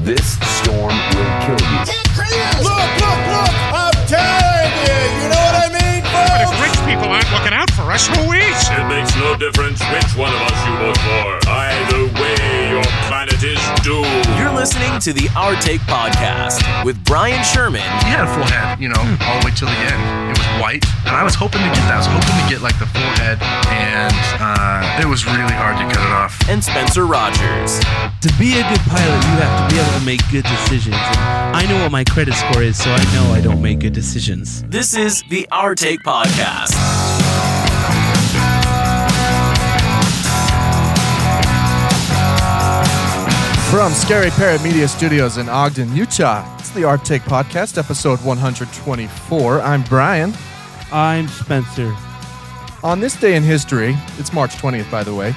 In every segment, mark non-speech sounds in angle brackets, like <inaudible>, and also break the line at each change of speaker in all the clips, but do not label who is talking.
This storm will kill you.
Look, look, look! I'm telling you! You know what I mean,
But if
folks?
rich people aren't looking out for us, who is?
It makes no difference which one of us you vote for. Either way, your planet is doomed.
You're listening to the Our Take Podcast with Brian Sherman
He had a full head, you know, all the way till the end. It was white, and I was hoping to get that. I was hoping to get like the full head, and uh, it was really hard to cut it off.
and Spencer Rogers.
To be a good pilot, you have to be able to make good decisions. And I know what my credit score is, so I know I don't make good decisions.
This is the Our Take Podcast.
From Scary Parrot Media Studios in Ogden, Utah, it's the Art Take Podcast, episode 124. I'm Brian.
I'm Spencer.
On this day in history, it's March 20th, by the way.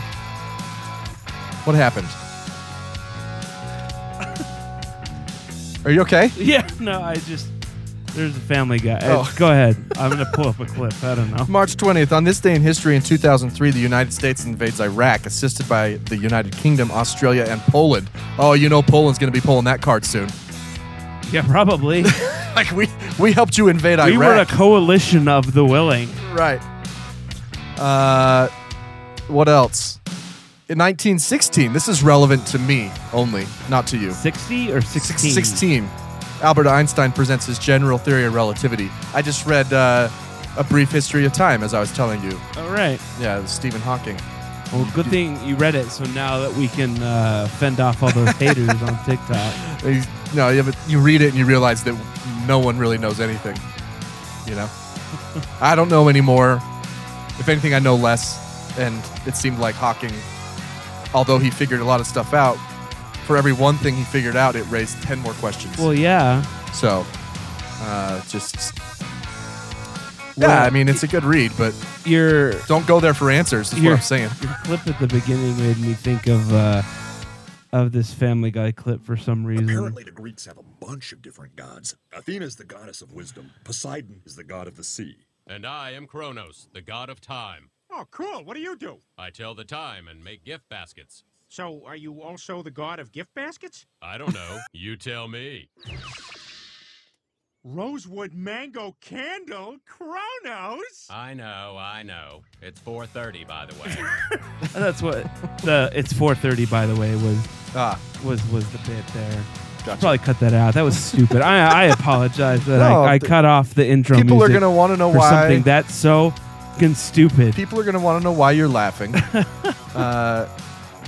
What happened? <laughs> Are you okay?
<laughs> Yeah, no, I just there's a Family Guy. Uh,
Oh.
Go ahead. I'm gonna pull up a clip. I don't know.
March 20th, on this day in history in 2003, the United States invades Iraq, assisted by the United Kingdom, Australia, and Poland. Oh, you know Poland's going to be pulling that card soon.
<laughs>
<laughs>
Yeah, <laughs> probably.
Like, we, we helped you invade Iraq.
we were a coalition of the willing.
Right. Uh, what else? In 1916, this is relevant to me only, not to you.
Sixty or
Six-
sixteen?
16. Albert Einstein presents his general theory of relativity. I just read uh, A Brief History of Time, as I was telling you.
All right.
Yeah, it was Stephen Hawking.
Well, good thing you read it, so now that we can uh, fend off all <laughs> those haters on TikTok.
He's- No, yeah, but you read it and you realize that no one really knows anything. You
<laughs>
know? I don't know anymore. If anything, I know less. And it seemed like Hawking, although he figured a lot of stuff out, for every one thing he figured out, it raised 10 more questions.
Well, yeah.
so, uh, just.
Well-
Yeah, I mean, it's a good read, but
Your
don't go there for answers, is what
You're-
I'm saying.
your clip at the beginning made me think of uh, of this Family Guy clip for some reason.
Apparently, the Greeks have a bunch of different gods. Athena is the goddess of wisdom. Poseidon is the god of the sea.
And I am Kronos, the god of time.
Oh, cool. What do you do?
I tell the time and make gift baskets.
So, are you also the god of gift baskets?
I don't know. <laughs> you tell me.
Rosewood mango candle, Kronos.
I know, I know. It's 4:30 by the way.
<laughs> That's what the it's 4:30 by the way was
Ah,
was was the bit there.
Gotcha.
Probably cut that out. That was stupid. I I apologize that
No,
I, I
th-
cut off the intro.
people are
music
going to want to know
for
why.
something that's so fucking stupid.
people are going to want to know why you're
<laughs>
laughing. uh,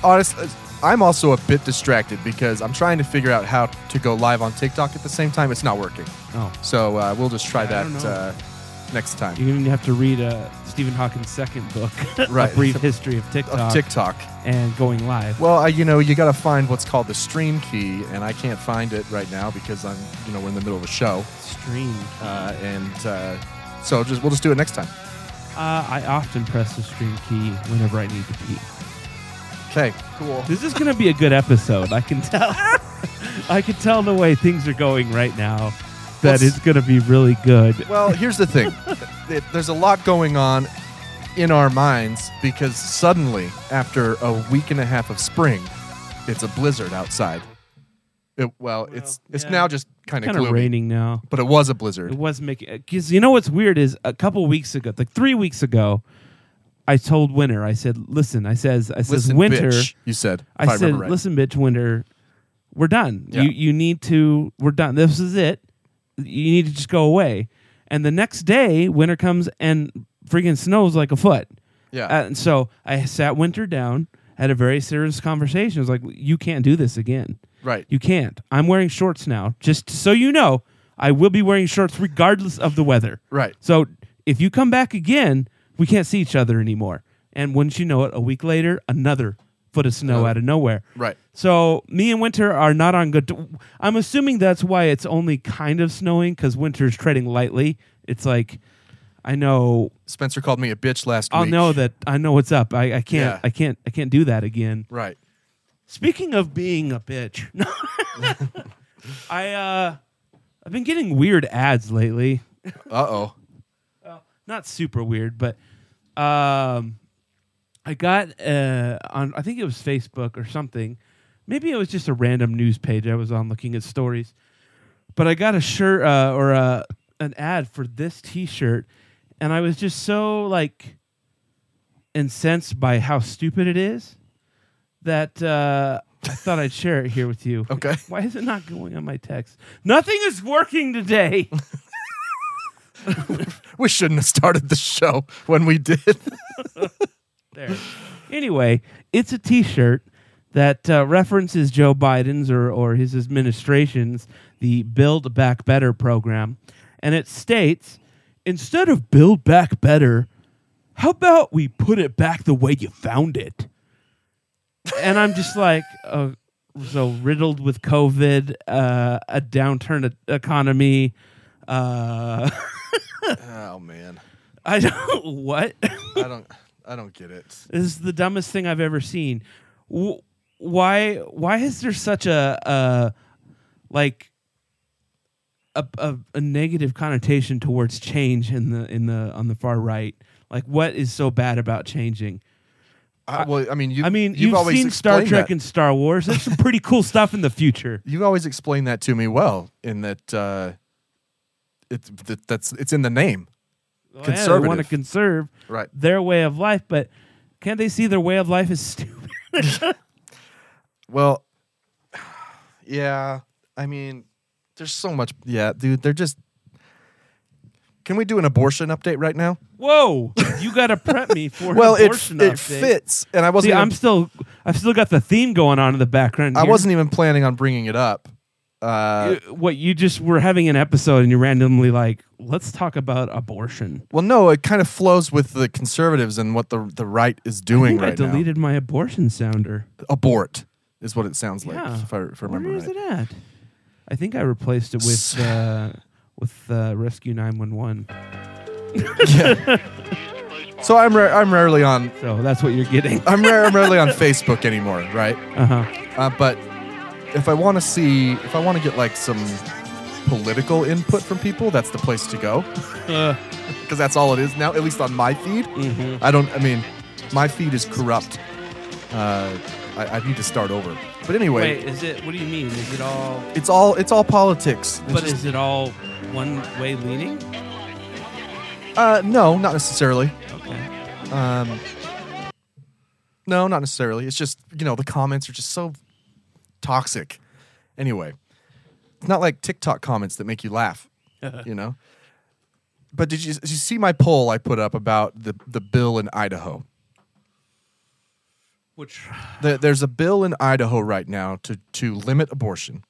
honest, uh, I'm also a bit distracted because I'm trying to figure out how to go live on TikTok at the same time. It's not working,
Oh,
so uh, we'll just try
Yeah, I don't
that
know.
uh, next time.
you're gonna have to read uh, Stephen Hawking's second book, <laughs>
Right.
A Brief History of
Of
TikTok,
TikTok.
and going live.
Well, I, you know, you got to find what's called the stream key, and I can't find it right now because I'm, you know, we're in the middle of a show,
Stream.
uh, and uh, so just we'll just do it next time.
Uh, I often press the stream key whenever I need to pee.
Okay, cool.
This is gonna be a good episode. I
<laughs>
can tell. I can tell the way things are going right now. That
Let's-
it's gonna be really good.
Well, here's the
<laughs>
thing. Th- There's a lot going on in our minds because suddenly, after a week and a half of spring, it's a blizzard outside. It, well, it's it's
yeah.
now just kind of
kind of
gloomy,
raining now.
but it was a
It
blizzard.
was making because you know what's weird is a couple weeks ago, like three weeks ago, I told Winter. I said, "Listen," I says, "I says
Listen,
Winter."
bitch, you said. If I,
I said,
remember right.
"Listen, bitch, Winter, we're done.
Yeah.
You you need to. We're done. This is it. You need to just go away." And the next day, Winter comes and freaking snows like a foot.
yeah,
Uh, and so I sat Winter down, had a very serious conversation. I was like, "You can't do this again."
right.
You can't. I'm wearing shorts now. Just so you know, I will be wearing shorts regardless of the weather.
Right.
So if you come back again, we can't see each other anymore. And wouldn't you know it, a week later, another foot of snow out of nowhere.
Right.
So me and Winter are not on good. I'm assuming that's why it's only kind of snowing because Winter's treading lightly. It's like, I know,
Spencer called me a bitch last
I'll
week.
know that I know what's up. I, I can't,
Yeah.
I can't, I can't do that again.
Right.
Speaking of being a bitch, <laughs> I uh, I've been getting weird ads lately.
Uh oh.
Not super weird, but um, I got uh, on I think it was Facebook or something. Maybe it was just a random news page I was on looking at stories. But I got a shirt uh, or a, an ad for this T-shirt, and I was just so like incensed by how stupid it is that uh, I thought I'd share it here with you.
Okay.
Why is it not going on my text? Nothing is working today.
We shouldn't have started the show when we
<laughs>
did.
there. Anyway, it's a T-shirt that uh, references Joe Biden's or or his administration's the Build Back Better program, and it states instead of Build Back Better, how about we put it back the way you found it? And I'm just like, uh, so riddled with COVID, uh, a downturn e- economy. Uh, <laughs>
oh man,
I don't what.
I don't, I don't get it.
This is the dumbest thing I've ever seen. Wh- why? Why is there such a, a like a, a a negative connotation towards change in the in the on the far right? Like, what is so bad about changing?
I, well, I mean, you,
I mean,
you've,
you've,
always
seen Star
explained
Trek
that.
and Star Wars. There's some pretty cool stuff in
<laughs>
the future.
you've always explained that to me well. In that, uh, it's that, that's it's in the name.
Well, yeah, they want to
Conservative.
conserve
Right.
their way of life, but can't they see their way of life is stupid? <laughs>
Well, <sighs> yeah. I mean, there's so much. Yeah, dude, they're just. Can we do an abortion update right now?
Whoa! You got to prep me for
Well,
an
it
abortion
it
update.
fits, and I wasn't.
See,
even-
I'm still, I've still got the theme going on in the background.
I
here.
wasn't even planning on bringing it up. Uh,
Uh, What you just were having an episode and you randomly like, let's talk about abortion.
well, no, it kind of flows with the conservatives and what the the right is
I
doing
think I
right
deleted my abortion sounder.
now. Abort is what it sounds like,
Yeah.
if I, if I remember
Where
right.
is it at? I think I replaced it with uh, with uh, Rescue 911.
So I'm ra- I'm rarely on
So that's what you're
<laughs>
getting.
I'm, ra- I'm rarely on Facebook anymore, right?
Uh huh.
Uh, but if I want to see, if I want to get like some political input from people, that's the place to go
Uh.
<laughs> because that's all it is now. At least on my feed,
Mm-hmm.
I don't. I mean, my feed is corrupt. Uh, I, I need to start over. But anyway,
Wait, is it? What do you mean? Is it all?
it's all it's all politics. It's
But
just-
is it all one way leaning?
uh, no, not necessarily.
Okay.
Um, no, not necessarily. It's just you know the comments are just so toxic. Anyway, it's not like TikTok comments that make you
<laughs>
laugh. you know. But did you, did you see my poll I put up about the the bill in Idaho?
Which
There, there's a bill in Idaho right now to to limit abortion.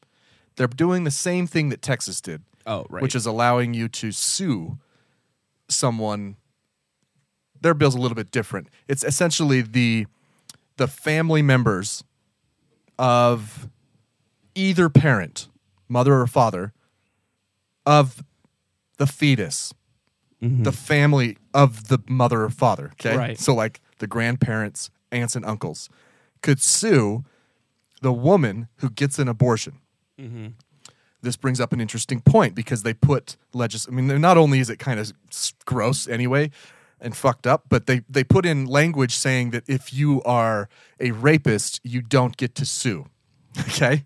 They're doing the same thing that Texas did.
Oh, right.
Which is allowing you to sue someone. Their bill's a little bit different. It's essentially the the family members of either parent, mother or father, of the fetus, the family of the mother or father. Okay.
Right.
So, like the grandparents, aunts, and uncles could sue the woman who gets an abortion. This brings up an interesting point because they put legis. I mean, not only is it kind of s- gross anyway and fucked up, but they, they put in language saying that if you are a rapist, you don't get to sue. <laughs> Okay.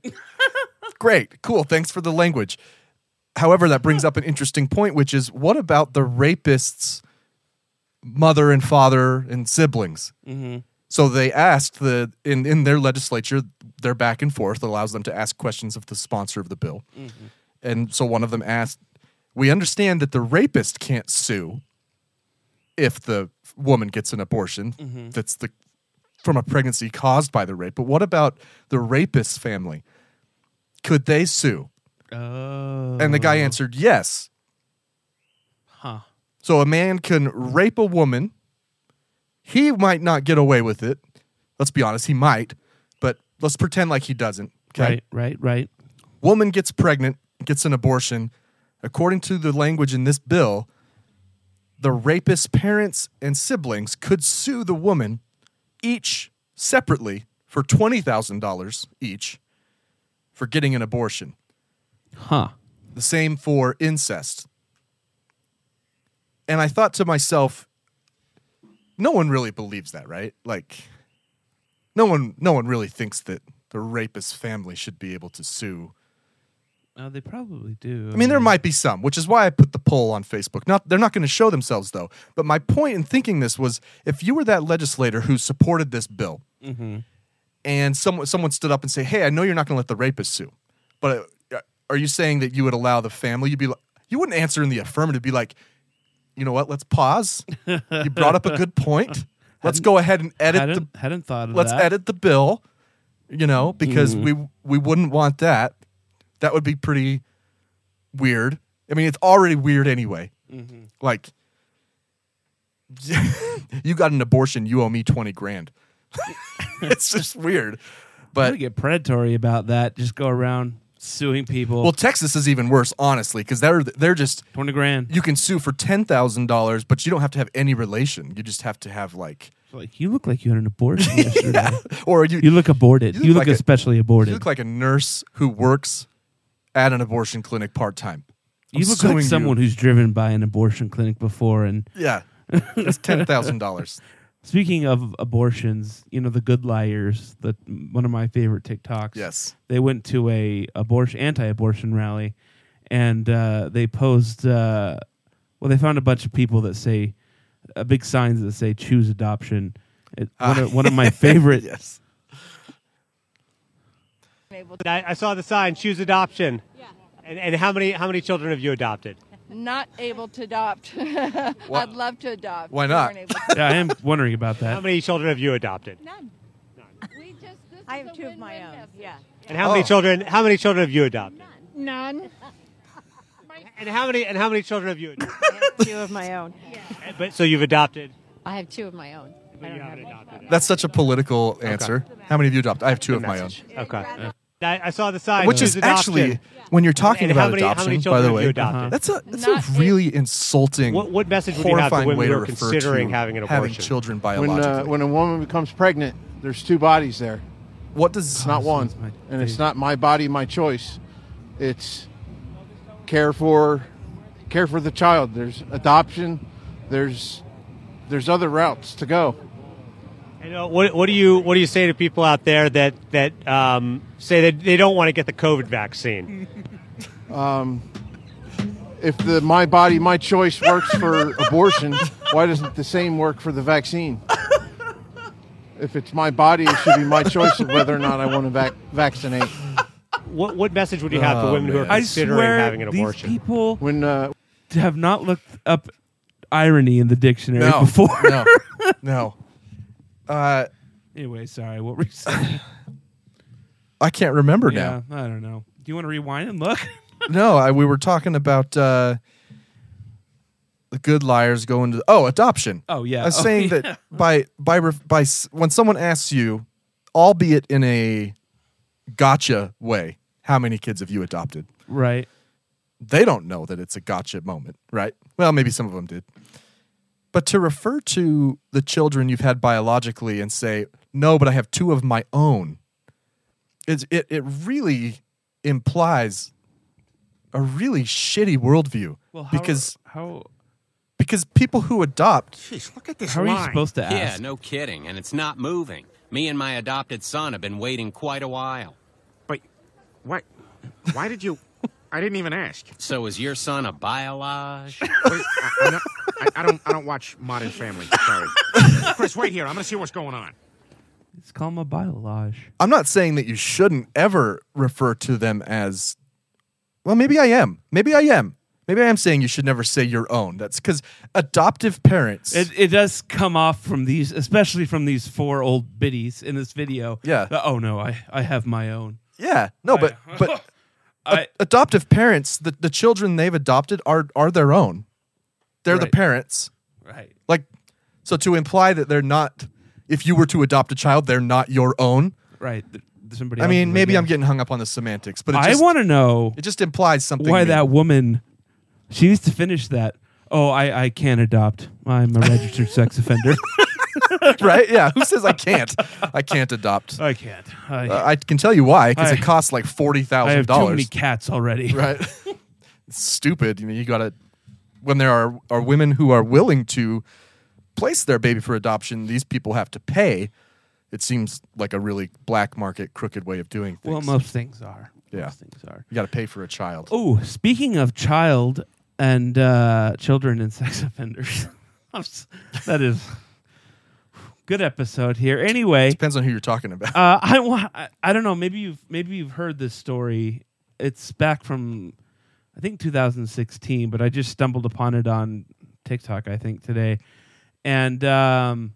Great. Cool. Thanks for the language. However, that brings up an interesting point, which is what about the rapist's mother and father and siblings? So they asked the in, in their legislature, their back and forth allows them to ask questions of the sponsor of the bill. And so one of them asked, We understand that the rapist can't sue if the woman gets an abortion that's the from a pregnancy caused by the rape. But what about the rapist's family? Could they sue?
oh,
And the guy answered yes.
huh?
So a man can rape a woman. He might not get away with it. Let's be honest, he might, but let's pretend like he doesn't. Okay.
Right, right, right.
Woman gets pregnant, gets an abortion. According to the language in this bill, the rapist's parents and siblings could sue the woman each separately for $20,000 each for getting an abortion.
Huh.
The same for incest. And I thought to myself, no one really believes that, right? Like no one no one really thinks that the rapist's family should be able to sue.
Uh, they probably do.
I mean, there might be some, which is why I put the poll on Facebook. Not they're not going to show themselves though. But my point in thinking this was, if you were that legislator who supported this bill, and someone someone stood up and say, "Hey, I know you're not going to let the rapist sue, but uh, are you saying that you would allow the family?" You'd be like, you wouldn't answer in the affirmative. Be like, you know what? Let's pause. you brought up a good point. Let's go ahead and edit the
hadn't, hadn't thought of
let's
that.
edit the bill you know because we we wouldn't want that that would be pretty weird i mean it's already weird anyway like <laughs> you got an abortion you owe me 20 grand <laughs> it's just weird
I'm
but
gonna get predatory about that. Just go around suing people.
well texas is even worse honestly because they're they're just
twenty grand.
you can sue for $10000 but you don't have to have any relation you just have to have like
like you look like you had
<laughs>
an abortion yesterday.
or you,
You look aborted. You
You
look,
look like a-
especially aborted.
You look like a nurse who works at an abortion clinic part time.
You look like someone who's driven by an abortion clinic before. And
Yeah, that's ten thousand dollars.
speaking of abortions, you know the Good Liars, the one of my favorite TikToks.
Yes.
they went to a abortion anti-abortion rally, and uh, they posed. Uh, well, they found a bunch of people that say, uh, big signs that say "choose adoption." It, one, of, one of my favorite.
<laughs> Yes.
I, I saw the sign, choose adoption. And, and how many how many children have you adopted?
Not able to adopt. <laughs> I'd love to adopt.
Why not?
Weren't able-
Yeah, I am wondering about
How
that.
many children have you adopted?
None. We just, this I have two of my own. Yeah.
And how many
Oh.
children how many children have you adopted?
None.
And how many and how many children have you adopted?
two of my own.
<laughs> but so you've adopted
<laughs> I have two of my own.
but you haven't adopted.
That's such a political answer. How many of you adopt? I have two of my own,
Okay. Uh, I, I saw the sign.
which is
choose adoption.
actually when you're talking
And how
about
many- how many
adoption. By
children
the
have
way,
you adopted? Uh-huh.
that's a that's
Not
a really insulting,
What, what message would you have to
horrifying
women
way
who
to
are
refer
considering
to
having an abortion?
having children
When,
biologically.
uh, when a woman becomes pregnant, there's two bodies there.
what does
It's not one,
one's my
and it's
favorite.
not my body, my choice. It's care for care for the child. There's adoption. There's there's other routes to go.
And, uh, what, what do you what do you say to people out there that that um, say that they don't want to get the COVID vaccine?
If the my body, my choice works
<laughs>
for abortion, why doesn't the same work for the vaccine? If it's my body, it should be my choice of whether or not I want to vac- vaccinate.
What what message would you have to
Oh,
women who are
man.
I
considering
swear
having an abortion?
these people
When uh,
have not looked up irony in the
<laughs>
dictionary
no,
before.
no, no. Uh,
<laughs> anyway, sorry. What were you
<coughs>
saying?
I can't remember now.
yeah, I don't know. Do you want to rewind and look? <laughs>
no, I, we were talking about uh, the good liars going to oh adoption.
Oh, yeah.
I was
Oh, <laughs>
saying
yeah.
that <laughs> by by ref- by s- when someone asks you, albeit in a gotcha way, how many kids have you adopted?
right.
They don't know that it's a gotcha moment, right? Well, maybe some of them did, but to refer to the children you've had biologically and say no, but I have two of my own, it's, it it really implies a really shitty worldview because
how
because people who adopt
Jeez, look at this
how are you
line.
supposed to
<laughs> Yeah,
ask?
no kidding. And it's not moving. Me and my adopted son have been waiting quite a while.
But what? Why did you? I didn't even ask.
So is your son a biolage?
Wait, I, I'm not- I- I don't. <laughs> I don't watch Modern Family. Sorry, Chris. Wait here. I'm going to see what's going on.
It's called my biolage.
I'm not saying that you shouldn't ever refer to them as well maybe I am. Maybe I am. Maybe I am saying you should never say your own. That's cuz adoptive parents
It, it does come off from these, especially from these four old biddies in this video.
Yeah.
that, oh no, I I have my own.
Yeah. No, but
I- <laughs>
but Uh,
I
adoptive parents the, the children they've adopted are are their own. They're the
Right.
parents.
right.
Like so to imply that they're not if you were to adopt a child they're not your own.
Right. Th- Somebody.
I
else
mean,
is
maybe
like,
I'm getting hung up on the semantics, but it
I
just,
want to know
it just implies something.
why
mean. <laughs>
that woman. She needs to finish that. Oh, I I can't adopt. I'm a <laughs> registered sex offender.
right? Yeah. Who says I can't? I can't
<laughs>
adopt.
I can't. I,
Uh, I can tell you why, because
I-
it costs like forty
I
thousand
have too many
dollars.
cats already.
Right? it's stupid. You know, you gotta. When there are are women who are willing to place their baby for adoption, these people have to pay it seems like a really black market, crooked way of doing things.
<laughs> Well, most things are.
Yeah.
Most things are.
You got to pay for a child.
Oh, speaking of child and uh, children and sex offenders, <laughs> I'm s- that is good episode here. Anyway,
depends on who you're talking about.
<laughs> Uh, I want. I, I don't know. Maybe you've maybe you've heard this story. It's back from I think 2016, but I just stumbled upon it on TikTok. I think today, and um,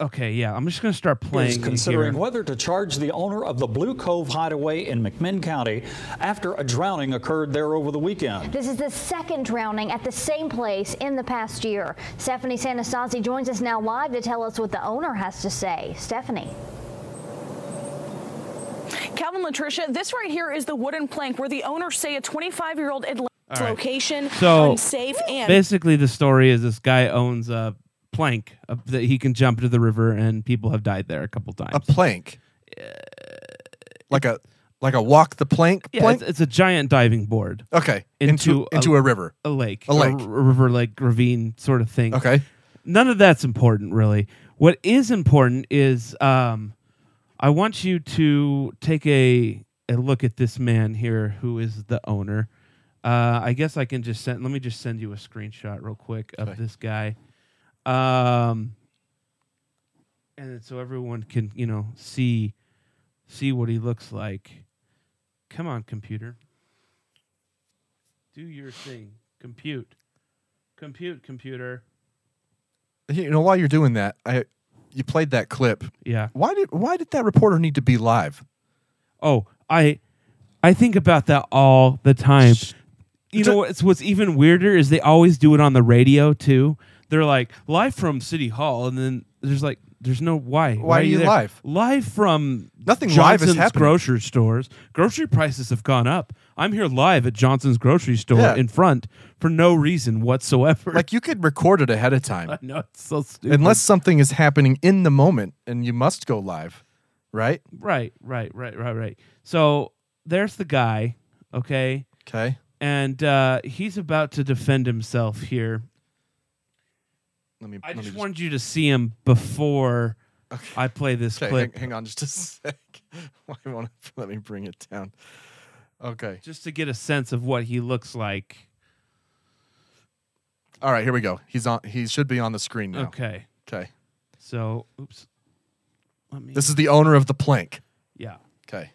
okay, yeah, I'm just gonna start playing.
is
it
considering
here.
whether to charge the owner of the Blue Cove Hideaway in McMinn County after a drowning occurred there over the weekend.
This is the second drowning at the same place in the past year. Stephanie Sanastasi joins us now live to tell us what the owner has to say. Stephanie.
<laughs> Calvin Latricia, this right here is the wooden plank where the owners say a 25 year old Atlanta
All right.
location
So
unsafe and
basically, the story is this guy owns a plank uh, that he can jump into the river, and people have died there a couple times. A
plank, like a like a walk the plank.
Yeah,
plank?
It's, it's a giant diving board.
Okay, into- into a river.
a lake,
A lake.
r- river, lake, ravine sort of thing.
Okay.
none of that's important, really. What is important is um, I want you to take a a look at this man here, who is the owner. Uh, I guess I can just send. Let me just send you a screenshot real quick of this guy. Um, and so everyone can you know see see what he looks like. Come on, computer. Do your thing. Compute. Compute, computer.
You know, while you're doing that, I you played that clip.
Yeah.
Why did why did that reporter need to be live?
Oh, I I think about that all the time. You know what's what's even weirder is they always do it on the radio too. They're like live from City Hall, and then there's like there's no why.
Why are you
there?
live?
Live from
Nothing live is
Johnson's
happening.
grocery stores. Grocery prices have gone up. I'm here live at Johnson's grocery store
Yeah.
in front for no reason whatsoever.
Like you could record it ahead of time.
<laughs> I know it's so stupid.
Unless something is happening in the moment and you must go live, right?
Right, right, right, right, right. So there's the guy, okay?
Okay.
And uh, he's about to defend himself here.
Let me.
I
let me <laughs>
just, wanted you to see him before I play this
Okay, hang,
clip.
hang on just a <laughs> sec. Why won't it <laughs> let me bring it down? Okay.
Just to get a sense of what he looks like.
All right, here we go. He's on. He should be on the screen now.
Okay.
Okay.
So, oops.
This is the owner of the plank.
Yeah.
Okay.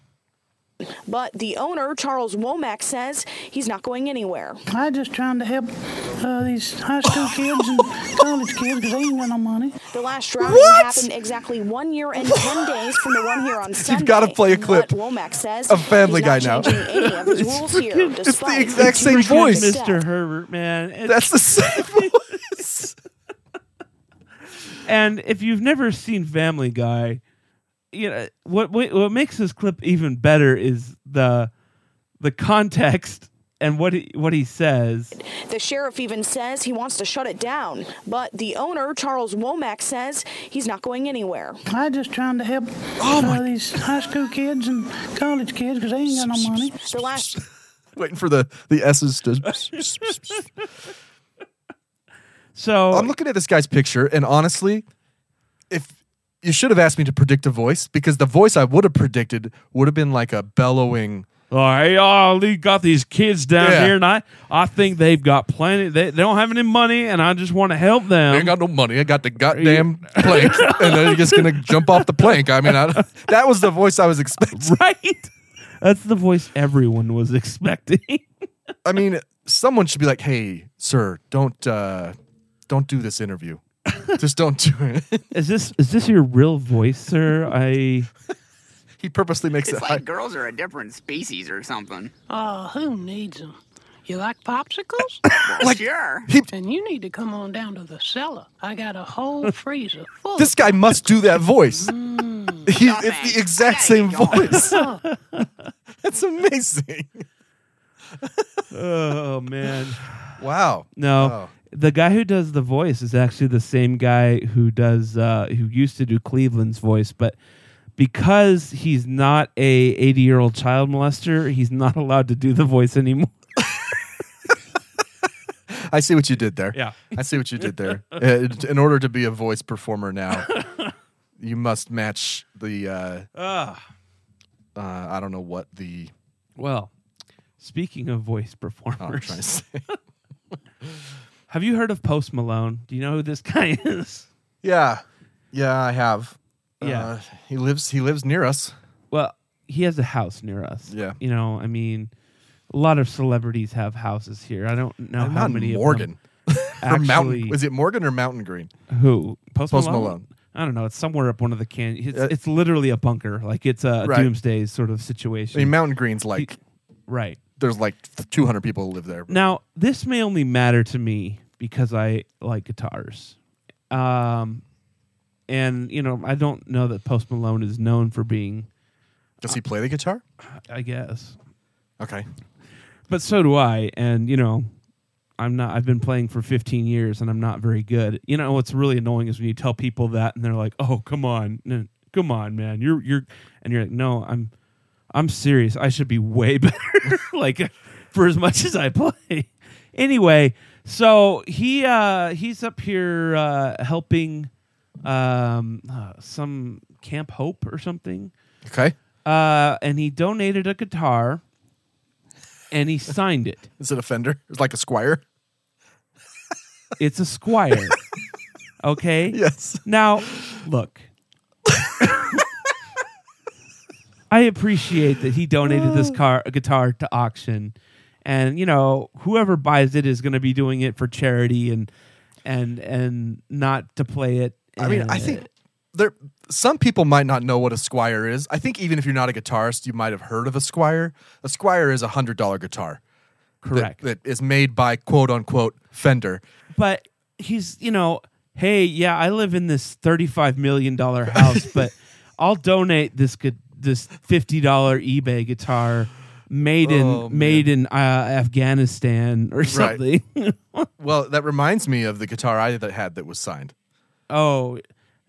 <laughs>
But the owner, Charles Womack, says he's not going anywhere.
I'm just trying to help uh, these high school kids
<laughs>
and college kids because they ain't got no money.
The last drowning
What?
happened exactly one year and 10 days from the one
<laughs>
here on Sunday.
gotta play a clip
But Womack says
of Family
he's not
Guy now.
changing any of
<laughs>
his
It's
rules
freaking-
here,
it's the
despite
exact
the
same
recent
voice.
step.
Mr. Herbert, man. It's-
That's the same <laughs> voice.
And if you've never seen Family Guy, you know what what, what makes this clip even better is the the context and what he, what he says.
The sheriff even says he wants to shut it down, but the owner, Charles Womack, says he's not going anywhere.
I'm just trying to help uh, these high school kids and college kids because they ain't got no money.
The last
Waiting for the the S's to. <laughs>
so
I'm looking at this guy's picture, and honestly, if you should have asked me to predict a voice, because the voice I would have predicted would have been like a bellowing.
Oh, hey, oh, they got these kids down
Yeah.
here, and I, I think they've got plenty. They, they don't have any money, and I just want to help them.
I ain't got no money. I got the <laughs> goddamn plank, and then you're just gonna jump off the plank. I mean, I, <laughs> that was the voice I was expecting.
<laughs> Right? That's the voice everyone was expecting. <laughs>
I mean, someone should be like, "Hey, sir, don't uh, don't do this interview. Just don't do it." <laughs>
Is this is this your real voice, sir? I.
he purposely makes
It's
it.
like girls are a different species or something.
Oh, who needs them? You like popsicles?
<laughs> Well, sure.
Then you need to come on down to the cellar. I got a whole freezer full.
this guy must do that voice.
Mm.
<laughs> He- it's the exact same
<laughs>
voice. <laughs> That's amazing.
oh man!
Wow.
No,
Wow.
the guy who does the voice is actually the same guy who does uh, who used to do Cleveland's voice, but because he's not a 80 year old <laughs> child molester, he's not allowed to do the voice anymore.
I see what you did there.
Yeah.
I see what you did there. Uh, in order to be a voice performer
<laughs>
now, you must match the. Uh,
uh,
I don't know what the. oh,
Well, speaking of voice <laughs>
I'm
performers,
trying to say.
have you heard of Post Malone? Do you know who this <laughs> guy is?
Yeah, yeah, I have.
Yeah.
Uh, he lives. He lives near us.
Well, he has a house near us.
Yeah.
You know, I mean, a lot of celebrities have houses here. I don't know
They're
how
not in
many
Morgan.
of them
<laughs> Or
actually.
Mountain, was it Morgan or Mountain Green?
who Post,
Post
Malone?
Malone.
I don't know. It's somewhere up one of the can. It's,
Uh,
it's literally a bunker. Like it's a
Right.
doomsday sort of
I
situation.
mean, Mountain Green's like
right.
There's like 200 people who live there.
Now, this may only matter to me because I like guitars. Um, and, you know, I don't know that Post Malone is known for being.
Does he play the guitar?
I guess.
Okay.
But so do I. And, you know, I'm not, I've been playing for 15 years and I'm not very good. You know, what's really annoying is when you tell people that and they're like, oh, come on. n- Come on, man. You're, you're, and you're like, no, I'm, I'm serious. I should be way <laughs> better. like, for as much as I play. anyway, so he uh he's up here uh helping um uh, some Camp Hope or something.
Okay.
Uh and he donated a guitar and he signed it.
Is it a Fender? It's like a Squire.
It's a Squire.
<laughs>
okay?
Yes.
Now, look. I appreciate that he donated
Oh.
this car guitar to auction, and you know whoever buys it is going to be doing it for charity and and and not to play it.
I mean, I
and-
think there some people might not know what a Squire is. I think even if you're not a guitarist, you might have heard of a Squire. A Squire is a hundred dollar guitar.
Correct.
That, that is made by quote unquote Fender.
but he's you know hey yeah i live in this 35 million dollar house
<laughs>
but i'll donate this gu- this 50 dollar ebay guitar made in
Oh, man.
made in uh, afghanistan or something <laughs>
well, that reminds me of the guitar I that had that was signed.
oh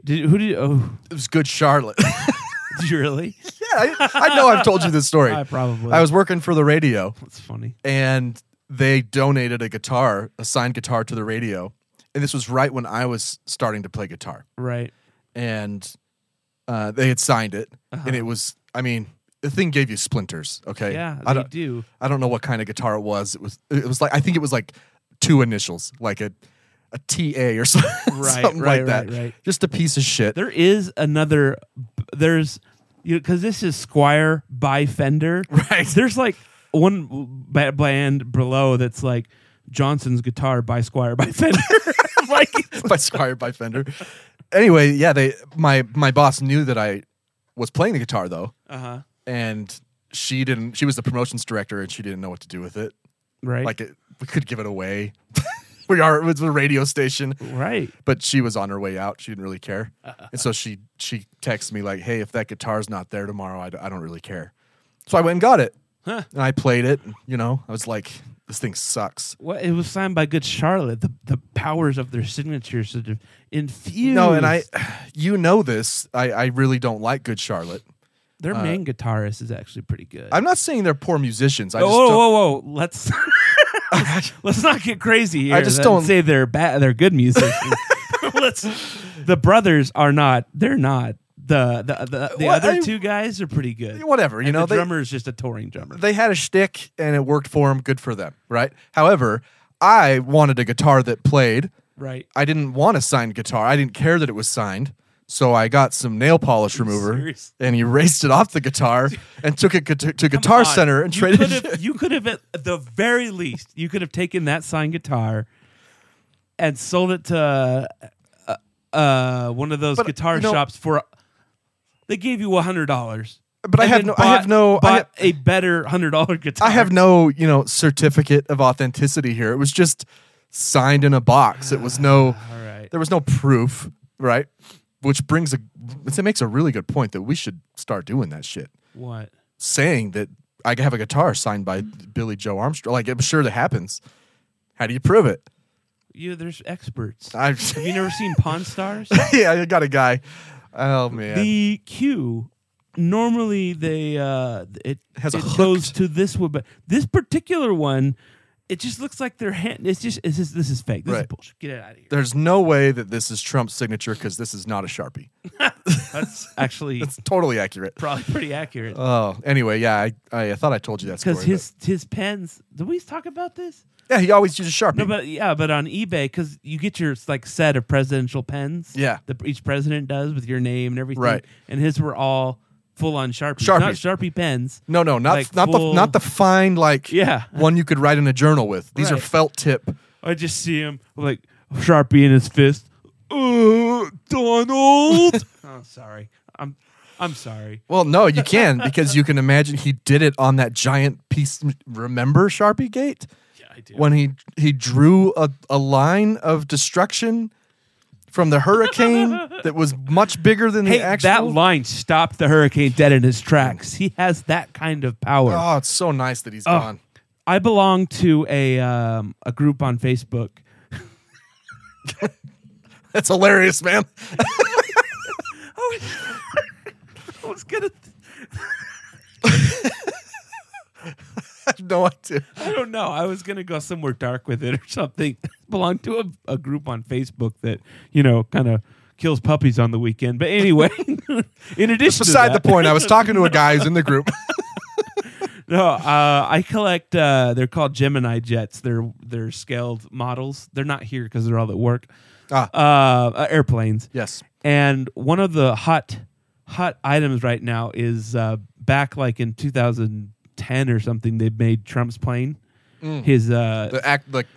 did who did oh <laughs>
It was Good Charlotte. <laughs>
did you really
yeah, I, I know I've told you this story.
I probably-
I was working for the radio.
That's funny.
And they donated a guitar, a signed guitar to the radio. And this was right when I was starting to play guitar.
right
And uh, they had signed it.
Uh-huh.
And it was, I mean, the thing gave you splinters. Okay.
Yeah,
I
they
don't,
do.
I don't know what kind of guitar it was. It was, it was like, I think it was like two initials, like a, a TA or <laughs> something,
Right,
something
right,
like that.
right, right.
Just a piece of shit.
there is another there's you because this is squire by fender
right
there's like one ba- band below that's like johnson's guitar by squire by fender <laughs> like
<laughs> by Squire by Fender. Anyway, yeah, they my my boss knew that I was playing the guitar though,
uh-huh
and she didn't. She was the promotions director, and she didn't know what to do with it.
Right.
like it, we could give it away. <laughs> we are it was a radio station,
right
But she was on her way out. She didn't really care,
Uh-huh.
and so she she texted me like, "Hey, if that guitar's not there tomorrow, I, d- I don't really care." So I went and got it,
Huh.
and I played it. and, You know, I was like, "This thing sucks."
Well, it was signed by Good Charlotte. The the powers of their signatures sort of infused.
No, and I, you know this. I, I really don't like Good Charlotte.
their
uh,
main guitarist is actually pretty good.
I'm not saying they're poor musicians. I
whoa,
just
whoa,
don't,
whoa, whoa! Let's let's <laughs> not get crazy here.
I just
and
don't-
say they're bad. They're good musicians.
<laughs>
let's. The brothers are not. They're not. The the the, the
Well,
other
I-
two guys are pretty good.
Whatever, you
And
know,
The
they-
drummer is just a touring drummer.
They had a shtick and it worked for them. Good for them, right? However, I wanted a guitar that played.
Right.
I didn't want a signed guitar. I didn't care that it was signed. So I got some nail
<laughs>
polish remover
Seriously?
and erased it off the guitar and took it gu- to, to Guitar
God,
Center and
you
traded.
could
it.
have- You could have, at the very least, you could have taken that signed guitar and sold it to uh, uh, one of those
But,
guitar
you know-
shops for. They gave you hundred dollars,
<laughs> But I have no- I have no- I
Bought
have-
a better hundred dollar guitar.
I have no, you know, certificate of authenticity here. It was just signed in a box. It was
<sighs>
no, there was no proof, right? Which brings a, it makes a really good point that we should start doing that shit.
What?
Saying that I have a guitar signed by Billy Joe Armstrong, like I'm sure that happens. How do you prove it?
You there's experts.
I've <laughs>
have you never seen Pawn Stars?
yeah, I got a guy. Oh man,
The cue normally they uh it
Has a
it goes to this one, but this particular one It just looks like their hand. It's just it's just, this is fake. This is
Right.
bullshit. Get it out
<laughs>
of here.
There's no way that this is Trump's signature because this is not a sharpie.
That's
<laughs>
actually
it's totally accurate.
Probably pretty accurate.
<laughs> Oh, anyway, yeah, I, I, I thought I told you that story.
Because his his pens. Did we talk about this?
Yeah, he always uses sharpie.
No, but yeah, but on eBay because you get your like set of presidential pens.
Yeah.
that each president does with your name and everything.
Right.
and his were all full on sharpie,
Sharpies.
not sharpie pens.
but- no, no, not
like
not
full-
the not the fine like
Yeah.
one you could write in a journal with. These are
Right.
felt tip.
I just see him like sharpie in his fist. Uh, Donald. <laughs> oh, sorry. I'm I'm sorry.
Well, no, you can because you can imagine he did it on that giant piece. Remember Sharpie Gate? Yeah, I do. When he he drew a, a line of destruction from the
<laughs>
hurricane that was much bigger than
Hey,
the actual.
that line stopped the hurricane dead in his tracks. He has that kind of power.
Oh, it's so nice that he's
Oh,
gone.
I belong to a um, a group on Facebook.
That's hilarious, man. <laughs>
I was gonna.
I have no idea.
I don't know. I was gonna go somewhere dark with it or something. <laughs> belong to a, a group on Facebook that you know kind of kills puppies on the weekend. But anyway, <laughs> in addition,
That's
to
beside the
that-
point. I was talking to a guy who's in the
<laughs>
group.
No, uh, I collect. Uh, they're called Gemini jets. They're they're scaled models. They're not here because they're all at work.
Ah.
Uh, uh, airplanes.
Yes.
And one of the hot hot items right now is uh, back like in 2010 or something. They made Trump's plane.
Mm.
His uh,
The act like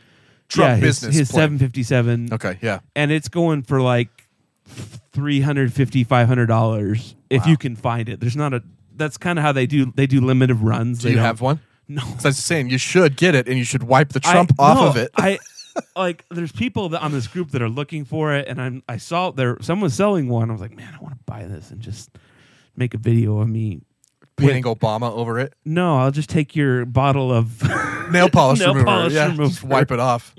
Trump
yeah, his-
business.
His
plan.
757.
Okay, yeah.
And it's going for like 350 500 dollars if
Wow.
you can find it. There's not a that's kind of how they do they do limited runs.
Do
They
you
don't-
have one?
No.
So I was saying you should get it, and you should wipe the
I-
Trump off
no,
of it. <laughs>
I like there's people that on this group that are looking for it, and I'm I saw there someone was selling one. I was like, man, I want to buy this and just make a video of me.
Painting Obama over it.
No, I'll just take your bottle of
<laughs>
<laughs>
nail polish
nail
remover.
polish
yeah,
remover.
just wipe it off.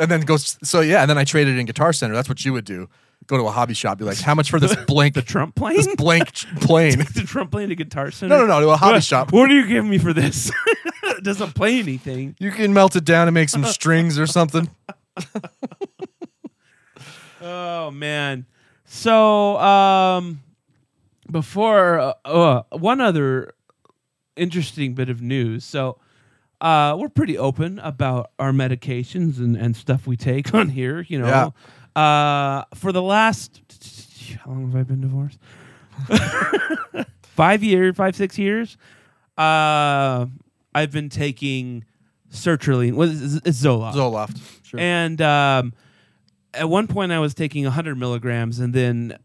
And then goes so yeah, and then I traded in Guitar Center. That's what you would do. Go to a hobby shop, be like, "How much
<laughs>
for this blank the
Trump plane?
This
<laughs>
blank ch- plane?
Did Trump play in a guitar center?
No, no, no, to a hobby
What-
shop.
What do you give me for this? <laughs> it doesn't play anything.
You can melt it down and make some strings or something."
Oh man. So um, before uh, uh, one other interesting bit of news. So uh, we're pretty open about our medications and, and stuff we take <laughs> on here. You know, uh, for the last how long have I been divorced? <laughs> five years, five six years. Uh, I've been taking sertraline. What is it? It's Zoloft.
Zoloft, sure.
And um, at one point, I was taking 100 milligrams, and then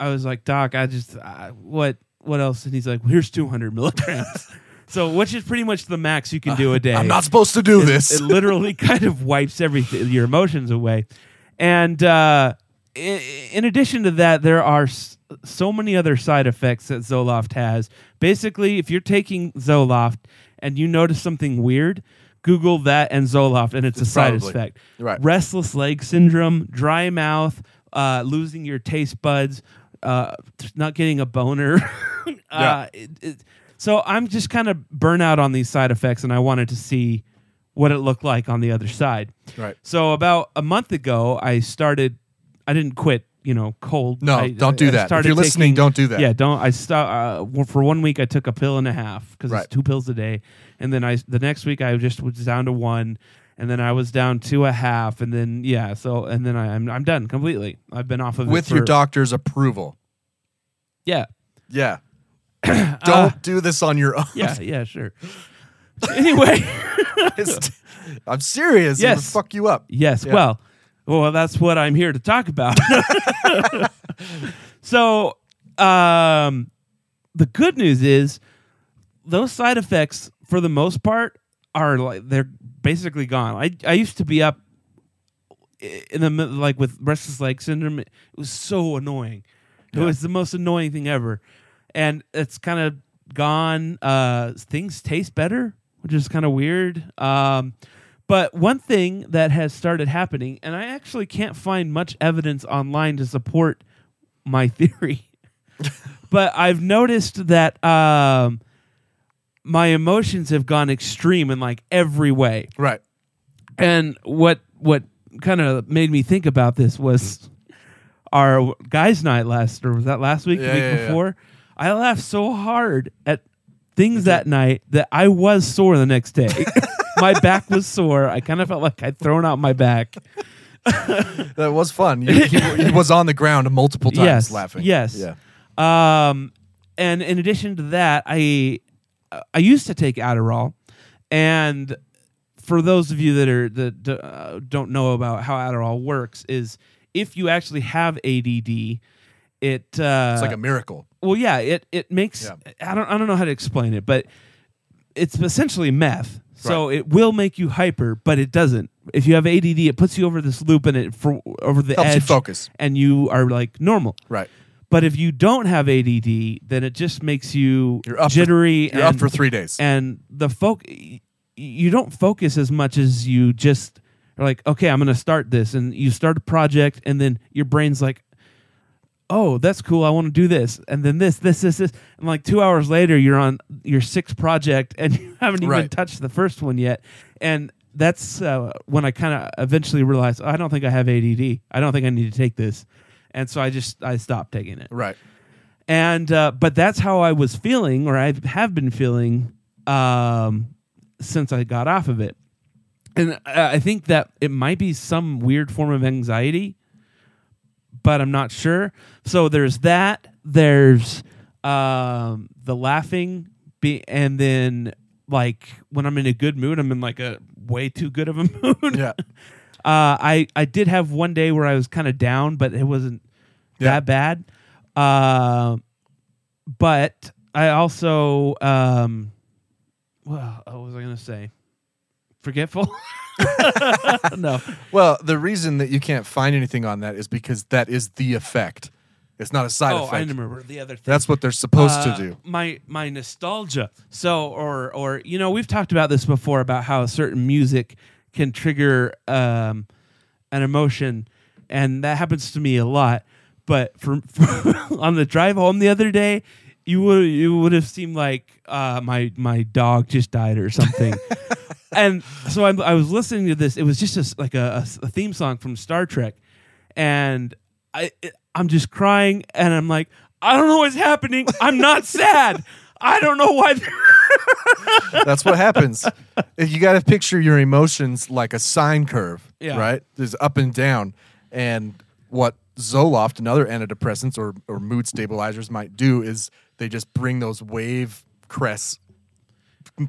I was like, "Doc, I just I, what what else?" And he's like, well, "Here's 200 milligrams." <laughs> so, which is pretty much the max you can do
<laughs>
a day.
I'm not supposed to do
It-
this.
It literally <laughs> kind of wipes everything your emotions away. And uh, in, in addition to that, there are s- so many other side effects that Zoloft has. Basically, if you're taking Zoloft and you notice something weird, Google that and Zoloft, and it's, a side
probably-
effect.
right.
Restless leg syndrome, dry mouth, uh, losing your taste buds, uh, t- not getting a boner. <laughs> uh, it, it- so I'm just kind of burnt out on these side effects, and I wanted to see what it looked like on the other side.
Right.
So about a month ago, I started. I didn't quit. You know, cold.
No,
I-
don't do
I
that. If
started
you're listening,
taking-
don't do that.
Yeah, don't. I stopped uh, for one week. I took a pill and a half because
Right.
it's two pills a day, and then I the next week I just was down to one, and then I was down to a half, and then yeah. So and then I, I'm I'm done completely. I've been off of it
With your
for-
doctor's approval.
Yeah. <clears throat>
Yeah. Don't do this on your own.
Uh, Yeah. Yeah. Sure. <laughs> anyway,
It's- <laughs> I'm serious. Yes.
Yes.
fuck you up.
Yes.
Yeah.
Well, well, that's what I'm here to talk about. <laughs> so, um, the good news is those side effects, for the most part, are like they're basically gone. I I used to be up in the mid- like with restless leg syndrome. It was so annoying. It was the most annoying thing ever, and it's kind of gone. Uh, things taste better, which is kind of weird. Um, but one thing that has started happening, and I actually can't find much evidence online to support <laughs> my theory, but I've noticed that um, my emotions have gone extreme in like every way.
Right.
And what what kind of made me think about this was our guys' night last or was that last week? the
Yeah,
week
yeah, yeah.
before? I laughed so hard at things that night that I was sore the next day.
<laughs>
my back was sore. I kind of felt like I'd thrown out my back.
that was fun. You,
<laughs>
you, you was on the ground multiple times
yes,
laughing.
Yes.
Yeah.
Um, and in addition to that, I uh, I used to take Adderall, and for those of you that are that d- uh, don't know about how Adderall works, is if you actually have ADD, it uh,
It's like a miracle.
Well, yeah, it it makes
Yeah.
I don't I don't know how to explain it, but it's essentially meth. So it will make you hyper, but it doesn't. If you have ADD, it puts you over this loop and it for over the
Helps you
edge
focus.
and you are like normal.
Right.
But if you don't have ADD, then it just makes you jittery.
you're up
and-
for three days.
and the folk you don't focus as much as you just are like, okay, I'm going to start this, and you start a project, and then your brain's like, oh, that's cool, I want to do this, and then this, this, this, this, and like two hours later, you're on your sixth project, and <laughs> you haven't even
Right.
touched the first one yet, and that's uh, when I kind of eventually realized "Oh, I don't think I have ADD. I don't think I need to take this, and so I just I stopped taking it.
Right.
And uh, but that's how I was feeling, or I have been feeling um, since I got off of it. And I I think that it might be some weird form of anxiety, but I'm not sure. So there's that. There's um, the laughing, be- and then like when I'm in a good mood, I'm in like a way too good of a <laughs>
<laughs>
mood.
Yeah.
Uh, I I did have one day where I was kind of down, but it wasn't that bad. Uh, but I also um, well, what was I gonna say? Forgetful. <laughs>
<laughs>
no.
Well, the reason that you can't find anything on that is because that is the effect. It's not a side
oh,
effect.
I remember the other thing.
That's what they're supposed
Uh,
to do.
My my nostalgia. So or or you know we've talked about this before about how certain music can trigger um, an emotion, and that happens to me a lot. But for, <laughs> on the drive home the other day, you would you would have seemed like uh, my my dog just died or something. and so I, I was listening to this. It was just a s like a, a s- a theme song from Star Trek, and I it- I'm just crying, and I'm like, I don't know what's happening. I'm not <laughs> sad. I don't know why.
That's what happens. If You got to picture your emotions like a sine curve,
Yeah.
right? There's up and down. And what Zoloft and other antidepressants or, or mood stabilizers might do is they just bring those wave crests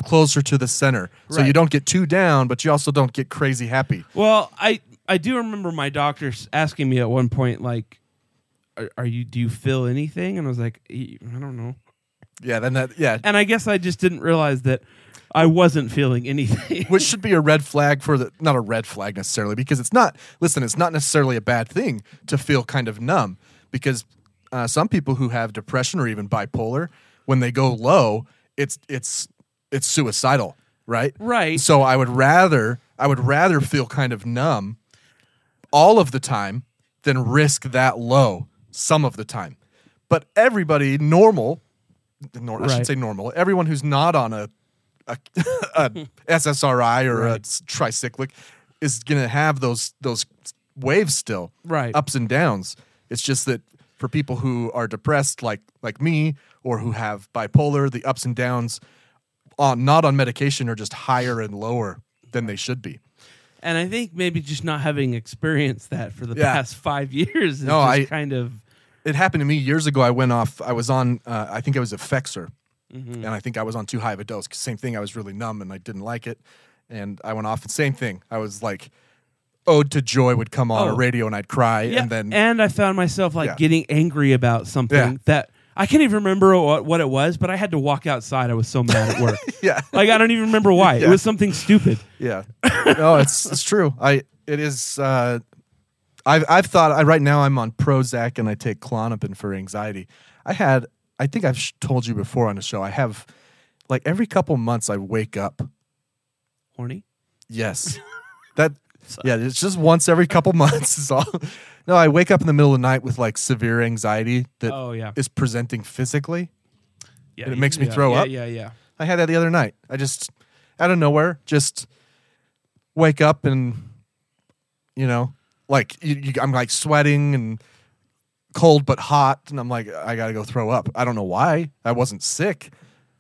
closer to the center. So you
Right.
don't get too down, but you also don't get crazy happy.
Well, I I do remember my doctor s- asking me at one point like, are, are you do you feel anything? And I was like, "E- I don't know.
Yeah, then that yeah.
And I guess I just didn't realize that I wasn't feeling <laughs> anything.
<laughs> which should be a red flag for the not a red flag necessarily because it's not listen it's not necessarily a bad thing to feel kind of numb because uh, some people who have depression or even bipolar when they go low it's it's it's suicidal right
Right.
so i would rather i would rather feel kind of numb all of the time than risk that low some of the time but everybody normal nor- i
Right.
should say normal everyone who's not on a a, a SSRI or a s- tricyclic is going to have those those waves still,
Right.
Ups and downs. It's just that for people who are depressed, like like me, or who have bipolar, the ups and downs on not on medication are just higher and lower than they should be.
And I think maybe just not having experienced that for the
Yeah.
past five years is
No,
just
I-
kind of
It happened to me years ago. I went off. I was on. Uh, I think I was Effexor,
Mm-hmm.
and I think I was on too high of a dose. 'cause Same thing. I was really numb and I didn't like it, and I went off. And same thing. I was like, "Ode to Joy" would come on
Oh.
a radio, and I'd cry,
yeah.
and then
I found myself like
Yeah.
getting angry about something
Yeah.
that I can't even remember what, what it was, but I had to walk outside. I was so mad
<laughs>
at work.
<laughs> yeah,
Like I don't even remember why. It
Yeah.
was something stupid.
yeah. No, it's it's true. I it is. Uh, I've I've thought. I right now I'm on Prozac and I take Clonopin for anxiety. I had. I think I've sh- told you before on the show. I have, like every couple months, I wake up
Horny? <laughs>
Yes. That yeah, it's just once every couple <laughs> months is all. No, I wake up in the middle of the night with like severe anxiety that
Oh, yeah.
is presenting physically.
Yeah,
and it
you-
makes me
yeah,
throw
yeah,
up.
yeah, yeah.
I had that the other night. I just out of nowhere just wake up and you know like you, you, I'm like sweating and cold but hot and I'm like I gotta go throw up. I don't know why. I wasn't sick.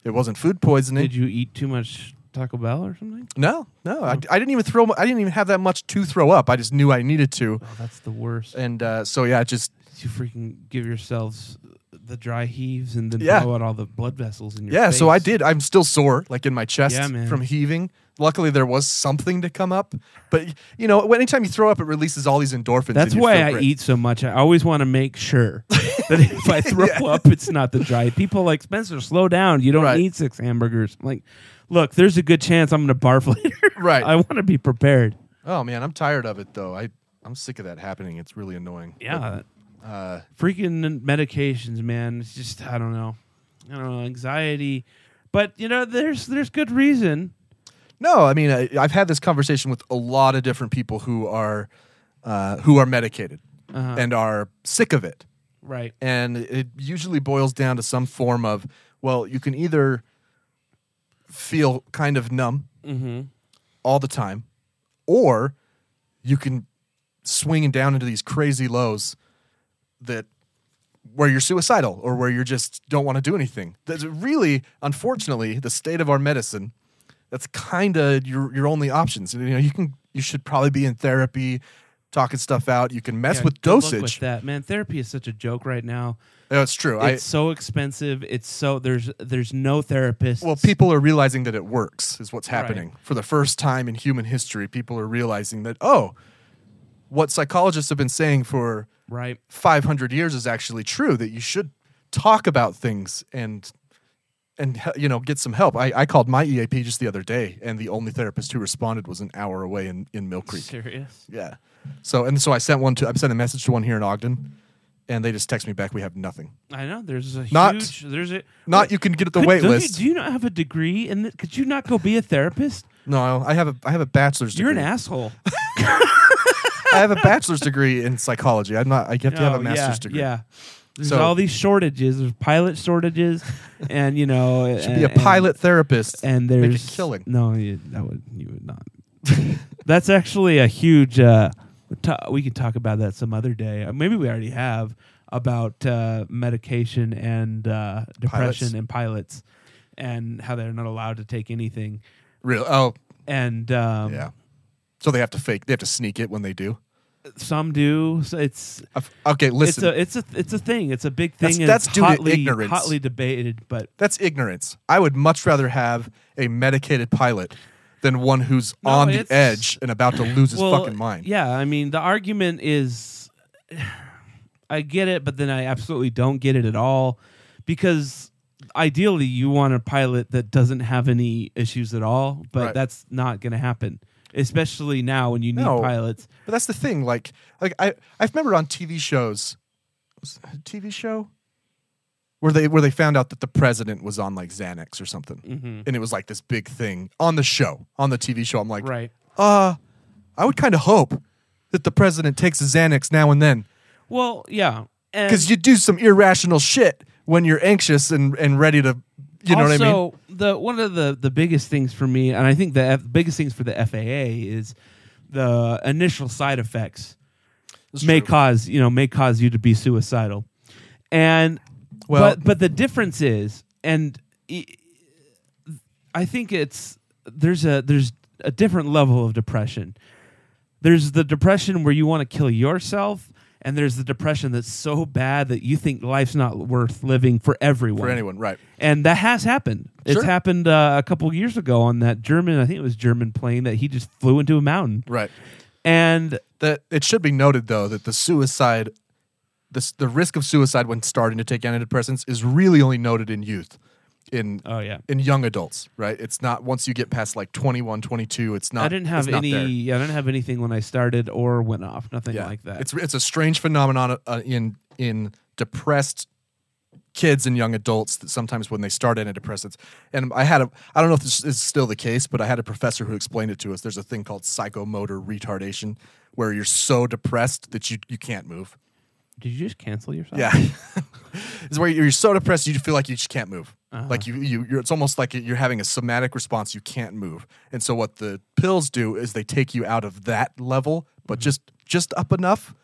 It wasn't food poisoning.
Did you eat too much Taco Bell or something?
No, no.
Hmm.
I, I didn't even throw. I didn't even have that much to throw up. I just knew I needed to.
Oh, that's the worst.
And uh, so yeah, it just
You freaking give yourselves the dry heaves and then
Yeah.
blow out all the blood vessels in your
yeah.
face.
So I did. I'm still sore, like in my chest
Yeah, man.
from heaving. Luckily, there was something to come up. But you know, anytime you throw up, it releases all these endorphins.
That's
and you
why
feel
I
great.
eat so much. I always want to
<laughs>
make sure that if I throw up, it's not the dry. People are like Spencer, slow down. You don't need six hamburgers. I'm like, look, there's a good chance I'm going to barf <laughs> later.
Right.
I want to be prepared.
Oh man, I'm tired of it though. I I'm sick of that happening. It's really annoying.
Yeah.
But, uh,
freaking medications, man. It's just I don't know. I don't know anxiety, but you know there's there's good reason.
No, I mean I, I've had this conversation with a lot of different people who are uh, who are medicated
Uh-huh.
and are sick of it,
Right.
and it usually boils down to some form of well, you can either feel kind of numb
Mm-hmm.
all the time, or you can swing down into these crazy lows that where you're suicidal or where you're just don't want to do anything. That's really, unfortunately, the state of our medicine. That's kind of your your only options. You know, you can you should probably be in therapy, talking stuff out. You can mess
Yeah,
with
good luck with
dosage.
that man, therapy is such a joke right now.
No, it's true. I-
It's so expensive. It's so there's there's no therapist.
Well, people are realizing that it works is what's happening for the first time in human history. People are realizing that oh, what psychologists have been saying for
right
500 years is actually true that you should talk about things and and he- you know get some help I, I called my eap just the other day and the only therapist who responded was an hour away in, in mill creek
serious.
yeah so and so i sent one to i sent a message to one here in ogden and they just text me back we have nothing
I know there's a
Not-
huge there's a
not you can get at the
Could-
wait
don't you-
list.
Do you not have a degree? And could you not go be a
<laughs>
therapist?
no i have a i have a bachelor's
You're an
degree <laughs>
asshole.
i have a bachelor's degree in psychology i'm not i have to have
Oh,
a master's
yeah,
degree
Yeah. There's
So-
all these shortages. There's pilot
<laughs>
shortages, and you know,
Should be a
and-
pilot therapist
And
make a
there's
killing.
No, you, that would you would not. <laughs> That's actually a huge. Uh, to- we could talk about that some other day. Uh, Maybe we already have about uh, medication and uh, depression
Pilots.
and pilots, and how they're not allowed to take anything.
real oh
And um,
yeah so they have to fake they have to sneak it when they do
some do. So it's
okay listen
It's a it's a it's a thing. It's a big
That's-
thing. and
that's
it's
due to
hotly,
ignorance.
hotly debated, but
That's ignorance. I would much rather have a medicated pilot than one who's
No,
on the
it's-
edge and about to lose his
Well,
fucking mind.
Yeah, I mean the argument is <sighs> I get it, but then I absolutely don't get it at all because ideally you want a pilot that doesn't have any issues at all, but
Right.
that's not going to happen, especially now when you need
No.
pilots.
But that's the thing. Like, like I, I remember on TV shows, was it a TV show where they where they found out that the president was on like Xanax or something,
Mhm.
and it was like this big thing on the show, on the TV show. I'm like,
Right.
uh, I would kind of hope that the president takes a Xanax now and then
Well, yeah. and-
because you do some irrational shit when you're anxious and and ready to, you know what I mean?
Also, the one of the the biggest things for me, and I think the F, biggest things for the FAA is the initial side effects may cause you know may cause you to be suicidal, and
Well-
but but the difference is, and i- I think it's there's a there's a different level of depression. There's the depression where you want to kill yourself. And there's the depression that's so bad that you think life's not worth living for everyone.
For anyone, right?
And that has happened.
Sure.
It's happened uh, a couple years ago on that German, I think it was German plane that he just flew into a mountain.
Right.
And
that it should be noted though that the suicide the, s- the risk of suicide when starting to take antidepressants is really only noted in youth in
oh yeah
in young adults right it's not once you get past like 21 22 it's not
I didn't
it's
have
not
any.
there.
yeah, I didn't have anything when I started or went off. Nothing
yeah
like that.
it's it's a strange phenomenon uh, in in depressed kids and young adults that sometimes when they start antidepressants and i had a i don't know if this is still the case but i had a professor who explained it to us there's a thing called psychomotor retardation where you're so depressed that you you can't move
Did you just cancel
<laughs>
yourself?
Yeah. it's where you're so depressed you feel like you just can't move. Like you, you, you're, it's almost like you're having a somatic response. You can't move, and so what the pills do is they take you out of that level, but just just up enough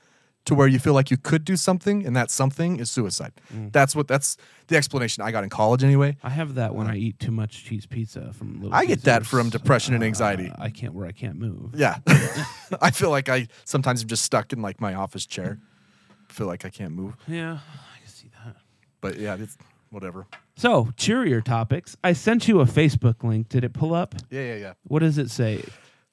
to where you feel like you could do something, and that something is suicide. That's what that's the explanation I got in college anyway.
I have that when I eat too much cheese pizza from. Little
Uh, I get that
Caesars.
from depression and
<laughs>
anxiety.
I can't where I can't move.
Yeah, <laughs> I feel like I sometimes am just stuck in like my office chair. Feel like I can't move,
Yeah, I can see that.
but yeah, it's whatever.
So cheerier topics. I sent you a Facebook link. Did it pull up?
Yeah, yeah, yeah.
What does it say?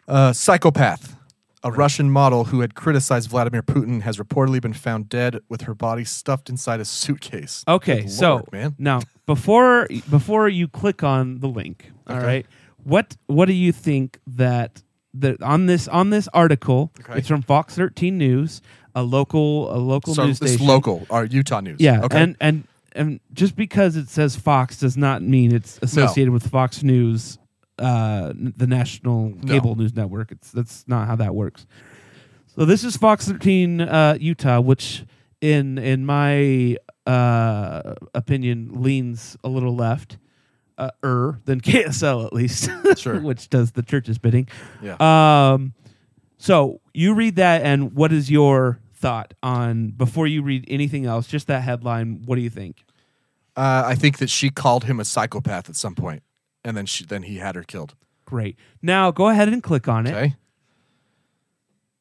Uh, psychopath. A Russian model who had criticized Vladimir Putin has reportedly been found dead with her body stuffed inside a suitcase.
Okay,
Good
so
Lord, man.
now before before you click on the link, all
Okay.
right, what what do you think that that on this on this article?
Okay.
It's from Fox 13 News, a local a local
So
news
this
station.
local, our Utah news.
Yeah,
Okay.
and and and just because it says Fox does not mean it's associated with Fox News, uh, n- the national
No.
cable news network. It's that's not how that works. So this is Fox 13 uh, Utah, which in in my uh, opinion leans a little left. Uh, er than <laughs> KSL at least,
Sure.
<laughs> which does the church's bidding.
Yeah.
Um, so you read that, and what is your thought on before you read anything else? Just that headline. What do you think?
uh, I think that she called him a psychopath at some point, and then she then he had her killed.
Great. Now go ahead and click on it.
Okay.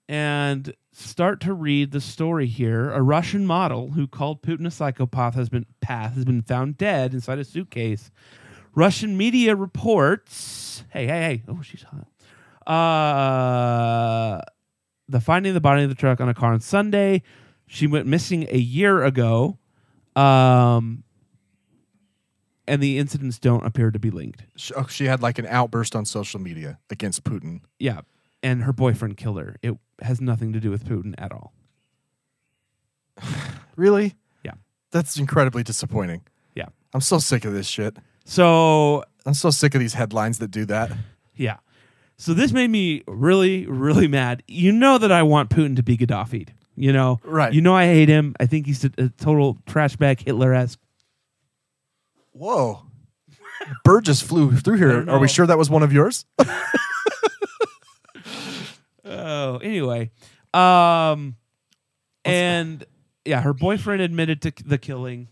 And start to read the story here. A Russian model who called Putin a psychopath has been path has been found dead inside a suitcase. Russian media reports. Hey, hey, hey. Oh, she's hot. Uh the finding of the body of the truck on a car on Sunday. She went missing a year ago. Um and the incidents don't appear to be linked.
She, oh, she had like an outburst on social media against Putin.
Yeah. And her boyfriend killed her. It has nothing to do with Putin at all.
Really?
Yeah.
That's incredibly disappointing.
Yeah.
I'm so sick of this shit.
So
I'm so sick of these headlines that do that.
Yeah. So this made me really, really mad. You know that I want Putin to be Gaddafi'd. You know,
Right.
You know I hate him. I think he's a, a total trash bag, Hitler esque. <laughs>
Whoa. Bird just flew through here. Are we sure that was one of yours?
Oh, anyway, um, and yeah, her boyfriend admitted to k- the killing,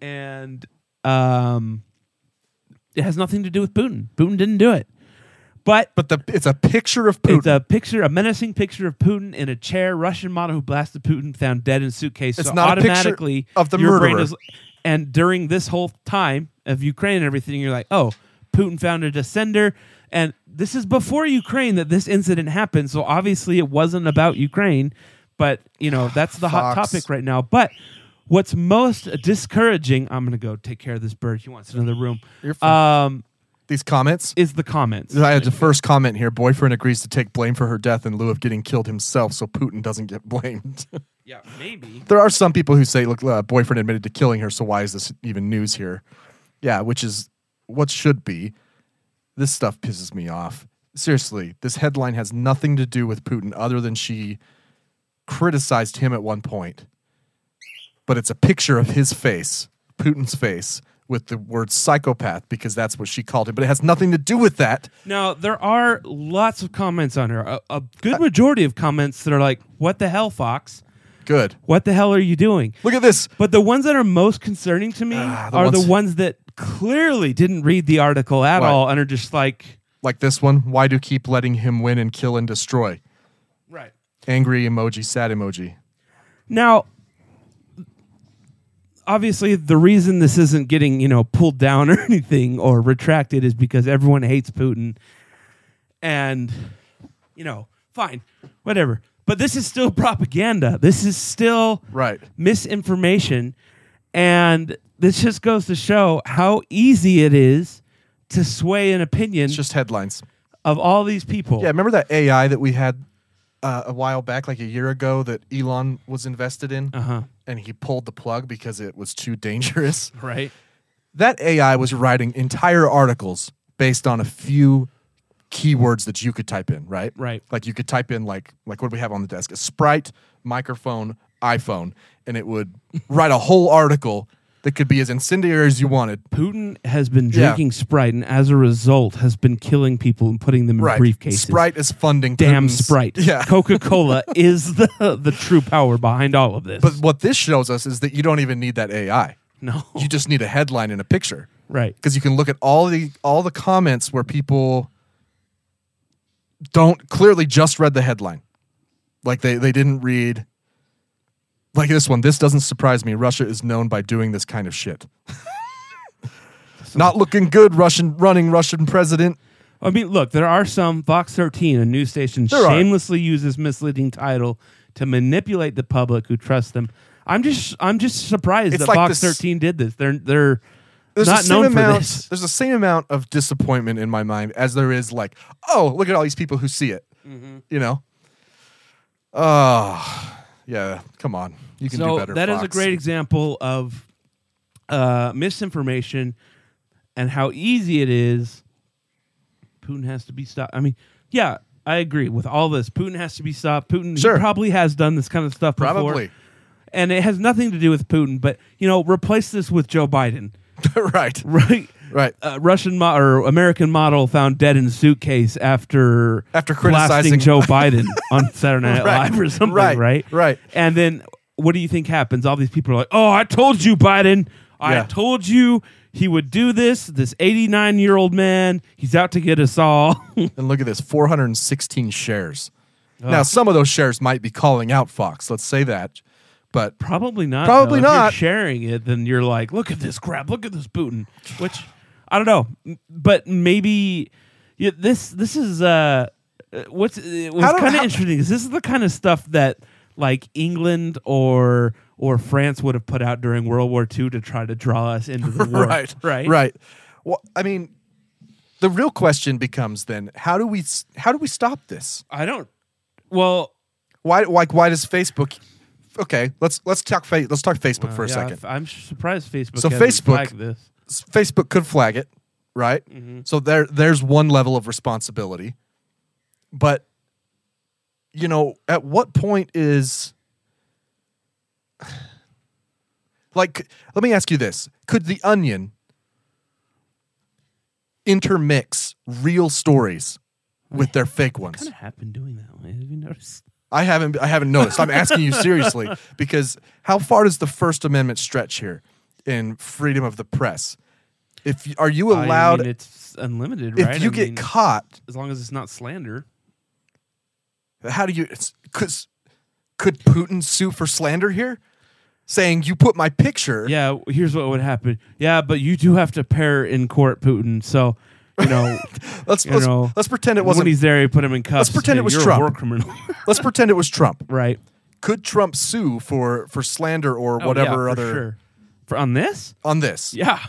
and um, it has nothing to do with Putin. Putin didn't do it. But
but the it's a picture of Putin.
It's a picture, a menacing picture of Putin in a chair. Russian model who blasted Putin found dead in suitcase.
It's
so
not a picture
automatically
of the
your brain
murderer.
is- and during this whole time of Ukraine and everything, you're like, oh, Putin found a descender. And this is before Ukraine that this incident happened. So obviously it wasn't about Ukraine, but you know, that's the hot
Fox.
topic right now. But what's most discouraging, I'm going to go take care of this bird. He wants another room.
You're
fine. Um,
These comments
is the comments.
I had the first comment here. Boyfriend agrees to take blame for her death in lieu of getting killed himself, so Putin doesn't get blamed. <laughs>
Yeah, maybe.
there are some people who say, "Look, uh, boyfriend admitted to killing her, so why is this even news here?" Yeah, which is what should be. This stuff pisses me off. Seriously, this headline has nothing to do with Putin other than she criticized him at one point. But it's a picture of his face, Putin's face, with the word psychopath because that's what she called him. But it has nothing to do with that.
Now there are lots of comments on her. A, a good majority of comments that are like, "What the hell, Fox?
Good.
What the hell are you doing?"
Look at this.
But the ones that are most concerning to me
Ah, the
are
ones-
the ones that clearly didn't read the article at
Right.
all and are just like,
Like this one. Why do keep letting him win and kill and destroy?
"Right
Angry emoji, sad emoji.
now." Obviously, the reason this isn't getting you know pulled down <laughs> or anything or retracted is because everyone hates Putin, and you know, fine, whatever. But this is still <laughs> propaganda. This is still
Right.
misinformation. And this just goes to show how easy it is to sway an opinion. It's
just headlines.
Of all these people.
Yeah, remember that AI that we had uh, a while back, like a year ago, that Elon was invested in,
Uh-huh.
and he pulled the plug because it was too dangerous. <laughs>
Right.
That AI was writing entire articles based on a few keywords that you could type in, right?
Right.
Like you could type in like like what do we have on the
<laughs>
desk? A sprite, microphone, iPhone, and it would write a whole article that could be as incendiary as you wanted.
Putin has been
Yeah.
drinking Sprite and as a result has been killing people and putting them in
Right.
briefcases.
Sprite is funding
Damn
Putin's-
Sprite.
<laughs> Yeah.
<laughs> Coca-Cola is the the true power behind all of this.
But what this shows us is that you don't even need that AI.
No. <laughs>
You just need a headline and a picture.
Right.
Because you can look at all the all the comments where people don't clearly just read the headline. Like they, they didn't read like this one, this doesn't surprise me. Russia is known by doing this kind of shit. <laughs> Not looking good, Russian running Russian president.
I mean, look, there are some Fox 13, a news station,
There are.
shamelessly uses misleading title to manipulate the public who trust them. I'm just, I'm just surprised
It's
that
like
Fox
this-
13 did this. They're, they're
There's the
not
same
known
amount,
for this.
There's the same amount of disappointment in my mind as there is like, oh, look at all these people who see it. You know? Oh, yeah. Come on. You can
so
do better.
That is a
Fox. <laughs>
great example of uh, misinformation and how easy it is. Putin has to be stopped. I mean, yeah, I agree with all this. Putin has to be stopped. Putin he probably has done this kind of stuff before.
Probably.
And it has nothing to do with Putin, but you know, replace this with Joe Biden. <laughs>
right.
Right.
Right.
Uh, Russian mo- or American model found dead in suitcase after
After criticizing- <laughs>
blasting Joe Biden on Saturday Night
Right.
Live or something,
Right.
right?
Right.
And then what do you think happens? All these people are like, "Oh, I told you, Biden. I
Yeah.
told you he would do this. This 89-year-old man, he's out to get us all." <laughs>
and look at this 416 shares. Now,
Ugh.
some of those shares might be calling out Fox. Let's say that. But
Probably not.
Probably
though. If you're
not.
sharing it, then you're like, look at this crap. Look at this Putin. Which I don't know, M- but maybe yeah, this this is uh, uh, what's uh,
How
what's
do-
kind of
how-
interesting is this is the kind of stuff that like England or or France would have put out during World War II to try to draw us
<laughs>
into the war.
right,
<laughs> Right.
right. Well, I mean, the real question becomes then: how do we s- how do we stop this?
I don't. Well,
why like why does Facebook? Okay, let's let's talk fa- let's talk Facebook
Well,
for a
Uh, yeah,
second.
I'm surprised Facebook.
so
hasn't
Facebook
flagged this.
s- Facebook could flag it, right?
Mm-hmm.
So there there's one level of responsibility. But you know, at what point is <sighs> like let me ask you this. Could the onion intermix real stories with their fake ones?
What happened doing that way? Have you noticed?
I haven't I haven't noticed. I'm asking
<laughs>
you seriously because how far does the First Amendment stretch here in freedom of the press? If you- are you
I
allowed,
mean, it's unlimited,
if
right?
you
I
get
mean,
caught,
as long as it's not slander.
how do you? It's, could could Putin sue for slander here, saying you put my picture?
Yeah, w- here's what would happen. Yeah, but you do have to pair in court Putin. So, you
<laughs>
know,
Let's-
you
let's-
know,
let's pretend it wasn't-
When he's there, you put him in cuffs.
Let's pretend
Yeah,
it was
you're a
Trump.
war criminal.
<laughs> Let's pretend it was Trump.
Right.
Could Trump sue for for slander or
Oh, yeah,
Oh, whatever
for
other
sure. For- on this?
on this?
Yeah.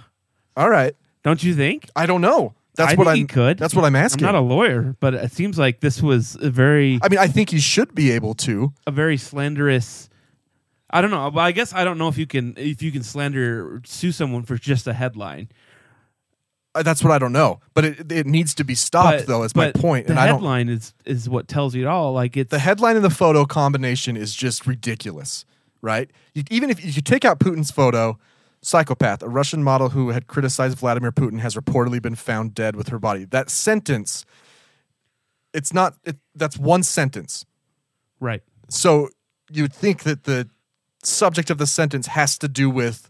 All right.
Don't you think?
I don't know. That's
I
what
think
I'm.
he could.
That's what I'm asking.
I'm not a lawyer, but it seems like this was a very
I mean, I think he should be able to.
a very slanderous. I don't know. But I guess I don't know if you can if you can slander or sue someone for just a headline.
Uh, That's what I don't know. But it, it needs to be stopped,
But-
though. Is my
but
point.
The
And I don't.
headline is is what tells you it all. Like it's
The headline and the photo combination is just ridiculous, right? You, even if you take out Putin's photo, psychopath, a Russian model who had criticized Vladimir Putin, has reportedly been found dead with her body. That sentence. It's not. It, that's one sentence.
right.
So you'd think that the subject of the sentence has to do with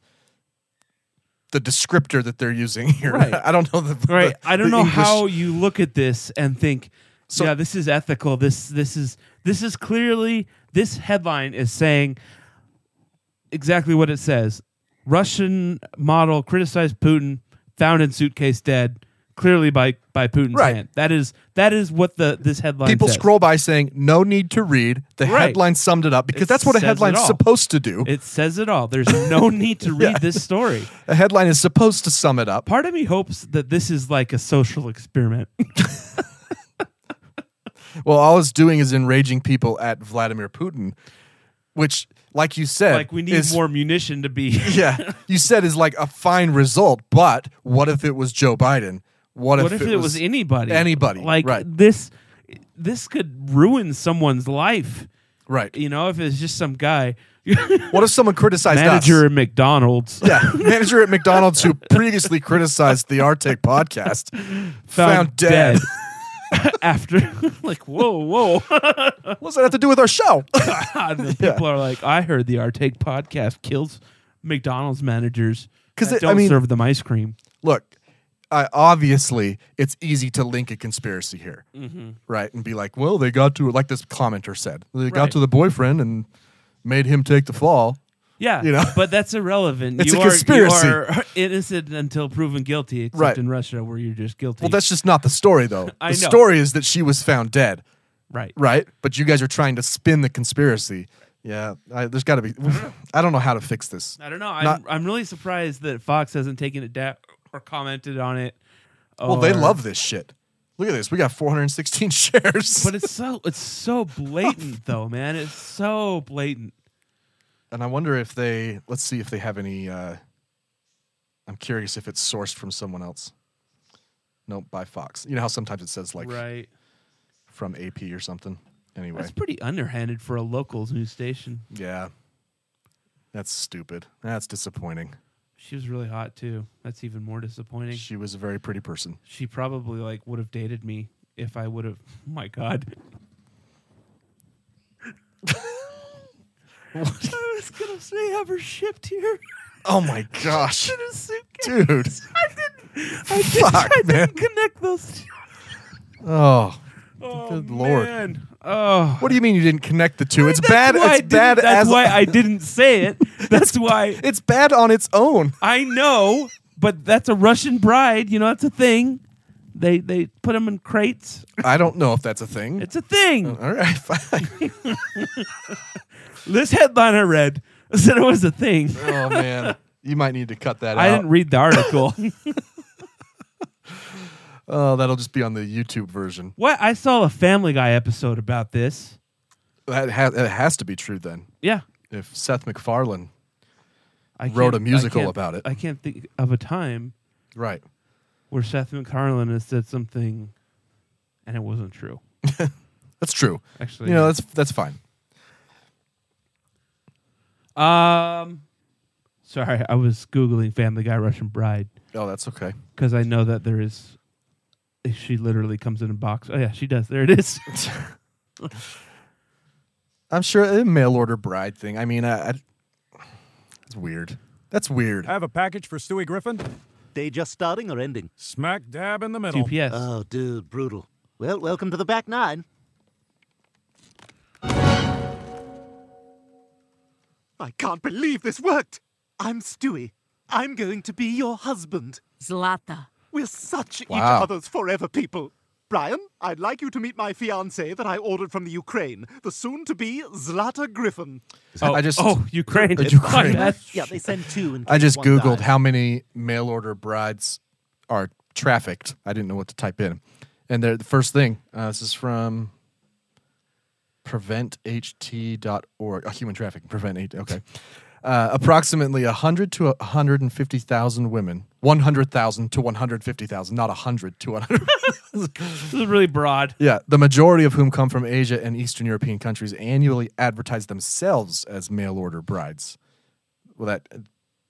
the descriptor that they're using here.
Right.
<laughs> I don't know the
right
the-
i don't
the
know
English-
how you look at this and think
So-
yeah this is ethical this this is this is clearly this headline is saying exactly what it says russian model criticized putin found in suitcase dead clearly by by putin's
Right.
hand that is that is what the this headline
people
says.
scroll by saying no need to read the
Right.
headline summed it up because
It
that's what a
says it
headline's
all.
supposed to do
it says it all there's
<laughs>
no need to read this story
a headline is supposed to sum it up
part of me hopes that this is like a social experiment
well all it's doing is enraging people at vladimir putin which like you said <laughs>
like we need
is-
more munition to be
<laughs> yeah you said is like a fine result but what if it was joe biden what,
what if, it, was, anybody?
anybody
Like
right
this this could ruin someone's life.
Right.
You know, if it's just some guy, <laughs>
What if someone criticized
Manager
us?
at McDonald's
<laughs> Yeah, manager at McDonald's who previously criticized the Arctic
<laughs>
podcast found, <laughs> dead.
after <laughs> like whoa whoa. <laughs>
What's that have to do with our show? <laughs>
and the people are like, I heard the Artake podcast kills McDonald's managers
'Cause
that
it- I
don't
mean-
serve them ice cream.
Look, I, obviously it's easy to link a conspiracy here,
Mhm.
right? And be like, well, they got to like this commenter said, they
Right.
got to the boyfriend and made him take the fall.
Yeah,
you know,
<laughs> but that's irrelevant.
It's
you
a
are,
conspiracy.
You are <laughs> innocent until proven guilty, except
Right.
in Russia where you're just guilty.
Well, that's just not the story, though.
<laughs> I
the
know.
story is that she was found dead.
Right.
Right. But you guys are trying to spin the conspiracy. Yeah. I, there's got to be. <sighs> I don't know how to fix this.
I don't know. I'm,
Not-
I'm really surprised that Fox hasn't taken it down or commented on it.
Well, they
or-
love this shit. Look at this. We got 416 <laughs> shares.
but it's so
<laughs>
it's so blatant though, man. It's so blatant.
and I wonder if they. Let's see if they have any. Uh, I'm curious if it's sourced from someone else. Nope, by Fox. You know how sometimes it says like
right.
from AP or something. Anyway,
That's pretty underhanded for a local news station.
yeah, that's stupid. That's disappointing.
She was really hot too. That's even more disappointing.
She was a very pretty person.
She probably like would have dated me if I would have. <laughs>
<laughs>
My God. <laughs> I was gonna say have her shipped here.
Oh my gosh,
In a <laughs> suitcase.
<laughs> dude!
I didn't. I, just,
Fuck,
I
man.
didn't connect those. two.
Oh,
Oh,
good lord!
man. Oh.
What do you mean you didn't connect the two? It's
That's
bad.
why I
It's
didn't-
bad
That's
as <laughs>
why I didn't say it. That's why
it's bad on its own.
I know, but that's a Russian bride. You know, that's a thing. They they put them in crates.
I don't know if that's a thing.
It's a thing.
All right, <laughs> fine.
<laughs> this headline I read said it was a thing.
oh man, you might need to cut that.
I
out.
didn't read
<laughs>
the article. <laughs>
Oh, that'll just be on the YouTube version.
what I saw a Family Guy episode about this.
That ha- that has to be true then.
Yeah,
If Seth MacFarlane
I
wrote
can't-
a musical
I can't-
about it,
I can't think of a time
right?
where Seth MacFarlane has said something and it wasn't true.
That's true.
Actually,
you know
yeah.
that's that's fine.
Um, sorry, I was googling Family Guy Russian Bride
Oh, that's okay.
because I know that there is. eh, She literally comes in a box. Oh yeah, she does. There it is.
I'm sure a mail order bride thing. I mean, I, I- it's weird. That's weird.
I have a package for Stewie Griffin.
Day just starting or ending?
Smack dab in the middle.
Uh,
Oh, dude, brutal. Well, welcome to the back nine. I can't believe this worked. I'm Stewie. I'm going to be your husband. Zlata. We're such
Wow.
each other's forever people. Brian, I'd like you to meet my fiancée that I ordered from the Ukraine, the soon to be Zlata Griffin.
Oh, I just-
oh Ukraine.
Uh,
Ukraine.
Ukraine.
<laughs> Yeah, they send two. In
I
case
just
one
googled
dies.
how many mail order brides are trafficked. I didn't know what to type in, and they're- the first thing uh, this is from preventht.org. Oh, human trafficking. Prevent. H- Okay. Uh, approximately 100 to 150,000 women, 100,000 to 150,000, not 100 to 100.
this is really broad.
Yeah, the majority of whom come from Asia and Eastern European countries annually advertise themselves as mail order brides. Well, that,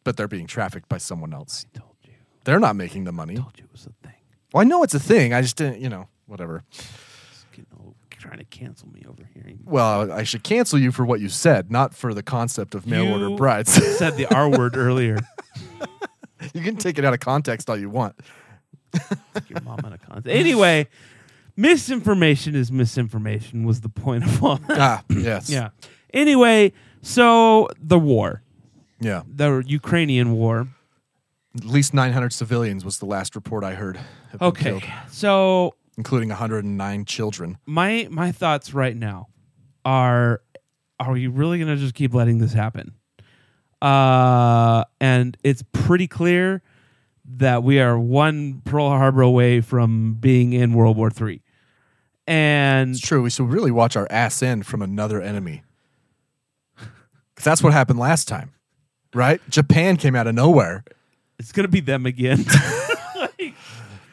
but they're being trafficked by someone else. I told you. They're not making the money. I told
you it was a thing.
Well, I know it's a thing. I just didn't, you know, whatever.
You know, trying to cancel me over here.
Well, I should cancel you for what you said, not for the concept of mail order
You
brides. <laughs>
<laughs> said the R word earlier.
You can take it out of context all you
<coughs>
want.
Your mom out of context. Anyway, misinformation is misinformation was the point
<laughs>
of all. That.
Ah, yes.
yeah. Anyway, so the war,
Yeah.
the Ukrainian war.
At least 900 civilians was the last report I heard. have been
Okay,
killed,
so
including 109 children.
my my thoughts right now are are we really going to just keep letting this happen uh and it's pretty clear that we are one pearl harbor away from being in world war three and
It's true. We should really watch our ass end from another enemy. 'Cause that's what happened last time, right? Japan came out of nowhere.
it's going to be them again <laughs> Like,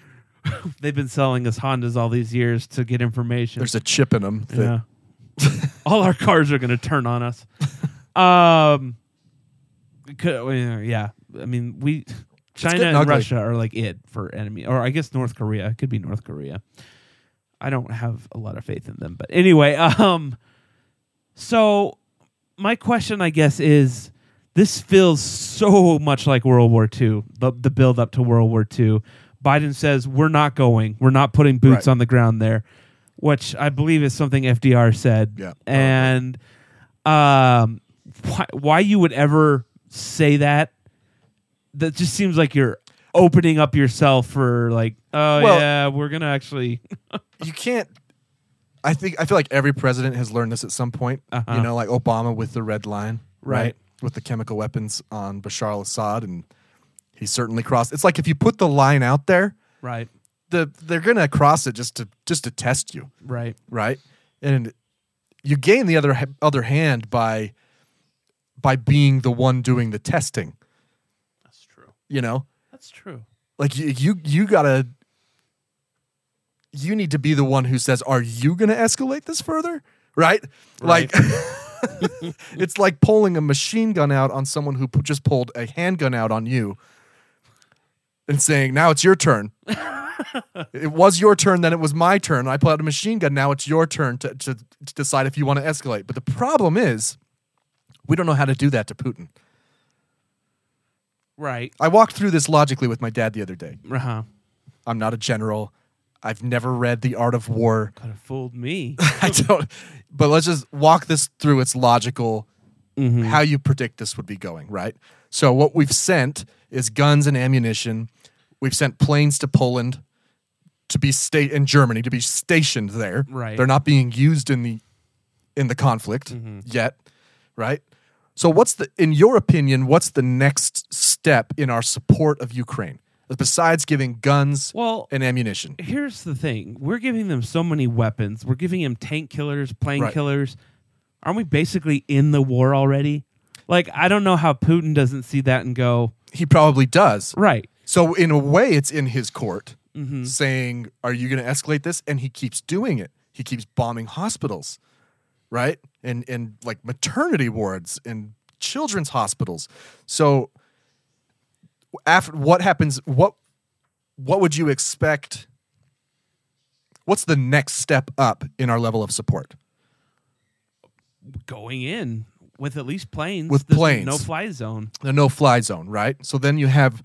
<laughs> they've been selling us hondas all these years to get information <laughs>
There's a chip in them.
yeah all our cars are going to turn on us <laughs> Um, co- uh, yeah. I mean, we China
getting
and
ugly.
Russia are like it for enemy, or I guess North Korea. It could be North Korea. I don't have a lot of faith in them, but anyway. <laughs> Um, so my question, I guess, is this feels so much like World War II, the the build up to World War II. Biden says we're not going, we're not putting boots
Right.
on the ground there, which I believe is something FDR said.
Yeah.
and um, why, why you would ever say that? That just seems like you're opening up yourself for like, oh
Well-
yeah, we're gonna actually. <laughs>
you can't. I think I feel like every president has learned this at some point.
Uh-huh.
You know, like Obama with the red line, right?
Right.
With the chemical weapons on Bashar al-Assad, and he certainly crossed. It's like if you put the line out there,
Right.
the they're gonna cross it just to just to test you,
Right.
right? And you gain the other other hand by by being the one doing the testing. That's true. You know,
That's true.
like you you you gotta you need to be the one who says are you gonna escalate this further right, like it's like <laughs> pulling a machine gun out on someone who pu- just pulled a handgun out on you and saying now it's your turn it was your turn then it was my turn i pulled out a machine gun now it's your turn to, to, to decide if you want to escalate but the problem is we don't know how to do that to putin
Right.
i walked through this logically with my dad the other day
Uh huh.
I'm not a general. I've never read The Art of War. <laughs>
Could have fooled me. <laughs>
I don't. But let's just walk this through its logical
Mm-hmm.
how you predict this would be going, right? So what we've sent is guns and ammunition. We've sent planes to Poland to be state in Germany to be stationed there.
Right.
They're not being used in the in the conflict
Mm-hmm.
yet, right? So what's the in your opinion, what's the next step in our support of Ukraine? Besides giving guns
Well,
and ammunition.
here's the thing we're giving them so many weapons we're giving them tank killers plane
Right.
killers aren't we basically in the war already like i don't know how putin doesn't see that and go
he probably does
right
So in a way, it's in his court
Mhm.
saying, "Are you going to escalate this?" And he keeps doing it. He keeps bombing hospitals, right? And and like maternity wards and children's hospitals. So after what happens? What what would you expect? What's the next step up in our level of support?
going in with at least planes
With
This is
planes.
no fly zone
the no fly zone, right? So then you have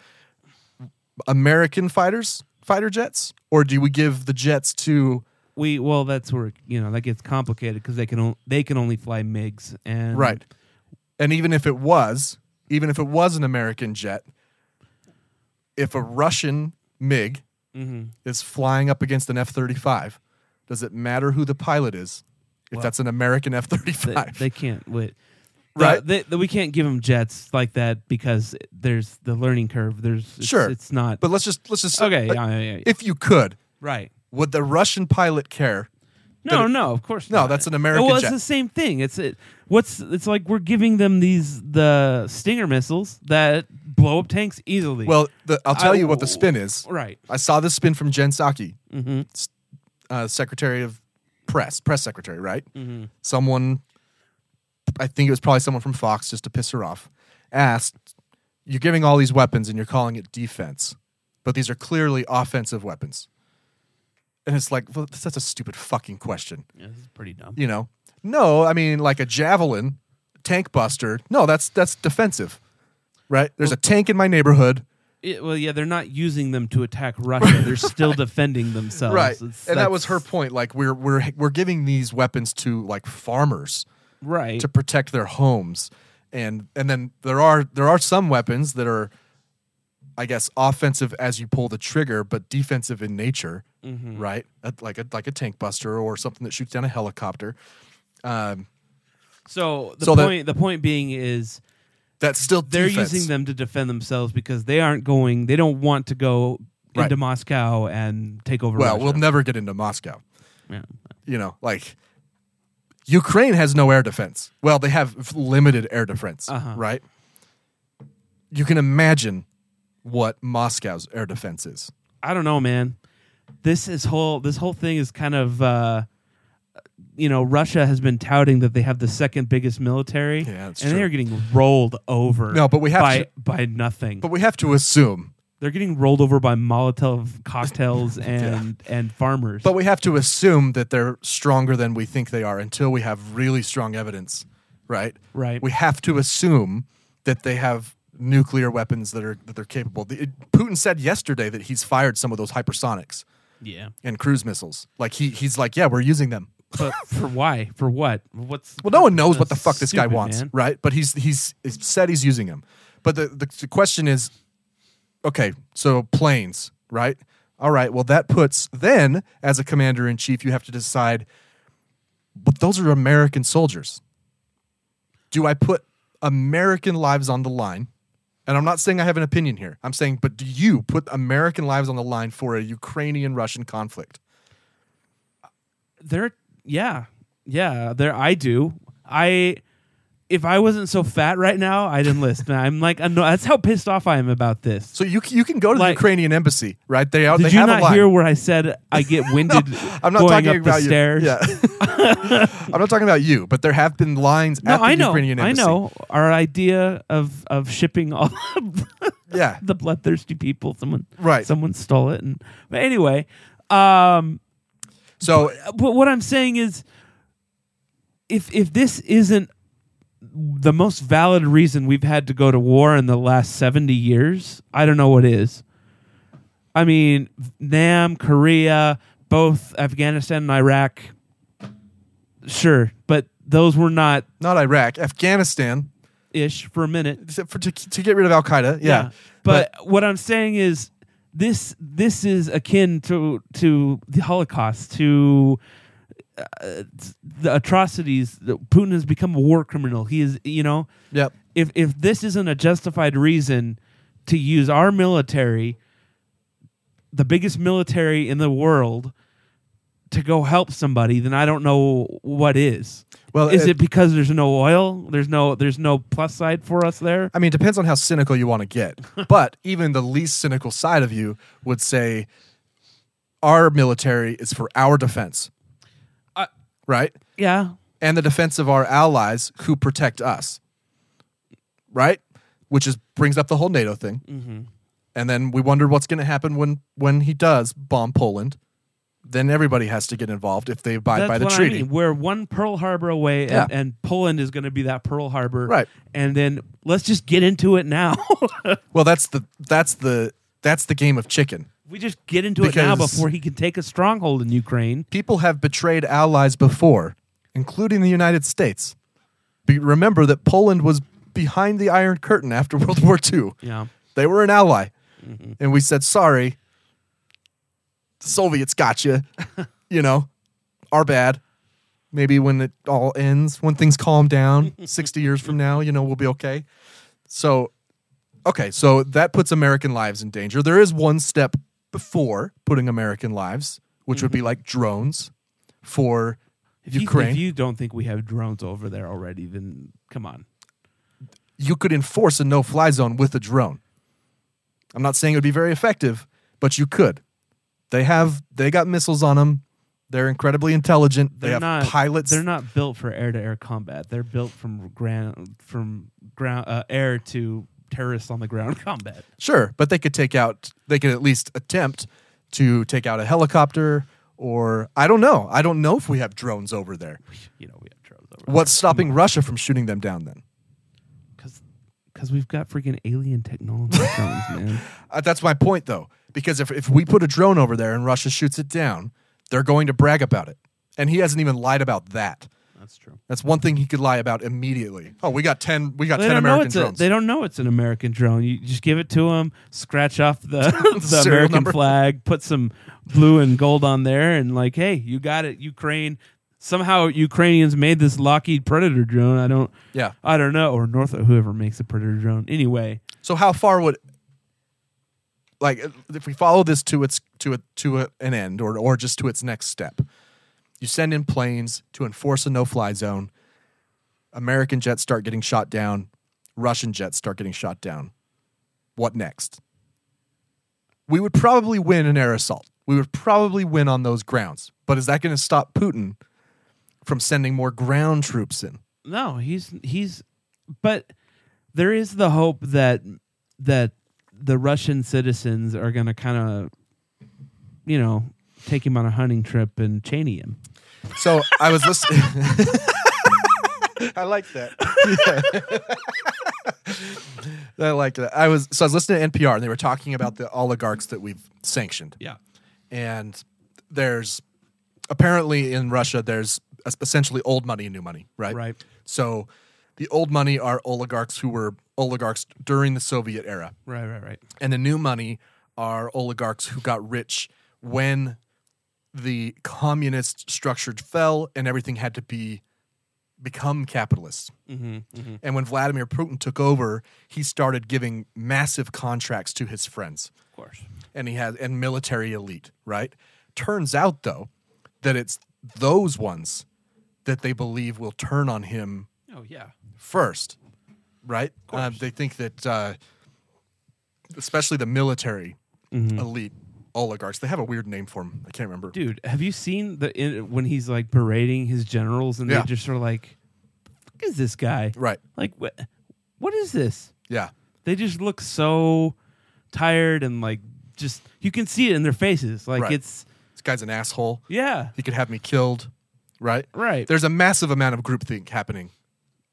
American fighters, fighter jets, or do we give the jets to
we well that's where you know that gets complicated because they can on- they can only fly migs and
right? And even if it was, even if it was an American jet, if a Russian MiG
Mhm.
is flying up against an F thirty five, does it matter who the pilot is? If
Well,
that's an American F thirty
they,
five,
they can't wait
Right.
they, they- we can't give them jets like that because there's the learning curve there's it's-
sure,
it's not
But let's just let's just
Okay,
like,
yeah, yeah, yeah.
If you could,
right
would the Russian pilot care?
No,
that it-
no, of course
no.
not.
That's an American
Well, it's
jet.
the same thing. It's it, what's it's like we're giving them these the Stinger missiles that blow up tanks easily.
Well, the, I'll tell
I-
you what the spin is.
Right.
I saw this spin from Jen Psaki, s- uh, Secretary of Press, press secretary, right?
Mhm.
Someone, I think it was probably someone from Fox, just to piss her off, asked, "You're giving all these weapons and you're calling it defense, but these are clearly offensive weapons." And it's like, well, that's a stupid fucking question.
Yeah, this is pretty dumb.
You know? No, I mean like a javelin, tank buster. No, that's that's defensive. Right? There's a tank in my neighborhood.
It- well, yeah, they're not using them to attack
<laughs>
Russia. They're still defending themselves.
right.
Um, It's-
and that was her
that's-
point. Like we're we're we're giving these weapons to like farmers
right.
to protect their homes. And and then there are there are some weapons that are I guess offensive as you pull the trigger, but defensive in nature,
Mhm.
right? Uh, Like a like a tank buster or something that shoots down a helicopter. Um,
So the
So that-
point the point being is
that's still
they're
defense.
using them to defend themselves because they aren't going. They don't want to go
Right.
into Moscow and take over.
well,
Russia.
we'll never get into Moscow.
Yeah.
You know, like Ukraine has no air defense. Well, they have f- limited air defense,
Uh-huh.
right? You can imagine what Moscow's air defense is.
I don't know, man. This is whole this whole thing is kind of uh you know, Russia has been touting that they have the second biggest military, and they are getting rolled over.
No, but we have
by,
to-
by nothing. But
we have to assume
they're getting rolled over by
<laughs>
Molotov cocktails and and farmers.
But we have to assume that they're stronger than we think they are until we have really strong evidence, right?
Right.
We have to assume that they have nuclear weapons that are that they're capable. The, it- Putin said yesterday that he's fired some of those hypersonics
yeah,
and cruise missiles. Like he he's like, yeah, we're using them.
but for why? For what? What's
Well, no one knows what the fuck this guy
stupid,
wants,
man.
right? But he's he's he's said he's using them. But the, the the question is, okay, so planes, right? All right. Well, that puts then as a commander in chief, you have to decide. But those are American soldiers. Do I put American lives on the line? And I'm not saying I have an opinion here. I'm saying, but do you put American lives on the line for a Ukrainian Russian conflict?
There, yeah, yeah. There, I do. I if I wasn't so fat right now, I'd enlist. And <laughs> I'm like, I'm no, that's how pissed off I am about this.
So you you can go to the Ukrainian embassy, right? They are.
Did
they
you
have a
not
line. <laughs>
hear where I said I get winded
I'm not
going
talking
up
about
the
you.
stairs? <laughs>
Yeah. I'm not talking about you, but there have been lines
No,
at the
I know.
Ukrainian
I
embassy.
know. Our idea of of shipping all <laughs>
yeah
the bloodthirsty people. Someone
right.
Someone stole it. And but anyway, um,
so
but, but what I'm saying is, if if this isn't the most valid reason we've had to go to war in the last 70 years, I don't know what is. I mean, Nam, Korea, both Afghanistan and Iraq. Sure, but those were not
not Iraq, Afghanistan
ish for a minute.
for to, to get rid of Al Qaeda. Yeah.
But, what I'm saying is this this is akin to to the Holocaust, to uh, the atrocities. that Putin has become a war criminal. He is, you know.
Yep.
If if this isn't a justified reason to use our military, the biggest military in the world, to go help somebody, then I don't know what is.
Well,
is
it-
it because there's no oil? There's no there's no plus side for us there.
I mean, it depends on how cynical you want to
<laughs>
get. but even the least cynical side of you would say our military is for our defense. right?
Yeah.
And the defense of our allies who protect us. Right? Which is brings up the whole NATO thing.
Mm-hmm.
And then we wonder what's going to happen when when he does bomb Poland. Then everybody has to get involved if they abide
That's
by the
what
treaty.
I mean. We're one Pearl Harbor away,
Yeah.
and, and Poland is going to be that Pearl Harbor,
Right.
And then let's just get into it now. <laughs>
Well, that's the that's the that's the game of chicken.
we just get into it now
Because-
before he can take a stronghold in Ukraine.
People have betrayed allies before, including the United States. Be- remember that Poland was behind the Iron Curtain after <laughs> World War II.
Yeah.
They were an ally.
Mm-hmm.
And we said, sorry, the Soviets got you. <laughs> you know, our bad. Maybe when it all ends, when things calm
<laughs>
down 60 years from now, you know, we'll be okay. So, okay, so that puts American lives in danger. There is one step before putting American lives, which would be like drones for
Mm-hmm. If you,
Ukraine.
if you don't think we have drones over there already, then come on.
you could enforce a no fly zone with a drone. I'm not saying it would be very effective, but you could. They have they got missiles on them. They're incredibly intelligent.
They're
they have
not
pilots.
They're not built for air to air combat. They're built from ground from ground uh, air to terrorists on the ground <laughs> combat.
Sure, but they could take out they could at least attempt to take out a helicopter or I don't know. I don't know if we have drones over there.
You know, we have drones over
What's stopping Russia from shooting them down then?
because we've got freaking alien technology <laughs> drones, man.
Uh, that's my point though, because if if we put a drone over there and Russia shoots it down, they're going to brag about it. And he hasn't even lied about that.
That's true.
That's one thing he could lie about immediately. Oh, we got ten. We got
They
ten
don't know
American
it's a-
drones.
they don't know it's an American drone. You just give it to them, scratch
<laughs>
off the, <laughs> the
serial
American
number.
flag, put some blue and gold on there, and like, hey, you got it, Ukraine. Somehow Ukrainians made this Lockheed Predator drone. I don't.
Yeah.
I don't know, or North, whoever makes a Predator drone. Anyway,
so how far would, like, if we follow this to its to a, to a, an end, or or just to its next step, you send in planes to enforce a no-fly zone. American jets start getting shot down. Russian jets start getting shot down. What next? We would probably win an air assault. We would probably win on those grounds. But is that going to stop Putin from sending more ground troops in.
No, he's he's but there is the hope that that the Russian citizens are going to kind of you know, take him on a hunting trip and chainy him.
So, I was <laughs> listening
I like that.
<laughs> I liked that. I was so I was listening to NPR and they were talking about the oligarchs that we've sanctioned.
Yeah.
And there's apparently in Russia there's es- essentially old money and new money, right?
Right.
So the old money are oligarchs who were oligarchs during the Soviet era.
Right, right, right.
And the new money are oligarchs who got rich when the communist structure fell and everything had to be become capitalist. And when Vladimir Putin took over, he started giving massive contracts to his friends. Of
course.
And he had and military elite, right? Turns out though that it's those ones that they believe will turn on him
Oh yeah.
first, right? Um, they think that, uh, especially the military
Mhm.
elite oligarchs, they have a weird name for them. I can't remember.
Dude, have you seen the in, when he's like berating his generals and
Yeah.
they just are like, "What is this guy?"
Right.
Like what? What is this?
Yeah.
They just look so tired and like just you can see it in their faces. Like
Right.
it's
this guy's an asshole.
Yeah.
He could have me killed, right?
Right.
There's a massive amount of groupthink happening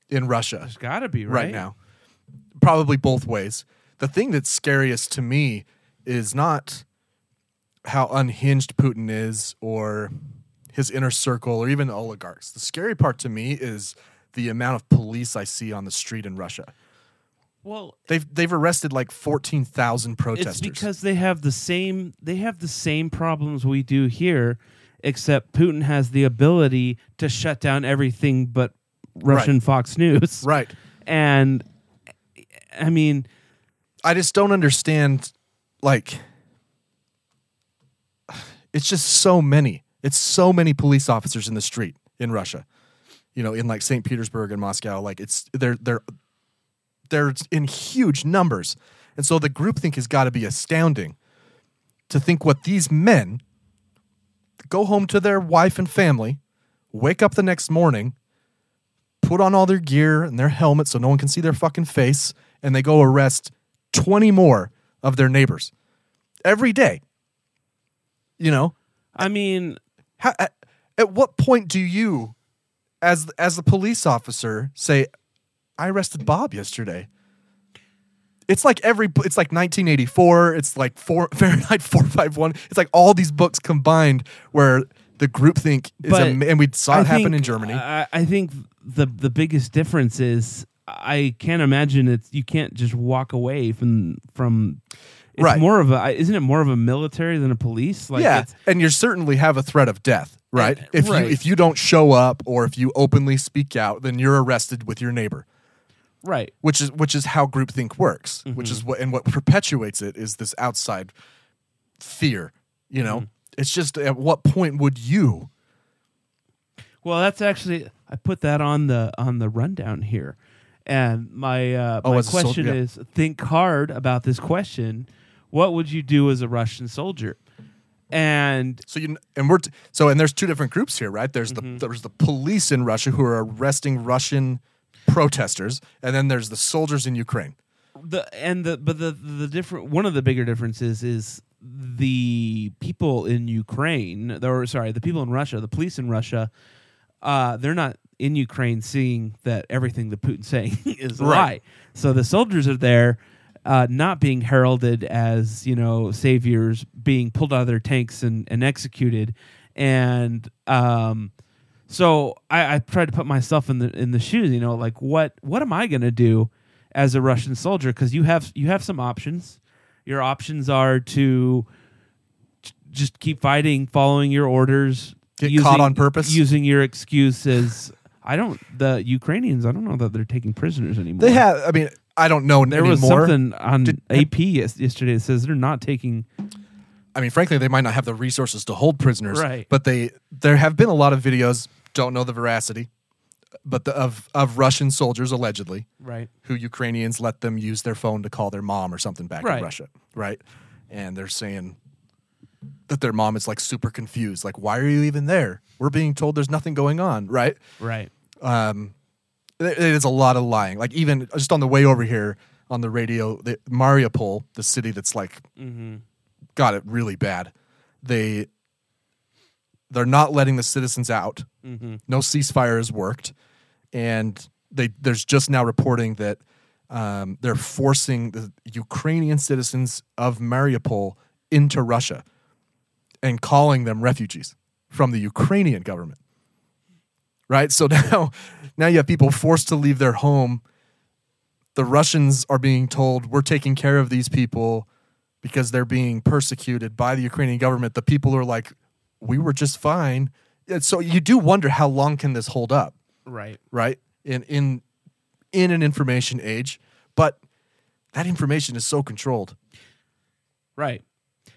in Russia. There's
got to be, right?
now. Probably both ways. The thing that's scariest to me is not how unhinged Putin is or his inner circle or even the oligarchs. The scary part to me is the amount of police I see on the street in Russia.
well,
They've they've arrested like 14,000
it's
protesters.
because they have the same they have the same problems we do here, except Putin has the ability to shut down everything but Russian
Right.
Fox News.
Right.
And I mean,
I just don't understand. Like, it's just so many. It's so many police officers in the street in Russia. You know, in like St. Petersburg and Moscow. Like, it's they're they're they're in huge numbers, and so the groupthink has got to be astounding. To think what these men go home to their wife and family, wake up the next morning, put on all their gear and their helmets so no one can see their fucking face, and they go arrest 20 more of their neighbors every day. You know?
I mean,
How, at, at what point do you, as, as the police officer, say, I arrested Bob yesterday? It's like every, it's like 1984. It's like four, <laughs> Fahrenheit 451. It's like all these books combined where the groupthink is,
But
am- and we saw
I
it happen
think-
in Germany.
I, I think the the biggest difference is I can't imagine it's you can't just walk away from from. It's
Right.
More of a isn't it more of a military than a police? Like
yeah,
it's-
and you certainly have a threat of death, right? If
right.
you if you don't show up or if you openly speak out, then you're arrested with your neighbor,
right.
which is which is how groupthink works, which
Mm-hmm.
is what and what perpetuates it is this outside fear. You know,
Mm-hmm.
it's just at what point would you?
Well, that's actually I put that on the on the rundown here, and my uh,
Oh,
my
as a sol-
question
yeah.
is: think hard about this question. What would you do as a Russian soldier? And
so you and we're t- so and there's two different groups here, right? There's
Mm-hmm.
the there's the police in Russia who are arresting Russian protesters, and then there's the soldiers in Ukraine.
the and the but the the different one of the bigger differences is the people in Ukraine or sorry the people in Russia the police in Russia uh they're not in Ukraine seeing that everything that Putin's saying <laughs> is a
Right.
lie so the soldiers are there uh, not being heralded as you know saviors being pulled out of their tanks and, and executed and um so I, I tried to put myself in the in the shoes you know like what what am I gonna do as a Russian soldier because you have you have some options. Your options are to j- just keep fighting, following your orders,
Get caught on purpose?
using your excuse as I don't the Ukrainians. I don't know that they're taking prisoners anymore.
They have. I mean, I don't know
there
anymore.
was something on AP yes, yesterday that says they're not taking.
I mean, frankly, they might not have the resources to hold prisoners.
Right.
But they there have been a lot of videos. Don't know the veracity, but the, of of Russian soldiers allegedly,
Right.
who Ukrainians let them use their phone to call their mom or something back
Right.
in Russia, right? And they're saying that their mom is like super confused. Like, why are you even there? We're being told there's nothing going on, right?
Right.
Um, it it is a lot of lying. Like even just on the way over here on the radio, the Mariupol, the city that's like
Mm-hmm.
got it really bad. They they're not letting the citizens out.
Mhm.
No ceasefire has worked, and they there's just now reporting that um, they're forcing the Ukrainian citizens of Mariupol into Russia and calling them refugees from the Ukrainian government. Right, so <laughs> now now you have people forced to leave their home. The Russians are being told we're taking care of these people because they're being persecuted by the Ukrainian government. The people are like, we were just fine. And so you do wonder how long can this hold up,
Right.
right? In in in an information age, but that information is so controlled.
Right.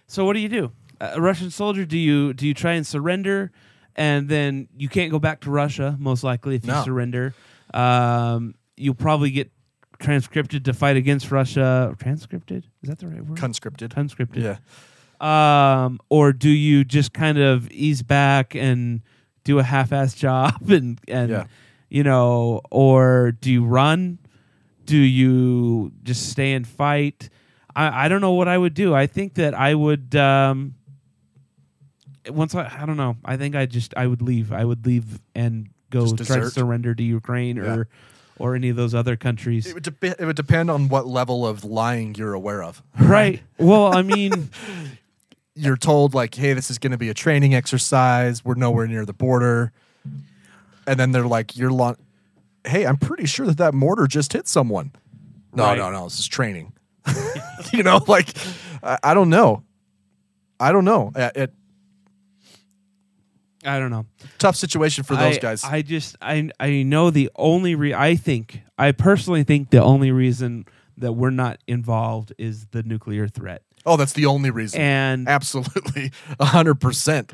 So what do you do? A Russian soldier? Do you do you try and surrender, and then you can't go back to Russia? Most likely, if you
No.
surrender, um, you'll probably get transcripted to fight against Russia. Transcripted is that the right word?
Conscripted.
Conscripted.
Yeah.
Um, or do you just kind of ease back and do a half-ass <laughs> job and and
Yeah.
you know, or do you run? Do you just stay and fight? I, I don't know what I would do. I think that I would um once I I don't know. I think I just I would leave. I would leave and go
Just
try to
desert?
surrender to Ukraine or or any of those other countries.
It would dep it would depend on what level of lying you're aware of.
right. Well, I mean,
<laughs> You're told like, hey, this is going to be a training exercise. We're nowhere near the border, and then they're like, you're long. Hey, I'm pretty sure that that mortar just hit someone. No,
Right.
no, no. This is training. <laughs> you know, like I, I don't know. I don't know. Uh, it-
I don't know.
tough situation for those
I-
guys.
I just I I know the only re I think I personally think the only reason that we're not involved is the nuclear threat.
oh, that's the only reason.
And
absolutely, <laughs> hundred percent.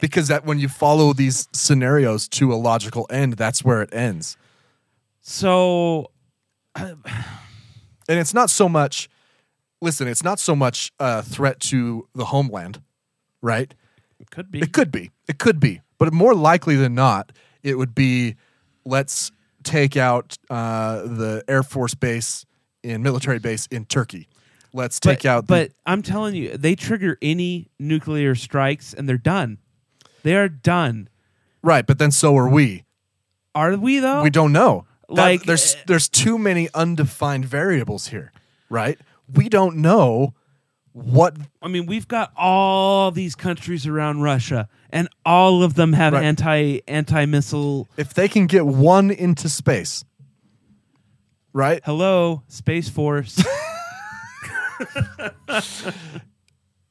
Because that when you follow these scenarios to a logical end, that's where it ends.
So,
and it's not so much. Listen, it's not so much a threat to the homeland, right? It
could <laughs> be.
It could be. It could be. But more likely than not, it would be let's take out uh, the air force base and military base in Turkey. Let's take
but,
out. The,
But I'm telling you, they trigger any nuclear strikes and they're done. They are done.
right, but then so are we.
Are we though?
We don't know. That-
Like, uh,
there's there's too many undefined variables here, right? We don't know what
I mean, we've got all these countries around Russia, and all of them have
Right.
anti anti missile.
If they can get one into space, right?
Hello, Space Force.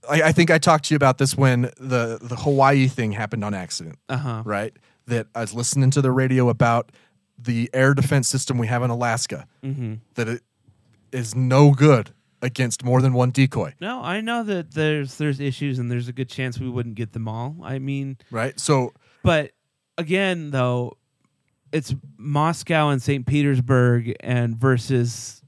I, I think I talked to you about this when the the Hawaii thing happened on accident.
Uh-huh.
Right. That I was listening to the radio about the air defense system we have in Alaska.
Mhm.
That it is no good against more than one decoy.
No, I know that there's there's issues and there's a good chance we wouldn't get them all. I mean,
right? So,
but again, though, it's Moscow and St. Petersburg and versus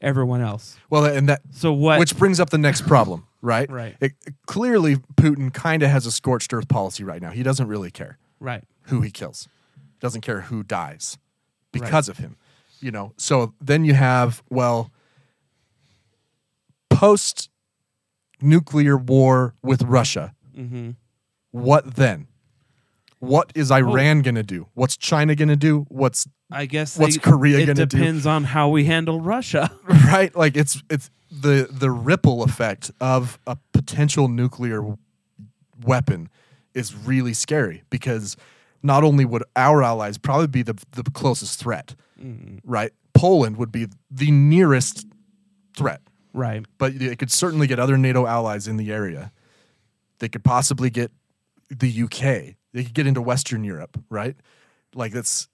everyone else.
Well, and that
so what?
Which brings up the next problem, right?
Right.
It, clearly, Putin kind of has a scorched earth policy right now. He doesn't really care.
Right.
who he kills. Doesn't care who dies
Right.
because of him. You know, so then you have, well, post nuclear war with Russia.
Mm-hmm.
What then? What is Iran going to do? What's China going to do? What's
I guess
what's
they-
Korea
it
going to do?
depends on how we handle Russia. <laughs>
<laughs> right? Like it's it's the the ripple effect of a potential nuclear weapon is really scary because not only would our allies probably be the the closest threat, right? Poland would be the nearest threat,
Right.
but it could certainly get other NATO allies in the area. They could possibly get the UK. They could get into Western Europe, right? Like that's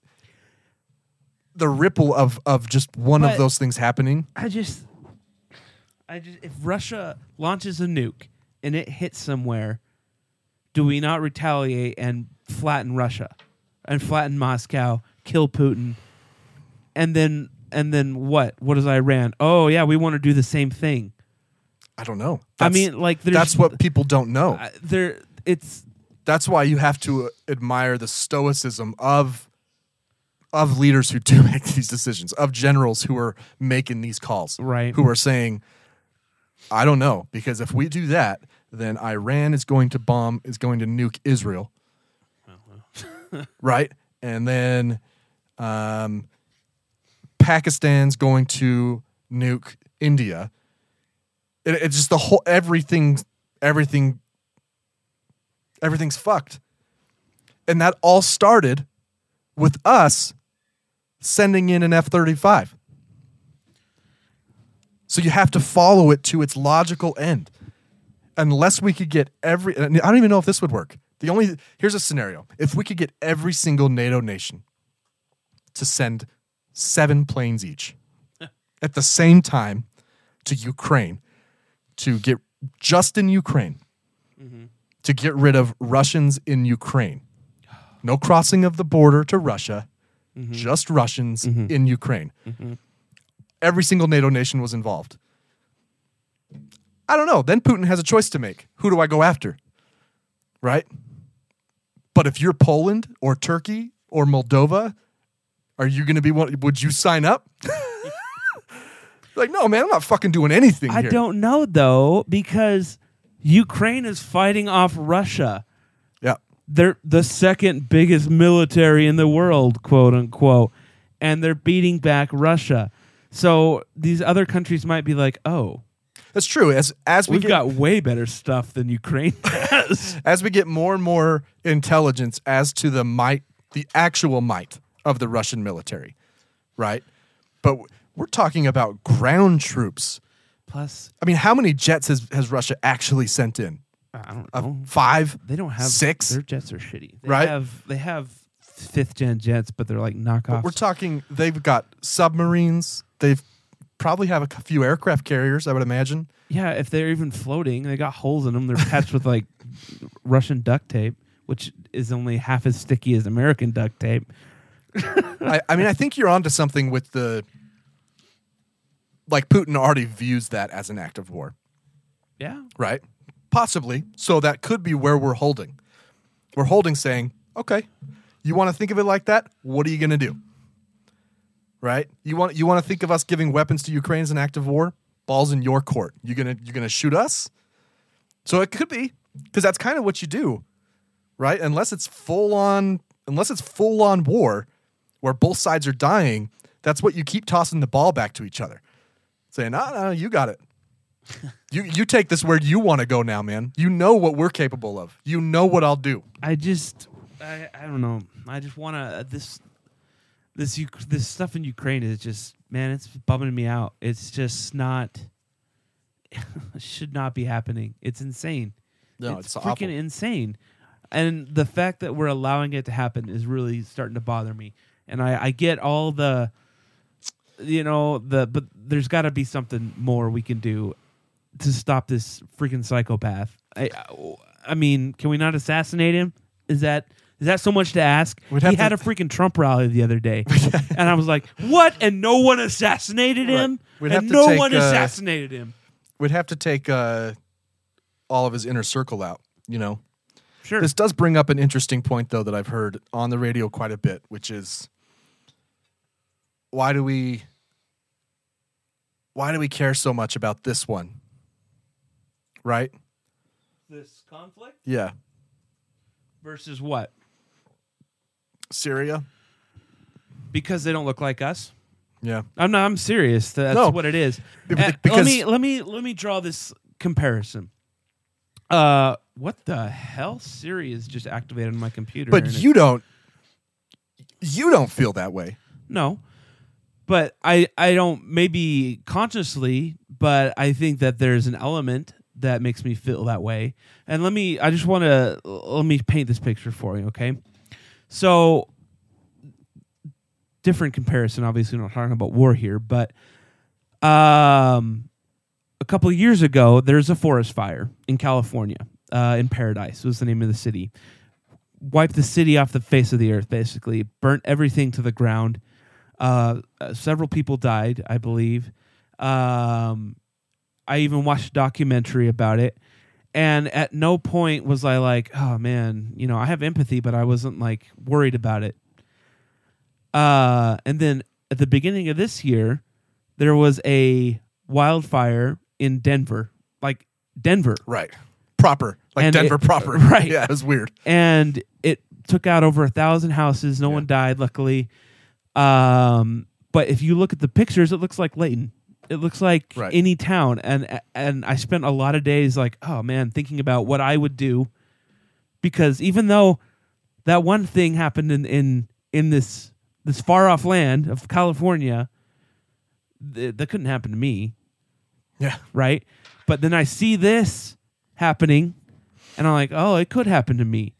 the ripple of of just one
But-
of those things happening
I just, I just, if Russia launches a nuke and it hits somewhere, do we not retaliate and flatten Russia, and flatten Moscow, kill Putin, and then and then what? What is Iran? Oh yeah, we want to do the same thing.
I don't know.
I
That's-
mean, like, there's-
that's what people don't know.
there, it's
that's why you have to admire the stoicism of of leaders who do <laughs> make these decisions, of generals who are making these calls,
right?
Who are saying, "I don't know," because if we do that, then Iran is going to bomb, is going to nuke Israel, right? And then um, Pakistan's going to nuke India. It, it's just the whole everything, everything, everything's fucked, and that all started with us sending in an F thirty five. So you have to follow it to its logical end. Unless we could get every, and I don't even know if this would work. The only, here's a scenario. If we could get every single NATO nation to send seven planes each at the same time to Ukraine to get just in Ukraine to get rid of Russians in Ukraine. No crossing of the border to Russia, just Russians in Ukraine every single NATO nation was involved. I don't know. Then Putin has a choice to make. Who do I go after? Right? But if you're Poland or Turkey or Moldova, are you going to be one? Would you sign up? <laughs> like, no, man, I'm not fucking doing anything
I
here.
don't know though because Ukraine is fighting off Russia.
Yeah.
They're the second biggest military in the world, quote unquote, and they're beating back Russia. So these other countries might be like, "Oh,
that's true." As as we
have
get-
got way better stuff
<laughs>
than Ukraine has.
As we get more and more intelligence as to the might, the actual might of the Russian military, right? But w- we're talking about ground troops.
Plus,
I mean, how many jets has, has Russia actually sent in?
I don't
Uh, five.
They don't have
six.
Their jets are shitty. They
Right?
Have, they have fifth gen jets, but they're like knockoffs.
But we're talking. They've got submarines. They've probably have a c- few aircraft carriers. I would imagine.
Yeah, if they're even floating, they got holes in them. They're patched with like Russian duct tape, which is only half as sticky as American duct tape.
I, I mean, I think you're onto something with the. Like Putin already views that as an act of war.
Yeah.
right? Possibly. So that could be where we're holding. We're holding saying, okay, you want to think of it like that? What are you going to do? Right? You want you want to think of us giving weapons to Ukraine as an act of war? Balls in your court. You gonna you gonna shoot us? So it could be because that's kind of what you do, right? Unless it's full on unless it's full on war where both sides are dying, that's what you keep tossing the ball back to each other, saying, "No, no, you got it. You you take this where you want to go now, man. You know what we're capable of. You know what I'll do.
I just, I, I don't know. I just want to this, this, Uk- this stuff in Ukraine is just man, it's bumming me out. It's just not, <laughs> should not be happening. It's insane.
No,
it's
it's
freaking
awful.
insane. And the fact that we're allowing it to happen is really starting to bother me. And I, I get all the, you know, the but there's got to be something more we can do to stop this freaking psychopath. I, I mean, can we not assassinate him? Is that is that so much to ask?
We'd
he
have
had
to-
a freaking Trump rally the
<laughs>
other day, and I was like, "What?" And no one assassinated him.
We'd
and
have to
no
take,
one
uh,
assassinated him.
We'd have to take uh, all of his inner circle out. You know.
Sure.
This does bring up an interesting point though that I've heard on the radio quite a bit, which is why do we why do we care so much about this one? Right?
This conflict
Yeah.
versus what?
Syria.
Because they don't look like us.
Yeah.
I'm not. I'm serious. That's
No.
what it is.
Be-
Uh, let
because-
me let me let me draw this comparison. Uh, what the hell? Siri is just activated on my computer.
But
and it-
you don't you don't feel that way.
No. But I I don't maybe consciously, but I think that there's an element that makes me feel that way. And let me I just want to let me paint this picture for you, okay? So different comparison, obviously we're not talking about war here, but um a couple of years ago, there's a forest fire in California, uh, in Paradise was the name of the city wiped the city off the face of the earth, basically, burnt everything to the ground. Uh, uh, several people died, I believe. Um, I even watched a documentary about it. And at no point was I like, oh man, you know, I have empathy, but I wasn't like worried about it. Uh, and then at the beginning of this year, there was a wildfire in Denver, like Denver,
right? Proper, like Denver proper.
right?
Yeah, it was weird.
And it took out over a thousand houses. No one died, luckily. Um, but if you look at the pictures, it looks like Layton. It looks like
Right.
any town, and and I spent a lot of days like, oh man, thinking about what I would do, because even though that one thing happened in in in this this far off land of California, th- that couldn't happen to me.
Yeah.
Right. But then I see this happening and I'm like, oh, it could happen to me.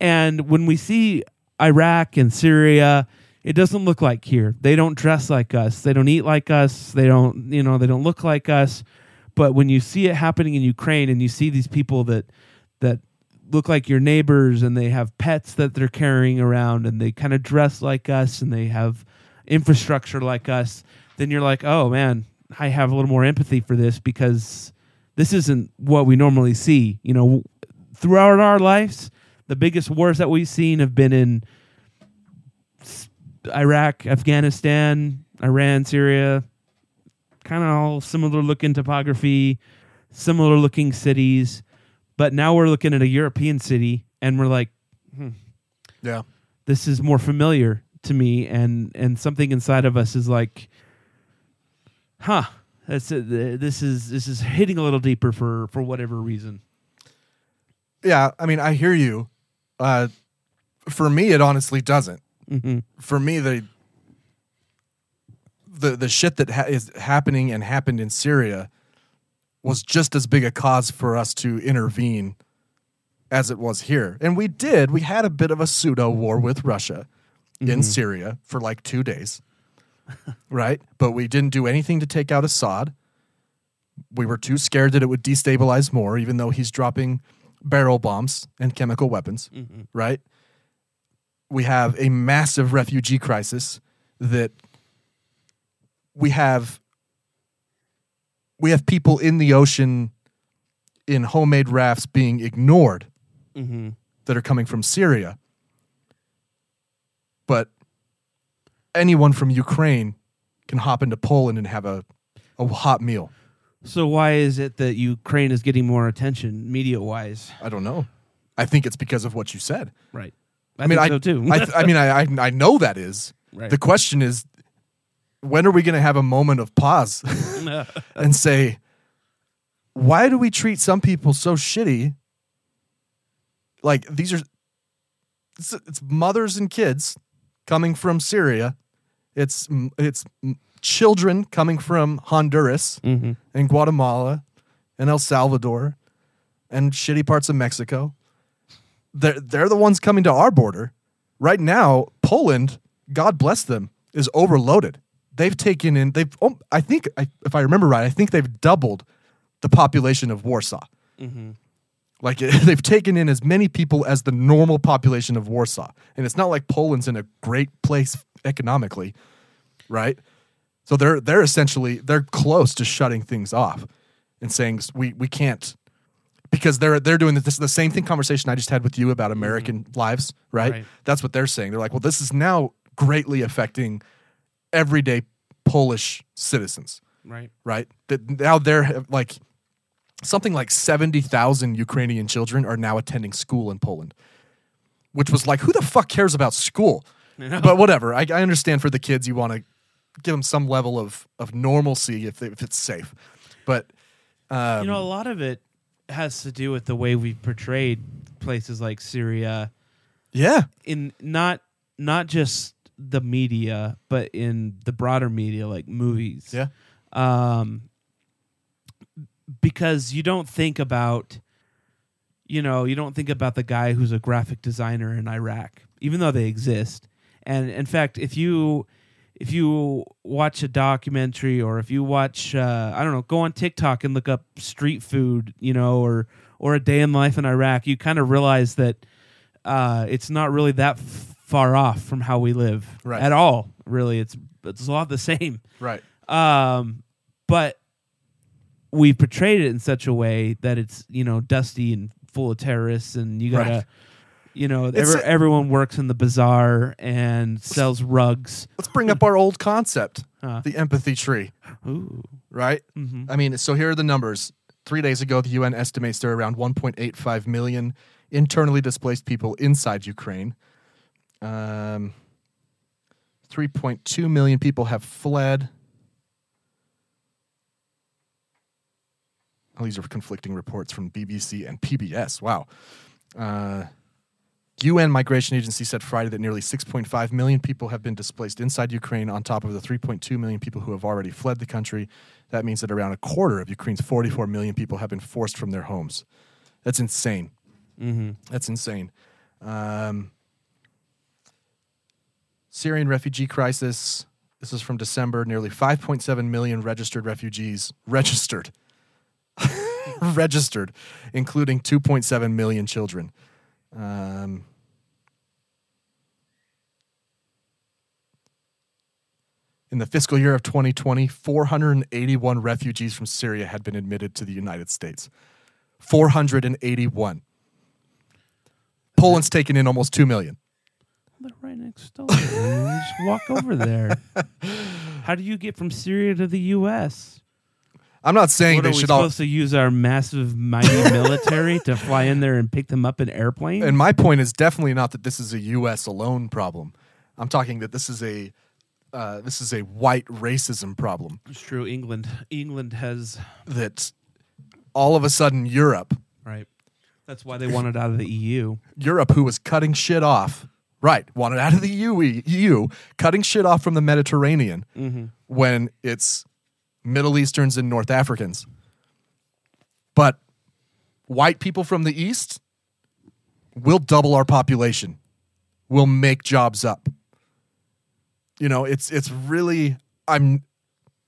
And when we see Iraq and Syria, it doesn't look like here. They don't dress like us. They don't eat like us. They don't, you know, they don't look like us. But when you see it happening in Ukraine and you see these people that that look like your neighbors and they have pets that they're carrying around and they kind of dress like us and they have infrastructure like us, then you're like, oh man, I have a little more empathy for this because this isn't what we normally see. You know, throughout our lives, the biggest wars that we've seen have been in s- Iraq, Afghanistan, Iran, Syria, kind of all similar looking topography, similar looking cities. But now we're looking at a European city and we're like, hmm,
Yeah.
this is more familiar to me and and something inside of us is like huh that's it. Th- this is this is hitting a little deeper for for whatever reason
Yeah, I mean, I hear you. Uh, for me, it honestly doesn't.
Mhm.
For me, the the the shit that ha- is happening and happened in Syria was just as big a cause for us to intervene as it was here, and we did. We had a bit of a pseudo war with Russia in
Mhm.
Syria for like two days, <laughs> right? But we didn't do anything to take out Assad. We were too scared that it would destabilize more, even though he's dropping barrel bombs and chemical weapons, right? We have a massive refugee crisis that we have we have people in the ocean in homemade rafts being ignored
mm-hmm.
that are coming from Syria. But anyone from Ukraine can hop into Poland and have a, a hot meal.
so why is it that ukraine is getting more attention media wise
i don't know I think it's because of what you said.
right
I, mean,
think
I
so too <laughs>
I, th- I mean, I, I I know that is.
Right.
The question is, when are we going to have a moment of
<laughs>
pause <laughs> and say, why do we treat some people so shitty? Like these are, it's, it's mothers and kids coming from Syria. It's m- it's m- children coming from Honduras
Mm-hmm.
and Guatemala and El Salvador and shitty parts of Mexico. They're, they're the ones coming to our border. Right now, Poland, God bless them, is overloaded. They've taken in, they've, oh, I think, I, if I remember right, I think they've doubled the population of Warsaw.
mm-hmm.
Like <laughs> it, they've taken in as many people as the normal population of Warsaw. And it's not like Poland's in a great place economically, right? So they're they're essentially they're close to shutting things off and saying we we can't because they're they're doing this the same thing conversation I just had with you about American lives, right?
Right.
That's what they're saying. They're like, well, this is now greatly affecting everyday Polish citizens
right
right? That now they're uh, like something like 70,000 Ukrainian children are now attending school in Poland, which was like, who the fuck cares about school?
I know.
But whatever. I, I understand for the kids, you want to give them some level of, of normalcy if, they, if it's safe. But, um,
you know, a lot of it has to do with the way we portrayed places like Syria.
Yeah.
In not not just the media, but in the broader media, like movies.
Yeah.
Um, because you don't think about, you know, you don't think about the guy who's a graphic designer in Iraq, even though they exist. And in fact, if you if you watch a documentary or if you watch uh, I don't know, go on TikTok and look up street food, you know, or or a day in life in Iraq, you kind of realize that uh, it's not really that f- far off from how we live
Right.
at all. Really, it's it's a lot the same.
Right.
Um, but Um, we portrayed it in such a way that it's you know dusty and full of terrorists, and you gotta.
Right.
You know,
It's
ever,
a-
everyone works in the bazaar and sells rugs.
Let's bring up our old concept,
Huh.
the empathy tree.
Ooh. Mm-hmm.
Right? I mean, so here are the numbers. Three days ago, the UN estimates there are around 1.85 million internally displaced people inside Ukraine. Um, 3.2 million people have fled. Oh, these are conflicting reports from BBC and PBS. Wow. Uh, UN Migration Agency said Friday that nearly 6.5 million people have been displaced inside Ukraine, on top of the 3.2 million people who have already fled the country. That means that around a quarter of Ukraine's 44 million people have been forced from their homes. That's insane.
Mm-hmm.
That's insane. Um, Syrian refugee crisis. This is from December. Nearly 5.7 million registered refugees registered, <laughs> registered, including 2.7 million children. Um, in the fiscal year of 2020, 481 refugees from Syria had been admitted to the United States. 481. Poland's taken in almost 2 million.
They're right next door. man. You just walk over there. <laughs> How do you get from Syria to the U.S.?
I'm not saying
what,
they
are we
should all-
supposed to use our massive, mighty military to fly in there and pick them up in airplanes.
And my point is definitely not that this is a U.S. alone problem. I'm talking that this is a uh, this is a white racism problem.
It's true. England, England has
that. All of a sudden, Europe,
Right. That's why they wanted out of the E EU.
Europe, who was cutting shit off, right, wanted out of the EU, EU cutting shit off from the Mediterranean
Mm-hmm.
when it's Middle Easterns and North Africans, but white people from the East will double our population. We'll make jobs up. you know it's it's really i'm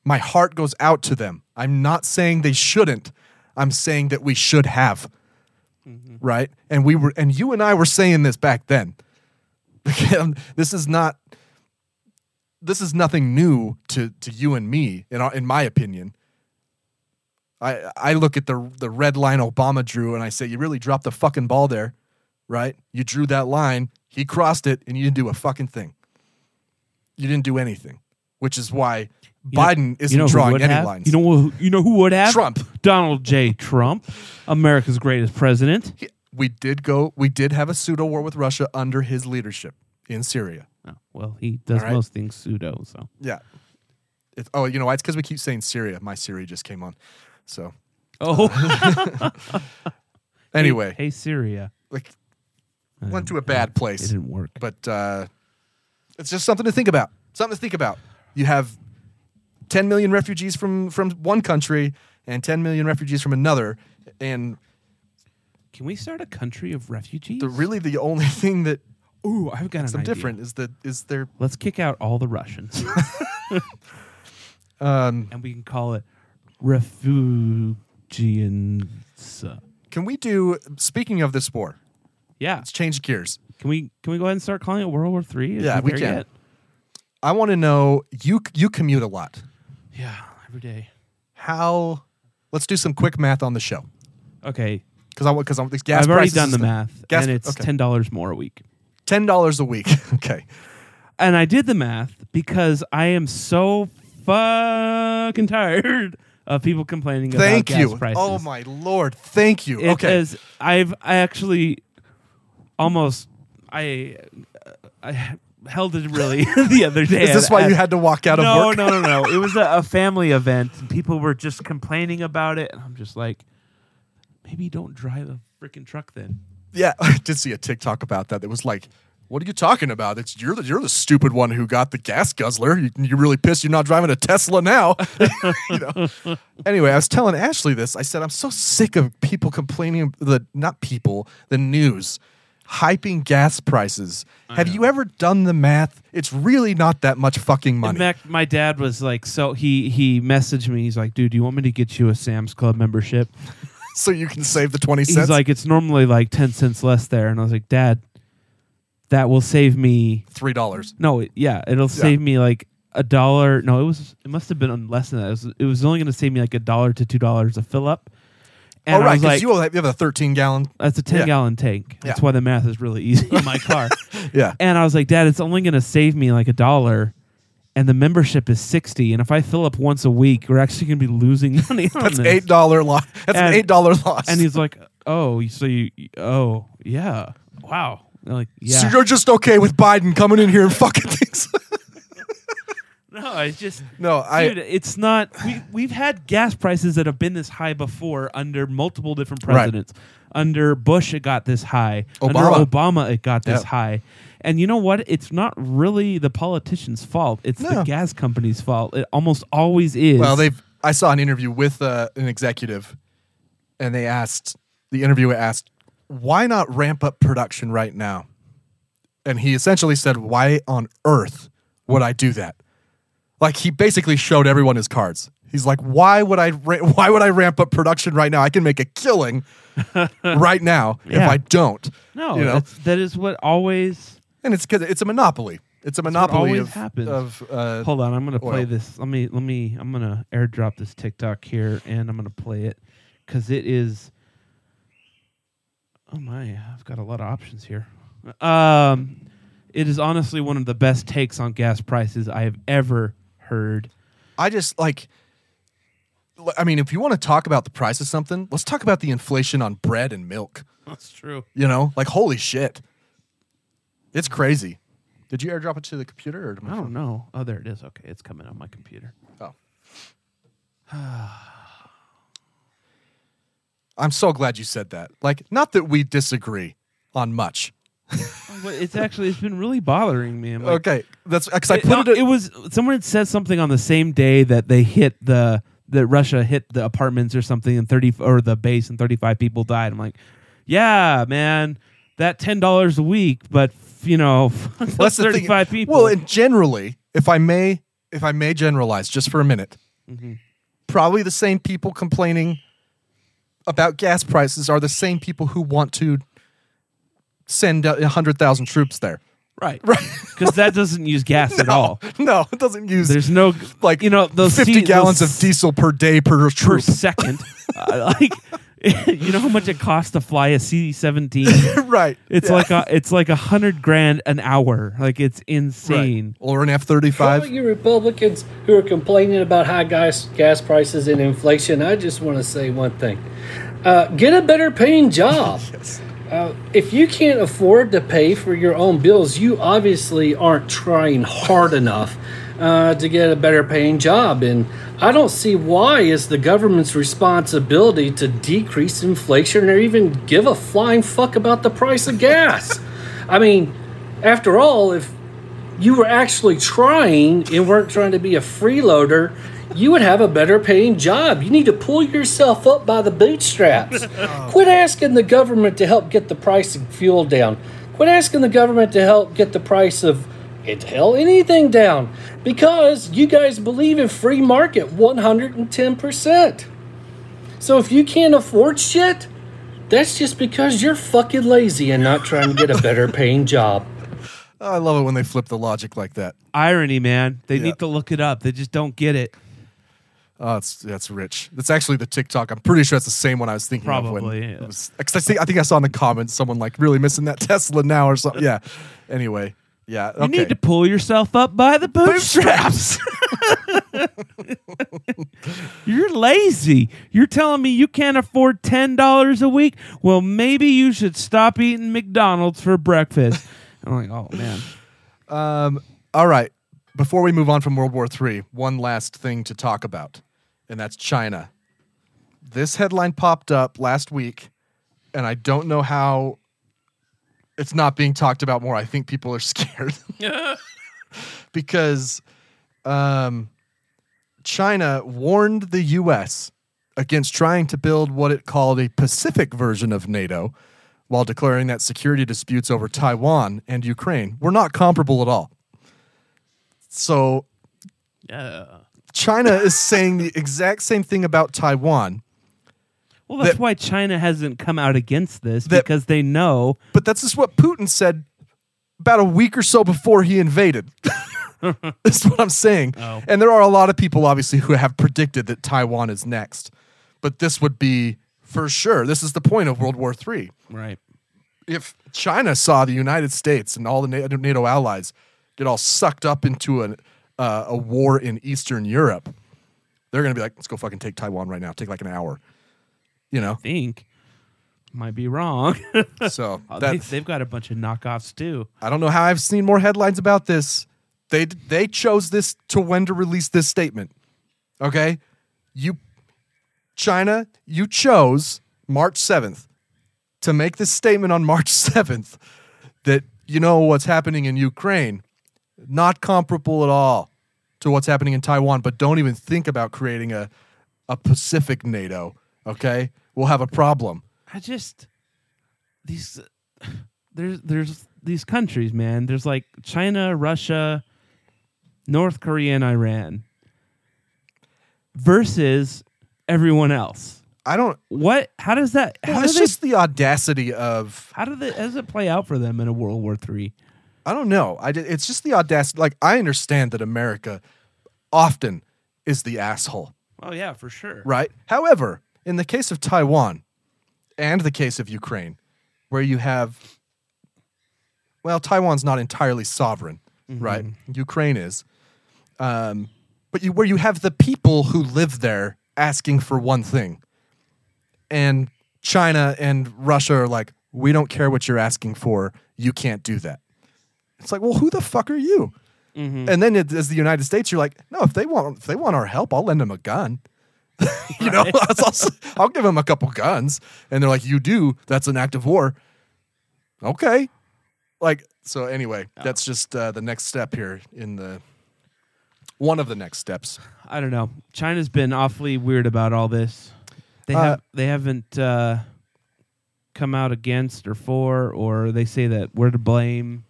my heart goes out to them i'm not saying they shouldn't i'm saying that we should have right and we were and you and i were saying this back then <laughs> Again, this is not this is nothing new to to you and me in our, in my opinion i i look at the the red line obama drew and i say you really dropped the fucking ball there right you drew that line he crossed it and you didn't do a fucking thing you didn't do anything, which is why Biden isn't
who
drawing
would
any
have?
lines.
You know, who- you know who would have?
Trump.
Donald J. Trump, America's greatest president.
we did go. We did have a pseudo war with Russia under his leadership in Syria.
Oh, Well, he does
All right.
most things pseudo, so.
Yeah. It's, oh, you know why? It's because we keep saying Syria. My Siri just came on. So. <laughs>
Oh.
anyway,
Hey, Uh, hey, Syria.
like went to a bad place. It
didn't work.
But uh, it's just something to think about. Something to think about. You have 10 million refugees from from one country and 10 million refugees from another, and
Can we start a country of refugees?
the really the only <laughs> thing that
ooh I've got an
some
idea.
different is that is there
Let's kick out all
<laughs>
the Russians.
um,
and we can call it refugians.
can we do speaking of this war
Yeah.
let's change gears
Can we can we go ahead and start calling it World War Three?
yeah we can I want to know you you commute a lot
Yeah, every day.
how let's do some quick math on the show
Okay.
because I because I'm the gas
I've already
prices
done
is
the math,
gas
and it's
okay.
ten dollars more a week.
ten dollars a week <laughs> okay
And I did the math because I am so fucking tired <laughs> of people complaining
thank
about
you
gas prices.
oh my lord thank you
It
okay
is- I've I actually almost I I held it really <laughs> the other day.
Is this why you had to walk out of
No,
work?
No, no, no, It was a, a family event. And people were just complaining about it, and I'm just like, maybe don't drive a freaking truck then.
yeah <laughs> I did see a TikTok about that that was like. What are you talking about? It's you're the you're the stupid one who got the gas guzzler. You, you're really pissed. You're not driving a Tesla now. <laughs> you know. Anyway, I was telling Ashley this. I said, I'm so sick of people complaining, the not people, the news, hyping gas prices. Have you ever done the math? It's really not that much fucking money.
In fact, my dad was like, so he he messaged me. He's like, dude, do you want me to get you a Sam's Club membership?
so you can save the 20
He's
cents.
like, it's normally like ten cents less there, and I was like, Dad, that will save me
$3.
No, it- yeah, it'll save me like a dollar. No, it was. It must have been less than that. It was, it was only going to save me like a dollar to two dollars a fill up.
All Oh, right,
I was
'cause you only have- you have a 13 gallon.
That's a 10
Yeah.
gallon tank. That's why the math is really easy
<laughs>
in my car.
Yeah.
And I was like, Dad, it's only going to save me like a dollar. And the membership is 60. And if I fill up once a week, we're actually going to be losing <laughs> money
<laughs>
on
That's
this.
$8 loss. That's an
And-
$8 loss.
And he's like, oh, so you, oh, yeah. Wow. And I'm like, yeah.
So you're just okay with Biden coming in here and fucking things.
No, it's just
<laughs> No, I-
Dude, it's not. We we've had gas prices that have been this high before under multiple different
Right.
presidents. Under Bush, it got this high.
Obama.
Under Obama, it got this
Yeah.
high. And you know what? It's not really the politician's fault. It's the gas company's fault. It almost always is.
Well, they've. I saw an interview with uh, an executive, and they asked the interviewer asked, "Why not ramp up production right now?" And he essentially said, "Why on earth would I do that?" Like he basically showed everyone his cards. He's like, "Why would I? Ra- why would I ramp up production right now? I can make a
<laughs>
killing right now
Yeah.
if I don't."
no.
you know,
that's- that is what always.
and it's 'cause it's a monopoly. It's a
that's what
monopoly
always
of,
happens.
of uh,
Hold on, I'm gonna play
oil.
this. Let me let me. I'm gonna airdrop this TikTok here, and I'm gonna play it because it is. Oh my, I've got a lot of options here. Um, it is honestly one of the best takes on gas prices I have ever heard.
I just like. l- I mean, if you want to talk about the price of something, let's talk about the inflation on bread and milk.
That's true.
You know, like holy shit, it's crazy. Did you airdrop it to the computer or? To my
I don't know. Oh, there it is. Okay, it's coming on my <laughs> computer.
Oh. <sighs> I'm so glad you said that. Like, not that we disagree on much.
Well, it's actually it's been really bothering me. I'm like-
okay, that's because I
It-
put
no,
it. in-
it was someone had said something on the same day that they hit the that Russia hit the apartments or something and thirty or the base and thirty five people died. I'm like, yeah, man, that ten dollars a week, but f- you know, <laughs>
That's
that's
the thing.
thirty five people.
Well, and generally, if I may, if I may generalize just for a minute, Mm-hmm.
Mhm.
probably the same people complaining about gas prices are the same people who want to send a hundred thousand troops there. <laughs>
right, right, because that doesn't use gas at all.
No, it doesn't use.
There's no
like
you know those
fifty
sea- those
gallons of diesel per day per
per
troop.
second. Uh, like, <laughs> you know how much it costs to fly a C
<laughs>
seventeen?
<laughs> right.
It's
Yeah.
like a it's like a hundred grand an hour. Like it's insane.
Or an F thirty
For you Republicans who are complaining about high gas, gas prices and inflation, I just want to say one thing. Uh, get a better paying job. uh, if you can't afford to pay for your own bills, you obviously aren't trying hard enough uh, to get a better paying job. And I don't see why it's the government's responsibility to decrease inflation or even give a flying fuck about the price of gas. I mean, after all, if you were actually trying and weren't trying to be a freeloader, you would have a better paying job. You need to pull yourself up by the bootstraps. Quit asking the government to help get the price of fuel down. Quit asking the government to help get the price of it hell anything down because you guys believe in free market 110%. So if you can't afford shit, that's just because you're fucking lazy and not trying to get a better paying job.
I love it when they flip the logic like that.
Irony, man. They
Yeah.
need to look it up. They just don't get it.
Oh, it's that's rich. That's actually the TikTok. I'm pretty sure it's the same one I was thinking of.
Probably,
when
yeah.
it was- 'cause I think I think I saw in the comments someone like really missing that <laughs> Tesla now or something. Yeah. Anyway, yeah. Okay.
You need to <laughs> pull yourself up by the bootstraps. <laughs> You're lazy. You're telling me you can't afford ten dollars a week. Well, maybe you should stop eating McDonald's
<laughs>
for breakfast. I'm like, oh man.
Um, all right. Before we move on from World War III, one last thing to talk about, and that's China. This headline popped up last week, and I don't know how it's not being talked about more. I think people are <laughs> scared because um, China warned the U.S. against trying to build what it called a Pacific version of NATO while declaring that security disputes over Taiwan and Ukraine were not comparable at all. So
Yeah.
China is saying the exact same thing about Taiwan.
Well, that's why China hasn't come out against this because they know.
But that's just what Putin said about a week or so before he invaded. this is what I'm saying.
Oh.
And there are a lot of people, obviously, who have predicted that Taiwan is next. But this would be for sure. This is the point of World War III.
Right.
If China saw the United States and all the Na- NATO allies get all sucked up into an, uh, a war in Eastern Europe, they're going to be like, let's go fucking take Taiwan right now. Take like an hour. You know?
think might be wrong. <laughs>
so
they,
that's-
they've got a bunch of knockoffs too.
I don't know how I've seen more headlines about this. They they chose this to when to release this statement. Okay? You China, you chose March 7th to make this statement on March <laughs> 7th that you know what's happening in Ukraine not comparable at all to what's happening in Taiwan, but don't even think about creating a a Pacific NATO, okay? We'll have a problem.
I just these there's there's these countries, man. There's like China, Russia, North Korea, and Iran versus everyone else.
I don't
what how does that how
Well,
do
it's
they,
just the audacity of
how do they how does it play out for them in a World War Three?
I don't know. I did, it's just the audacity. Like I understand that America often is the asshole,
Oh yeah, for sure.
right? However, in the case of Taiwan and the case of Ukraine, where you have, well, Taiwan's not entirely sovereign, right? Ukraine is, um, but you where you have the people who live there asking for one thing, and China and Russia are like, we don't care what you're asking for. You can't do that. It's like, well, who the fuck are you? And then it, as the United States, you're like, no, if they want, if they want our help, I'll lend them a gun. you know, I'll, s- I'll give them a couple guns, and they're like, you do. That's an act of war. Okay, like so. Anyway, that's just uh, the next step here in the one of the next steps.
I don't know. China's been awfully weird about all this. They
Uh,
have they haven't uh, come out against or for or they say that we're to blame.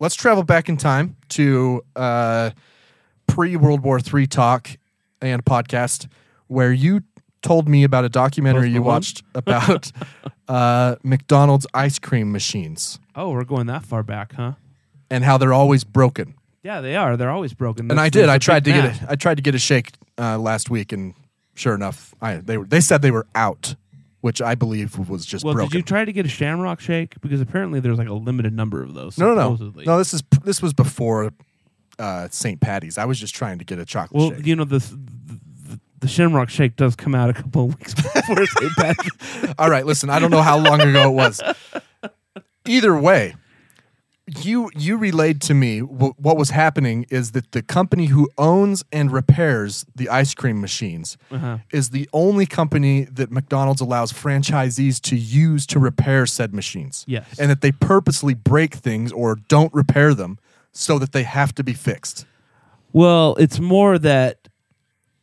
let's travel back in time to uh, pre World War III talk and podcast where you told me about a documentary
Post
you
Malone?
watched about <laughs> uh, McDonald's ice cream machines
Oh, we're going that far back, huh?
and how they're always broken.
Yeah, they are. They're always broken.
and
That's-
I did.
there's
I
a
tried to
big
get
map.
a, I tried to get a shake uh, last week, and sure enough, I they were they said they were out, which I believe was just
Well,
broken.
did you try to get a Shamrock Shake? Because apparently there's like a limited number of those.
no, no, no,
supposedly.
no. This is this was before uh, St. Patty's. I was just trying to get a chocolate.
Well,
shake.
you know this. The, the Shamrock Shake does come out a couple of weeks <laughs>
<laughs>
before St. Patrick's.
All right, listen, I don't know how long ago it was. Either way, you you relayed to me wh- what was happening is that the company who owns and repairs the ice cream machines
Uh-huh.
is the only company that McDonald's allows franchisees to use to repair said machines.
Yes.
And that they purposely break things or don't repair them so that they have to be fixed.
Well, it's more that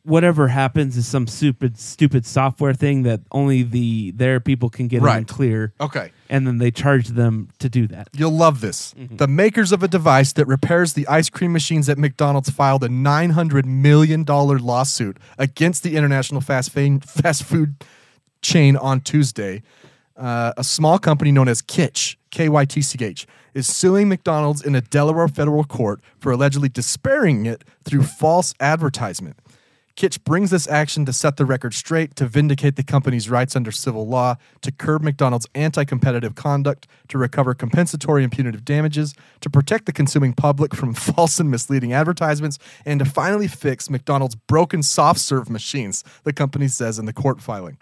whatever happens is some stupid, stupid software thing that only the their people can get in
Right. Oh.
and clear.
Okay.
and then they charge them to do that.
You'll love this. The makers of a device that repairs the ice cream machines at McDonald's filed a $900 million lawsuit against the international fast, fa- fast food chain on Tuesday. Uh, a small company known as Kitch, K Y T C H, is suing McDonald's in a Delaware federal court for allegedly disparaging it through false advertisement. Kitch brings this action to set the record straight, to vindicate the company's rights under civil law, to curb McDonald's anti competitive conduct, to recover compensatory and punitive damages, to protect the consuming public from <laughs> false and misleading advertisements, and to finally fix McDonald's broken soft serve machines, the company says in the court filing.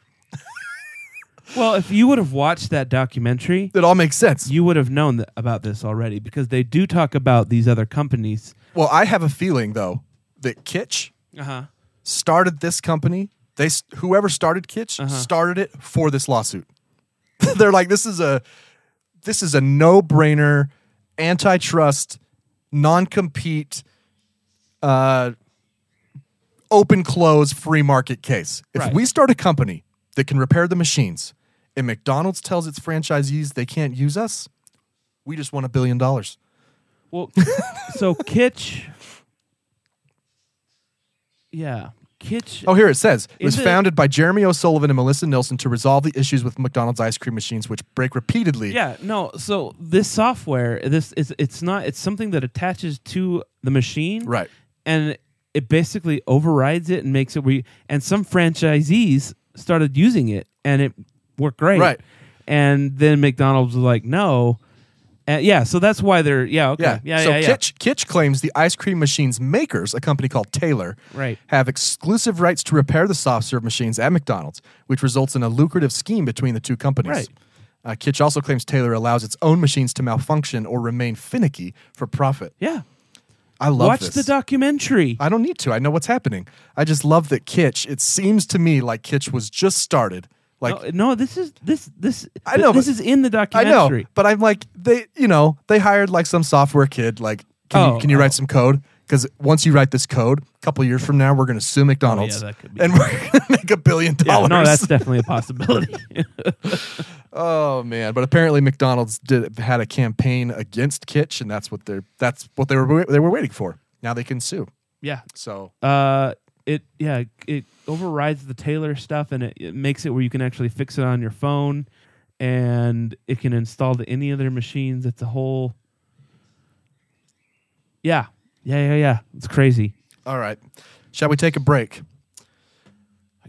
Well, if you would have watched that documentary,
it all makes sense.
You would have known th- about this already because they do talk about these other companies.
Well, I have a feeling, though, that Kitch
Uh-huh.
started this company. They s- whoever started Kitch
Uh-huh.
started it for this lawsuit. <laughs> They're like, this is a this is a no brainer, antitrust, non compete, uh, open close, free market case. If
Right.
we start a company that can repair the machines, and McDonald's tells its franchisees they can't use us, we just won a billion dollars. <laughs>
Well, so Kitch, yeah, Kitch.
Oh, here it says it was
Is it-
founded by Jeremy O'Sullivan and Melissa Nelson to resolve the issues with McDonald's ice cream machines, which break repeatedly.
Yeah, no. So this software, this is it's not it's something that attaches to the machine,
right?
And it basically overrides it and makes it we and some franchisees started using it and it worked great,
Right.
And then McDonald's was like, no, and yeah. So that's why they're yeah okay yeah yeah
so
yeah,
Kitch, Kitch claims the ice cream machine's makers, a company called Taylor,
Right.
have exclusive rights to repair the soft serve machines at McDonald's, which results in a lucrative scheme between the two companies.
Right.
Uh, Kitch also claims Taylor allows its own machines to malfunction or remain finicky for profit.
Yeah.
I love
Watch the documentary.
I don't need to. I know what's happening. I just love that Kitch, it seems to me like Kitch was just started. Like
no, this is this this
I know
this
but-
is in the
I
documentary.
know, but I'm like they, you know, they hired like some software kid. Like, can
Oh,
you can you write some code? Because once you write this code, a couple years from now, we're going to sue McDonald's
Oh, that could
and we're <laughs> going to make a billion
Yeah,
dollars.
no, that's definitely a possibility.
<laughs>
<laughs>
oh man! But apparently, McDonald's did had a campaign against Kitch, and that's what they're that's what they were wa- they were waiting for. Now they can sue.
Yeah.
So
uh, it yeah it overrides the Taylor stuff and it, it makes it where you can actually fix it on your phone, and it can install to any other machines. It's a whole. Yeah, yeah, yeah, yeah. It's crazy.
All right. Shall we take a break?
I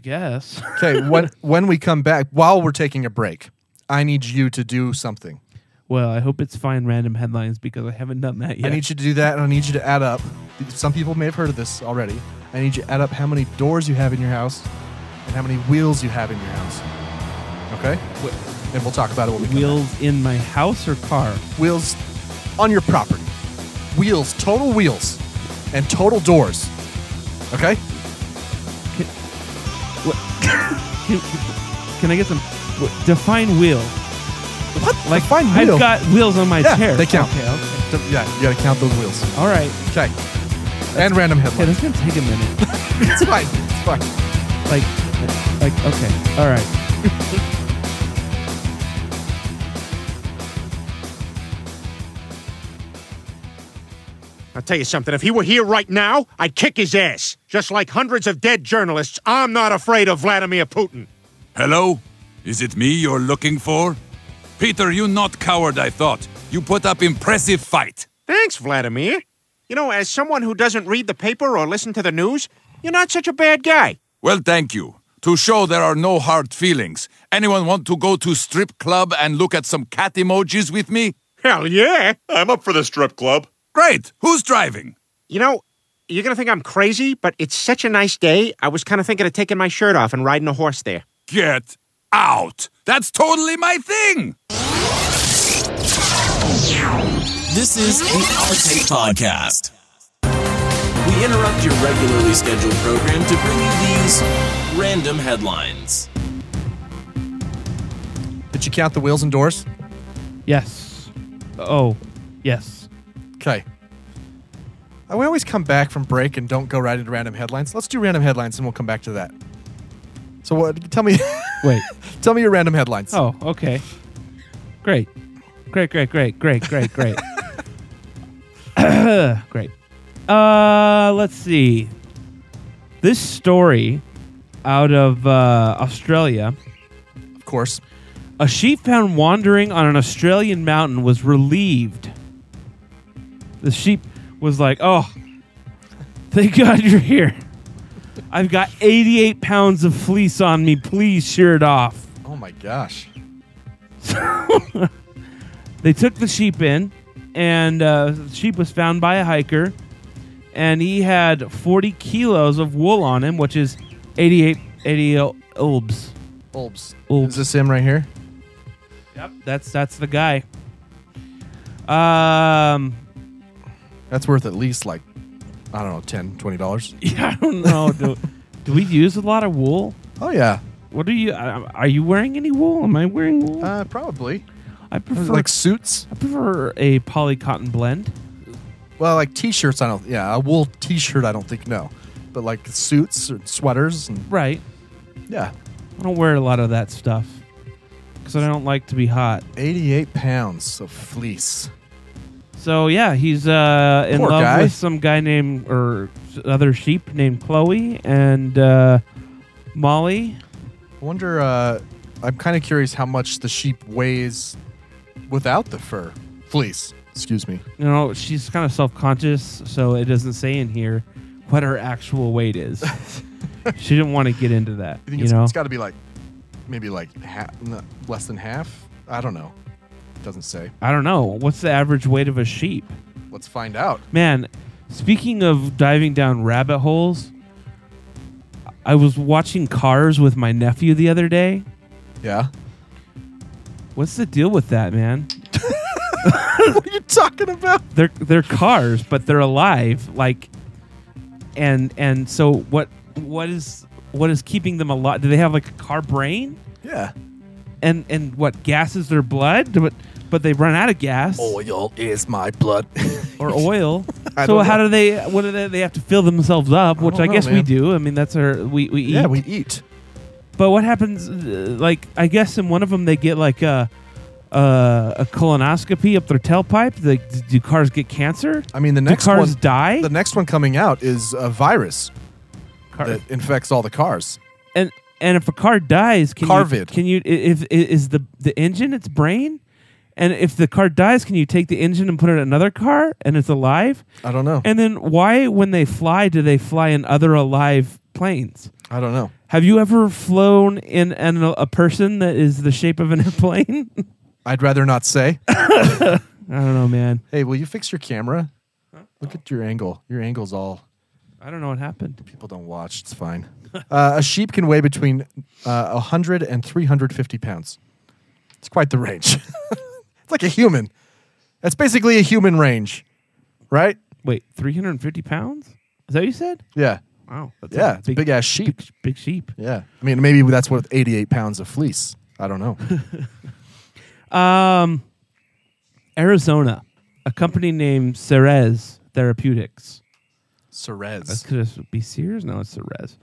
<laughs>
guess.
Okay. when when we come back, while we're taking a break, I need you to do something.
Well, I hope it's fine random headlines because I haven't done that yet.
I need you to do that, and I need you to add up. Some people may have heard of this already. I need you to add up how many doors you have in your house and how many wheels you have in your house. Okay? And we'll talk about it when we
wheels in my house or car?
Wheels on your property. Wheels, total wheels, and total doors. Okay?
What? can, can I get some? wh- Define wheel.
What?
Like
Define wheel?
I've got wheels on my
yeah,
chair.
They count.
Okay, okay.
D- Yeah, you gotta count those wheels.
All right.
Okay. And random headlines.
Yeah, <laughs> that's gonna take a minute. <laughs>
it's fine. It's fine.
Like, like okay. All right.
I'll tell you something. If he were here right now, I'd kick his ass. Just like hundreds of dead journalists, I'm not afraid of Vladimir Putin.
Hello? Is it me you're looking for? Peter, you not coward, I thought. You put up impressive fight.
Thanks, Vladimir. You know, as someone who doesn't read the paper or listen to the news, you're not such a bad guy.
Well, thank you. To show there are no hard feelings. Anyone want to go to strip club and look at some cat emojis with me?
Hell yeah.
I'm up for the strip club. Great. Who's driving?
You know, you're going to think I'm crazy, but it's such a nice day. I was kind of thinking of taking my shirt off and riding a horse there.
Get out. That's totally my thing.
This is the Our Take Podcast. We interrupt your regularly scheduled program to bring you these random headlines.
Did you count the wheels and doors?
Yes. Oh, yes.
Okay. We always come back from break and don't go right into random headlines. Let's do random headlines and we'll come back to that. So what? Tell me. <laughs>
Wait.
tell me your random headlines.
Oh, okay. Great. Great. Great. Great. Great. Great.
<laughs>
Great. <coughs> great. Uh, let's see. This story out of uh, Australia.
Of course.
A sheep found wandering on an Australian mountain was relieved. The sheep was like, "Oh, thank God you're here. I've got 88 pounds of fleece on me. Please shear it off."
Oh my gosh.
they took the sheep in, and uh, the sheep was found by a hiker, and he had 40 kilos of wool on him, which is 88 80 obs.
Bulbs.
Obs.
Is this him right here?
Yep, that's that's the guy. Um,
That's worth at least like, I don't know, 10 dollars.
<laughs> yeah, I don't know. Do, <laughs> do we use a lot of wool?
Oh yeah.
What are you? uh, Are you wearing any wool? Am I wearing wool?
Uh, probably.
I prefer
like suits.
I prefer a poly cotton blend.
Well, like t-shirts. I don't. Yeah, a wool t-shirt. I don't think no, but like suits and sweaters and
Right.
yeah.
I don't wear a lot of that stuff because I don't like to be hot.
88 pounds of fleece.
So yeah, he's uh, in
Poor
love
guy.
with some guy named or s- other sheep named Chloe and uh, Molly.
I wonder. Uh, I'm kind of curious how much the sheep weighs without the fur fleece. Excuse me.
You know, she's kind of self-conscious, so it doesn't say in here what her actual
<laughs>
weight is. she didn't want to get into that.
You think
You,
it's,
know,
it's got to be like maybe like ha- n- less than half? I don't know. It doesn't say.
I don't know what's the average weight of a sheep.
Let's find out.
Man, speaking of diving down rabbit holes, I was watching Cars with my nephew the other day.
Yeah.
What's the deal with that, man?
<laughs> what are you talking about?
They're they're cars, but they're alive. Like, and and so what? What is what is keeping them alive? Do they have like a car brain?
Yeah.
And and what gases their blood? But but they run out of gas
Oil is my blood. <laughs>
or oil.
I
so
don't
how
know.
do they? What do they? They have to fill themselves up, which
don't
I,
know,
guess we
man.
do. I mean, that's our we we eat.
Yeah, we eat.
But what happens? uh, Like, I guess in one of them they get like a a, a colonoscopy up their tailpipe. Like, d- do cars get cancer?
I mean, the next
do cars
one,
die.
The next one coming out is a virus that infects all the cars.
And and if a car dies, can you,
Carvid.
can you i- if i- is the the engine its brain? And if the car dies, can you take the engine and put it in another car and it's alive?
I don't know.
And then why, when they fly, do they fly in other alive planes?
I don't know.
Have you ever flown in an, a person that is the shape of an <laughs> airplane?
I'd rather not say. <laughs>
I don't know, man.
Hey, will you fix your camera? Look at your angle. Your angle's all.
I don't know what happened.
People don't watch. It's
<laughs>
fine. Uh, a sheep can weigh between uh, 100 and 350 pounds. It's quite the range. <laughs> it's like a human. That's basically a human range, right?
Wait, 350 pounds? Is that what you said?
Yeah.
Wow. That's a
yeah, it's a big ass sheep.
Big, big sheep.
Yeah. I mean, maybe that's worth 88 pounds of fleece. I don't
<laughs>
know.
Um, Arizona, a company named Ceres Therapeutics.
Cerez.
That could have- be Sears. No, it's Ceres.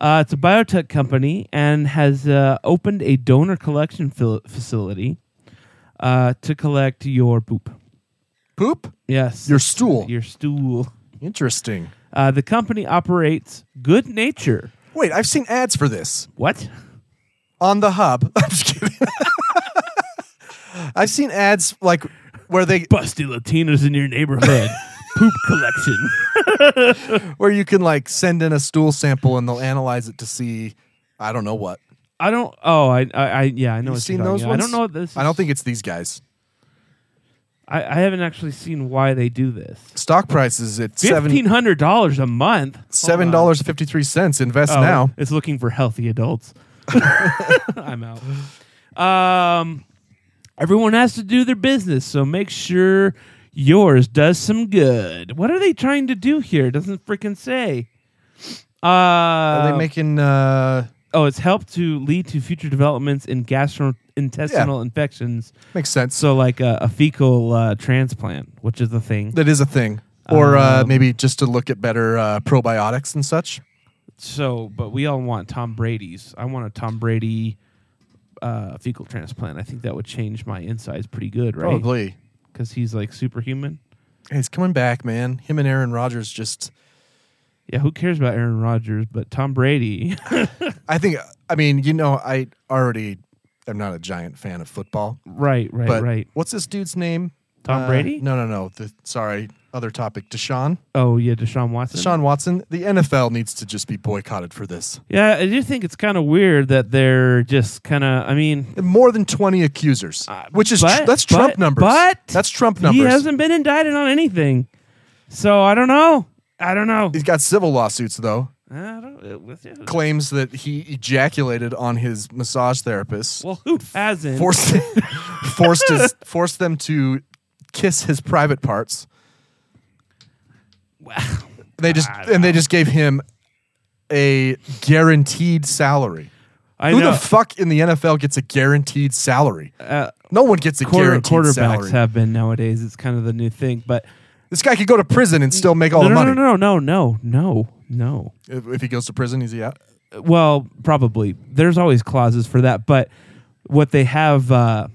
Uh, it's a biotech company and has uh, opened a donor collection fil- facility uh, to collect your poop.
Poop?
Yes.
Your stool.
Your stool.
Interesting.
Uh, the company operates Good Nature.
Wait, I've seen ads for this.
What?
On the hub. <laughs> I'm just kidding. I've seen ads like where they
busty Latinos in
<laughs>
your neighborhood. Poop collection.
where you can like send in a stool sample and they'll analyze it to see I don't know what.
I don't. Oh, I. I. I yeah, I know.
You've
what
seen
you're talking
those
about.
ones?
I don't know what this.
I don't think it's these guys.
I, I haven't actually seen why they do this.
Stock prices at
Fifteen
seven
hundred dollars a month. Hold
seven
on.
dollars fifty three cents. Invest
Oh,
now.
It's looking for
<laughs>
healthy adults. <laughs> I'm out. Um, everyone has to do their business, so make sure yours does some good. What are they trying to do here? It doesn't freaking say. Uh,
Are they making uh
Oh, it's helped to lead to future developments in gastrointestinal infections.
Makes sense.
So, like a, a fecal uh, transplant, which is a thing.
that is a thing. Or uh,
Um,
maybe just to look at better uh, probiotics and such.
So, but we all want Tom Brady's. I want a Tom Brady uh, fecal transplant. I think that would change my insides pretty good, right?
Probably.
because he's like superhuman.
Hey, he's coming back, man. Him and Aaron Rodgers just
Yeah, who cares about Aaron Rodgers? But Tom Brady. <laughs>
I think I mean, you know, I already am not a giant fan of football.
right, right,
But
right.
What's this dude's name?
Tom
Uh,
Brady?
No, no, no. The, sorry, other topic. Deshaun.
Oh yeah, Deshaun Watson.
Deshaun Watson. The NFL needs to just be boycotted for this.
Yeah, I do think it's kind of weird that they're just kind of. I mean,
More than twenty accusers, which is tr-
Uh, but-
that's Trump
but-
numbers.
but
that's Trump
he
numbers.
hasn't been indicted on anything, so I don't know. I don't know.
He's got civil lawsuits though.
I don't, with you.
Claims that he ejaculated on his massage therapist.
Well, who hasn't?
forced <laughs> forced his forced them to kiss his private parts. Wow. They just and they just gave him a guaranteed salary.
I
Who
know.
the fuck in the NFL gets a guaranteed salary?
Uh,
no one gets a
Quarter,
guaranteed
quarterbacks
salary.
have been nowadays. It's kind of the new thing, but
this guy could go to prison and still make all
no,
the
no,
money.
No, no, no, no, no,
If, if he goes to prison, is he out?
no. Well, probably there's always clauses for that, but what they have, uh,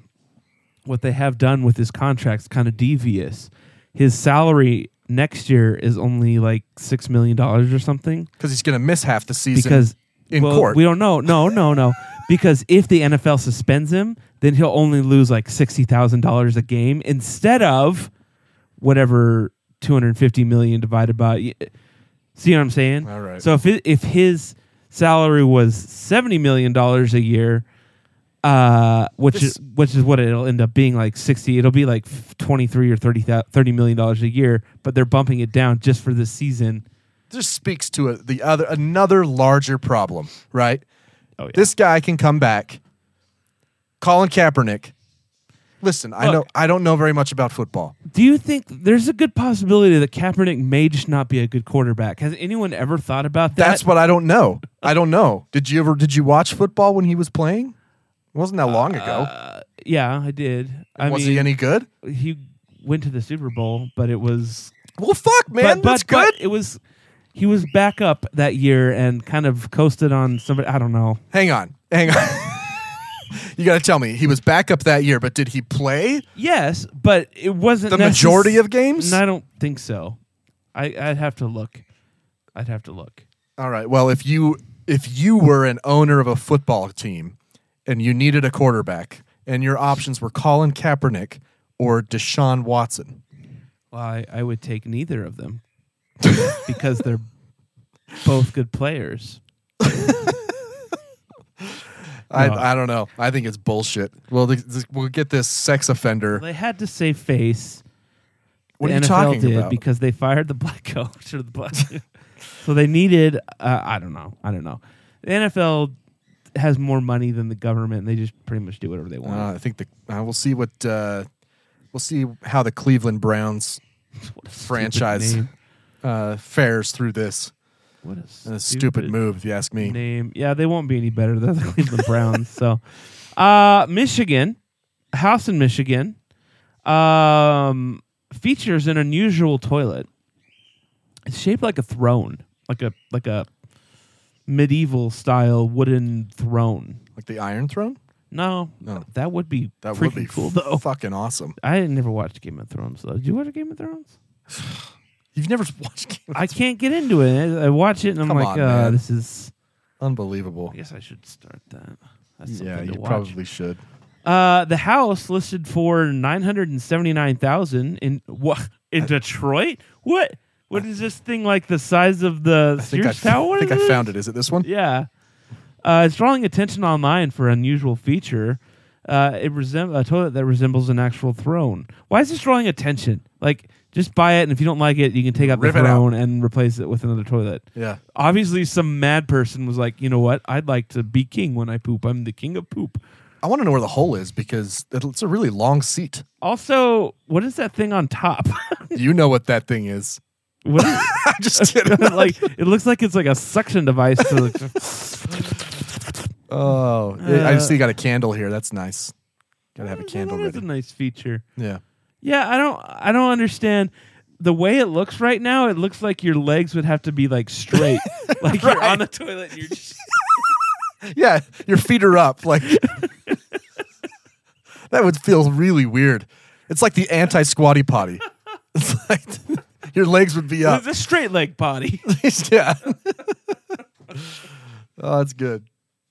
what they have done with his contracts, kind of devious, his salary next year is only like six million dollars or something
because he's going to miss half the season
because
in
well,
court.
We don't know. No, no, no. because if the NFL suspends him, then he'll only lose like sixty thousand dollars a game instead of whatever two hundred fifty million divided by. See what I'm saying?
All right.
So if it, if his salary was seventy million dollars a year. Uh, which is which is what it'll end up being like sixty. It'll be like twenty three or 30, thou- $30 million dollars a year, but they're bumping it down just for this season.
This speaks to a, the other another larger problem, right?
Oh, yeah.
This guy can come back. Colin Kaepernick. Listen, I know
Look.
I don't know very much about football.
Do you think there's a good possibility that Kaepernick may just not be a good quarterback? Has anyone ever thought about that?
That's what I don't know. I don't know. Did you ever did you watch football when he was playing? It wasn't that long ago.
yeah, I did. Uh, I
was he
mean,
any good?
He went to the Super Bowl, but it was
well, fuck, man, that's
good. it was he was back up that year and kind of coasted on somebody. I don't know.
Hang on. Hang on. <laughs> you got to tell me. He was back up that year, but did he play?
Yes, but it wasn't
The
necess-
majority of games?
No, I don't think so. I, I'd have to look. I'd have to look.
All right. Well, if you if you were an owner of a football team and you needed a quarterback and your options were Colin Kaepernick or Deshaun Watson.
Well, I, I would take neither of
<laughs>
them because they're both good players. No.
I, I don't know. I think it's bullshit. Well, th- th- we'll get this sex offender.
They had to save face.
What
the
are you
NFL
talking
did
about?
Because they fired the <laughs> black coach or the black. <laughs> so they needed. Uh, I don't know. I don't know. The NFL has more money than the government. And they just pretty much do whatever they want.
Uh, I think the uh, we'll see what uh, we'll see how the Cleveland
<laughs>
Browns franchise
name.
uh, fares through this.
What a
stupid,
stupid
move, if you ask me.
name. Yeah, they won't be any better than the <laughs> Cleveland Browns. So, uh, Michigan, a house in Michigan, um, features an unusual toilet. It's shaped like a throne, like a like a medieval style wooden throne.
Like the Iron Throne?
No,
No.
that would be
That would
freaking
be
cool
f-
though.
fucking awesome.
I had never watched Game of Thrones though. Did you watch Game of Thrones?
You've never <laughs> watched Game of
I can't get into it. I watch it and I'm
Come
like,
on,
uh,
man.
this is
Unbelievable.
I guess I should start that.
yeah,
something to
you
watch.
probably should.
Uh, the house listed for nine hundred and seventy nine thousand in what in Detroit? What? What is this thing like the size of the
I think I,
Sears Tower? What
<laughs> I, think
is
I
this?
found it. Is it this one?
Yeah. Uh, it's drawing attention online for unusual feature. Uh, it resem- a toilet that resembles an actual throne. Why is this drawing attention? Like, just buy it, and if you don't like it, you can take out the
Rip it out.
throne and replace it with another toilet.
Yeah.
Obviously, some mad person was like, you know what? I'd like to be king when I poop. I'm the king of poop.
I want to know where the hole is because it- it's a really long seat.
Also, what is that thing on top? <laughs>
You know what that thing is. <laughs>
what is- I'm <laughs>
just kidding.
like, it looks like it's like a suction device. To,
Oh, yeah, I
Uh,
see. Got a candle here. That's nice. Gotta have a candle
that's a
ready.
nice feature.
Yeah.
Yeah, I don't I don't understand the way it looks right now. It looks like your legs would have to be
<laughs>
like straight. like you're on the toilet and you're just
Yeah, your feet are up. Like that would feel really weird. It's like the anti squatty potty. It's like your legs would
<laughs>
be up.
It's a straight leg potty.
yeah. <laughs> oh, that's good.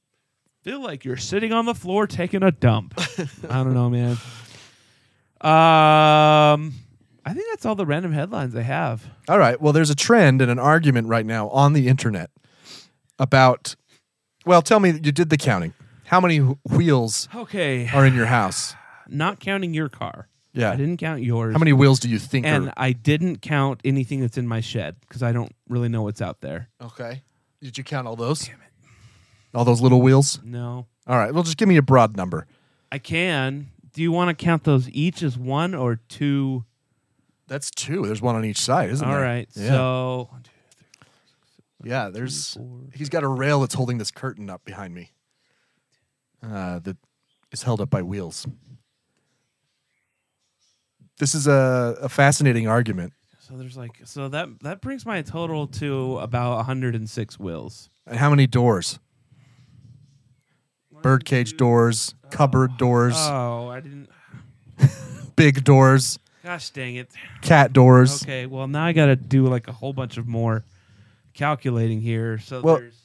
<laughs> Feel like you're sitting on the floor taking
<laughs>
a dump. I don't know, man. Um I think that's all the random headlines I have.
All right. Well, there's a trend and an argument right now on the internet about. Well, tell me you did the counting. How many wh- wheels
Okay.
are in your house?
Not counting your car.
Yeah.
I didn't count yours.
How many wheels do you think?
and
are,
I didn't count anything that's in my shed because I don't really know what's out there.
okay. Did you count all those? Damn it. All those little wheels.
No.
All right. Well, just give me a broad number.
I can. Do you want to count those each as one or two?
That's two. There's one on each side, isn't
All
there?
right.
Yeah.
So
yeah, there's. He's got a rail that's holding this curtain up behind me. Uh, that is held up by wheels. This is a, a fascinating argument.
so there's like so that that brings my total to about 106 wills.
And how many doors? Birdcage doors, cupboard doors,
Oh, I didn't
big doors.
Gosh dang it.
Cat doors.
Okay, well now I got to do like a whole bunch of more calculating here. So
Well-
there's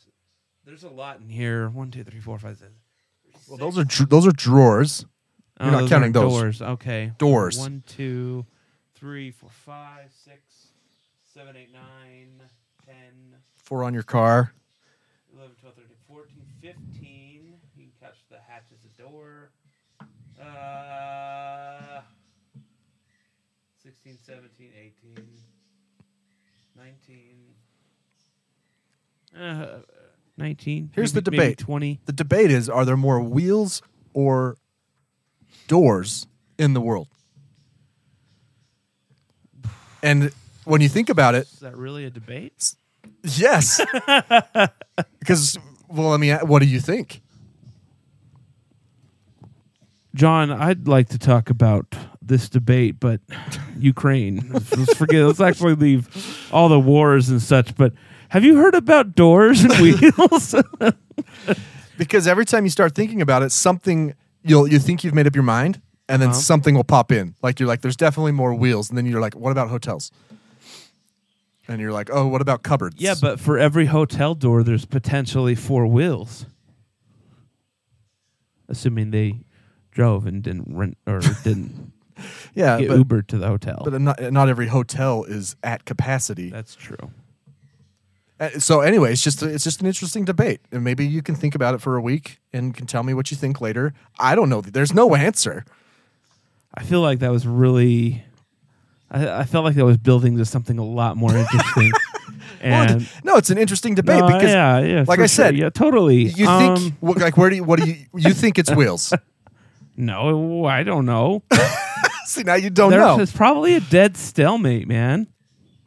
there's a lot in here. One, two, three, four, five, six.
Well, those are dr- those are drawers. You're
Oh,
not
those
counting
aren't
those.
Doors. Okay.
Doors.
One, two, three, four, five, six, seven, eight, nine, ten,
Four on your car.
eleven, twelve, thirteen, fourteen, fifteen. You can catch the hatch as a door. Uh, 16, 17, 18, 19. Uh, 19.
Here's
maybe-
the
maybe
debate.
20.
The debate is: Are there more wheels or doors in the world? And when you think about it,
Is that really a debate?
yes, <laughs> because well, I mean, what do you think?
John, I'd like to talk about this debate, but Ukraine. Let's- let's forget. Let's actually leave all the wars and such. But have you heard about doors and wheels?
Because every time you start thinking about it, something you'll you think you've made up your mind, and then
Uh-huh.
something will pop in. Like you're like, there's definitely more wheels, and then you're like, what about hotels? And you're like, oh, what about cupboards?
<laughs> yeah, but for every hotel door, there's potentially four wheels, assuming they drove and didn't rent or didn't
<laughs> Yeah,
get
but-
Uber to the hotel.
But uh, not not every hotel is at capacity.
That's true.
Uh, So anyway, it's just it's just an interesting debate, and maybe you can think about it for a week and can tell me what you think later. I don't know. There's no answer.
I feel like that was really. I, I felt like that was building to something a lot more
<laughs>
interesting.
Well,
and
no, it's an interesting debate
No,
because,
Uh, yeah, yeah,
like
for
I said,
sure. Yeah, totally.
You
Um,
think wh- like where do you, what do you you think
<laughs>
it's wheels?
no, I don't know.
Oh, See, now you don't
There's-
know.
It's probably a dead stalemate, man.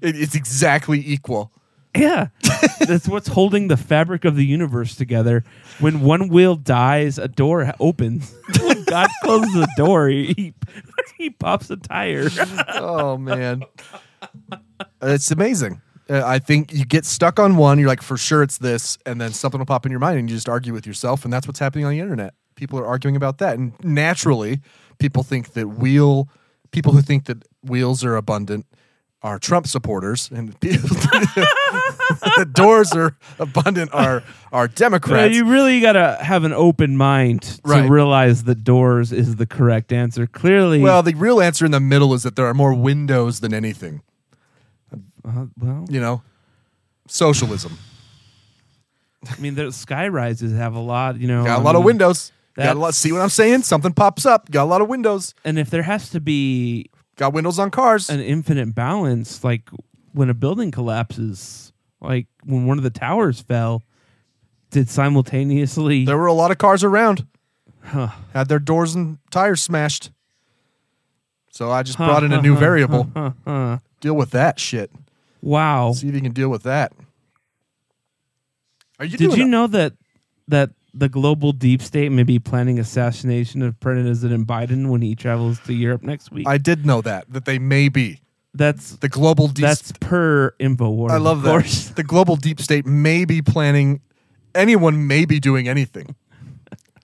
It- it's exactly equal.
Yeah, <laughs> that's what's holding the fabric of the universe together. When one wheel dies, a door ha- opens. <laughs> when God closes the door, he <laughs> he pops a tire. <laughs>
oh man, It's amazing. Uh, I think you get stuck on one. You're like, for sure, it's this, and then something will pop in your mind, and you just argue with yourself, and that's what's happening on the internet. People are arguing about that, and naturally, people think that wheel people who think that wheels are abundant are Trump supporters, and people <laughs> the doors are abundant are are
Yeah,
Democrats.
you really gotta have an open mind
Right.
to realize that doors is the correct answer. Clearly,
well, the real answer in the middle is that there are more windows than anything.
Uh, well,
you know, socialism.
I mean, the sky rises have a lot. You know,
Got
I
a lot of
mean,
windows. Got a lot.
Um, that's-
See what I'm saying? Something pops up. Got a lot of windows.
And if there has to be
got windows on cars,
an infinite balance, like when a building collapses, like when one of the towers fell, did simultaneously
there were a lot of cars around.
Huh.
Had their doors and tires smashed. So I just brought in a new variable. Deal with that shit.
<laughs> Wow.
See if you can deal with that. Are you
Did
doing
you
a-
know that that the global deep state may be planning assassination of President Biden when he travels to Europe next week?
I did know that that they may be.
That's
the global deep
that's per InfoWars.
I love
of
that.
course. <laughs>
The global deep state may be planning. Anyone may be doing anything.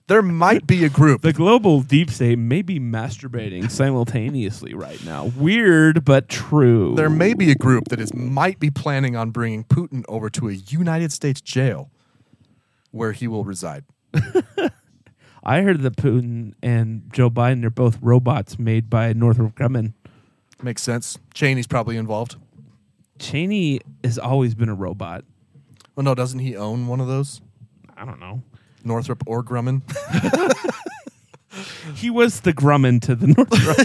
There might be a group.
The global deep state may be masturbating simultaneously right now. Weird but true.
There may be a group that is might be planning on bringing Putin over to a United States jail, where he will reside.
I heard that Putin and Joe Biden are both robots made by Northrop Grumman.
Makes sense. Cheney's probably involved.
Cheney has always been a robot.
Well, no, doesn't he own one of those?
I don't know.
Northrop or Grumman.
He was the Grumman to the <laughs> Northrop.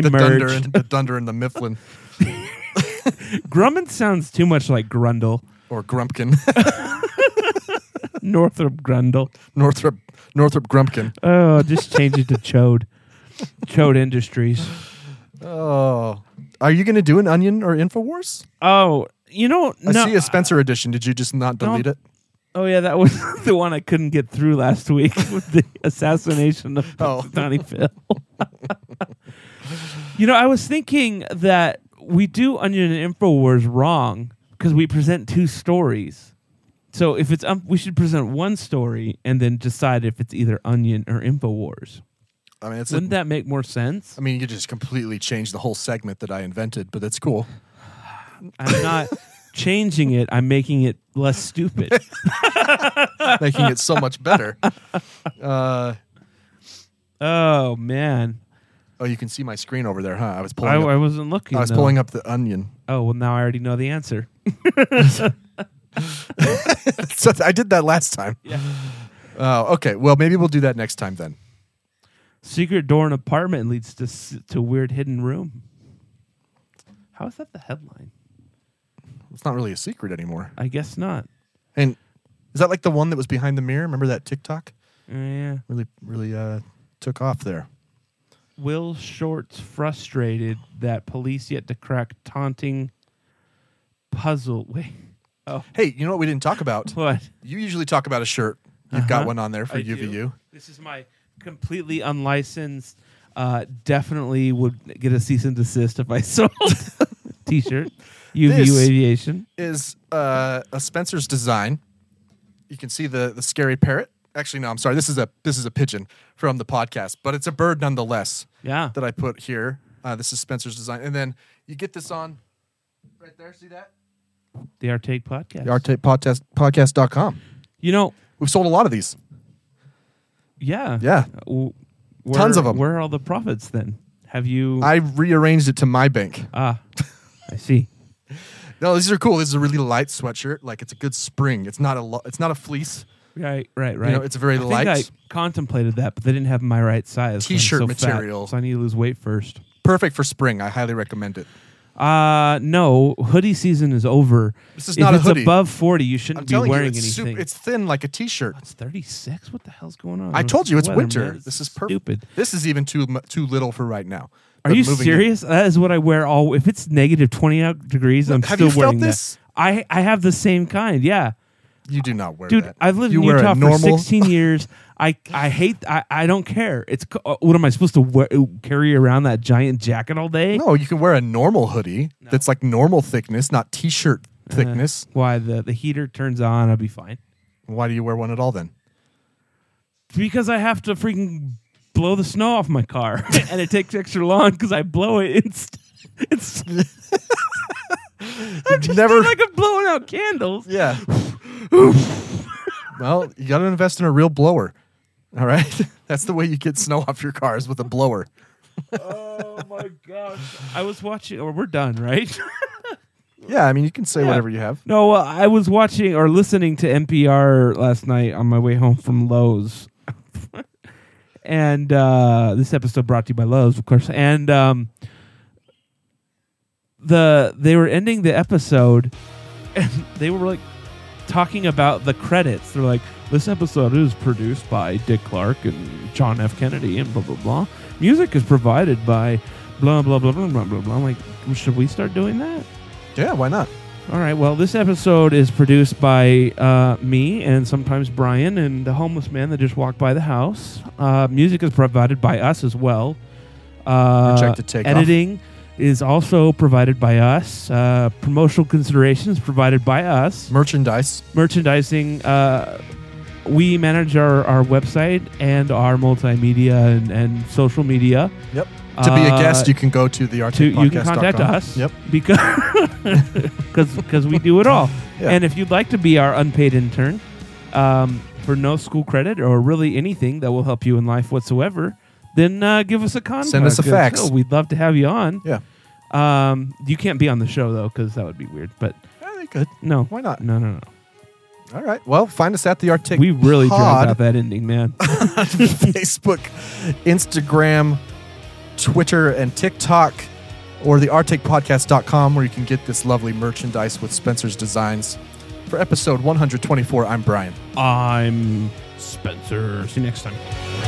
<laughs> the Dunder
merged.
and the Dunder and the Mifflin
Grumman sounds too much like Grundle.
or Grumpkin. <laughs>
Northrop Grundle.
Northrop Northrop Grumpkin.
Oh, just change it to Chode. Chode Industries.
Oh. Are you going to do an Onion or Infowars?
Oh, you know,
I
no,
see a Spencer edition. Did you just not delete
No.
it?
Oh yeah, that was <laughs> the one I couldn't get through last week <laughs> with the assassination of
Oh.
<laughs> Donnie Phil. you know, I was thinking that we do Onion and Infowars wrong because we present two stories. So if it's um, we should present one story and then decide if it's either Onion or Infowars.
I mean, it's
Wouldn't that make more sense?
I mean, you just completely changed the whole segment that I invented, but that's cool.
I'm
<laughs>
not changing it. I'm making it less stupid.
making it so much
<laughs>
better. Uh,
oh man.
Oh, you can see my screen over there, huh? I was pulling.
I,
up,
I wasn't looking.
I was
though.
pulling up the onion. <laughs>
Oh well, now I already know the answer.
So I did that last time.
Yeah.
Oh, okay. Well, maybe we'll do that next time then.
Secret door in apartment leads to s- to weird hidden room. How is that the headline?
It's not really a secret anymore.
I guess not.
And is that like the one that was behind the mirror? Remember that TikTok?
yeah.
Really, really uh, took off there.
Will Shorts frustrated that police yet to crack taunting puzzle. <laughs> Wait. Oh.
Hey, you know what we didn't talk about?
What?
You usually talk about a shirt. You've got
Uh-huh.
one on there for
I do.
UVU.
This is my completely unlicensed. Uh, definitely would get a cease and desist if I <laughs> sold
<laughs>
T-shirt.
This
UVU Aviation.
is uh, a Spencer's design. You can see the the scary parrot. Actually, no, I'm sorry. This is a this is a pigeon from the podcast, but it's a bird nonetheless.
Yeah.
That I put here. Uh, this is Spencer's design, and then you get this on right there. See that?
The Artake podcast.
podcast podcast.com.
You know,
we've sold a lot of these.
Yeah. Uh,
Yeah.
W-
Tons
where-
of 'em.
Where are all the profits then? Have you?
I rearranged it to my bank.
Ah, I see.
No, these are cool. This is a really light sweatshirt. Like it's a good spring. It's not a lo- it's not a fleece.
Right, right,
You
right.
know, it's very
I think
light.
I contemplated that, but they didn't have my right size. so I'm
T-shirt
so fat,
material.
so I need to lose weight first.
Perfect for spring. I highly recommend it.
Uh no, hoodie season is over.
This is
if
not a
it's
hoodie.
above forty, you shouldn't
I'm
be
telling you,
wearing
it's
anything.
super- it's thin like a t-shirt.
it's thirty six. What the hell's going on?
I
with
told you
the
it's
weather,
winter.
man? It's
This is perfect.
Stupid.
This is even too mu- too little for right now.
Are
But
you
moving
serious? That is what I wear all. If it's negative twenty out degrees, I'm
have
still
you felt
wearing that.
this?
I I have the same kind. Yeah.
You do not wear
Dude,
that.
I've lived
You
in
wear a
Utah for
normal-
16 years. I I hate. I, I don't care. It's co- uh, what am I supposed to wear, carry around that giant jacket all day?
In, <laughs> no, you can wear a normal hoodie that's like normal thickness, not t-shirt
Uh,
thickness.
why the the heater turns on? I'll be fine.
Why do you wear one at all then?
Because I have to freaking blow the snow off my car, <laughs> and it takes extra long because I blow it. It's it's. <laughs> I'm
<laughs>
just
Never-
doing <laughs> like I'm blowing out candles.
<laughs> Yeah. well, you got to invest in a real blower. All right, <laughs> that's the way you get snow off your cars with a blower.
oh my gosh! I was watching, or we're done, right? <laughs>
Yeah, I mean you can say
Yeah.
whatever you have.
No, uh, I was watching or listening to NPR last night on my way home from Lowe's. and uh, this episode brought to you by Lowe's, of course. And um, the they were ending the episode <laughs> and they were like talking about the credits. They're like, this episode is produced by Dick Clark and John F. Kennedy and blah blah blah. Music is provided by blah blah blah blah blah blah blah. I'm like, should we start doing that?
Yeah, why not?
All right. Well, this episode is produced by uh, me and sometimes Brian and the homeless man that just walked by the house. Uh, music is provided by us as well. Uh,
Check the takeoff.
editing is also provided by us. Uh, promotional considerations provided by us.
Merchandise.
Merchandising. Uh, we manage our, our website and our multimedia and, and social media.
Yep. To be a
Uh,
guest, you can go to the
to, you can contact
arcadepodcast.com.
us. Yep. Because <laughs> because we do it all.
Yeah.
And if you'd like to be our unpaid intern um, for no school credit or really anything that will help you in life whatsoever, then uh, give us a contact. Oh,
Send us a fax.
we'd love to have you on.
Yeah.
Um, you can't be on the show though because that would be weird. But
they could.
No.
Why not?
No. No. No.
All right. Well, find us at the Arctic.
We really
Pod.
drove out that ending, man.
<laughs> Facebook, Instagram, Twitter, and TikTok, or the arcticpodcast.com where you can get this lovely merchandise with Spencer's designs. For episode 124, I'm Brian.
I'm Spencer. See you next time.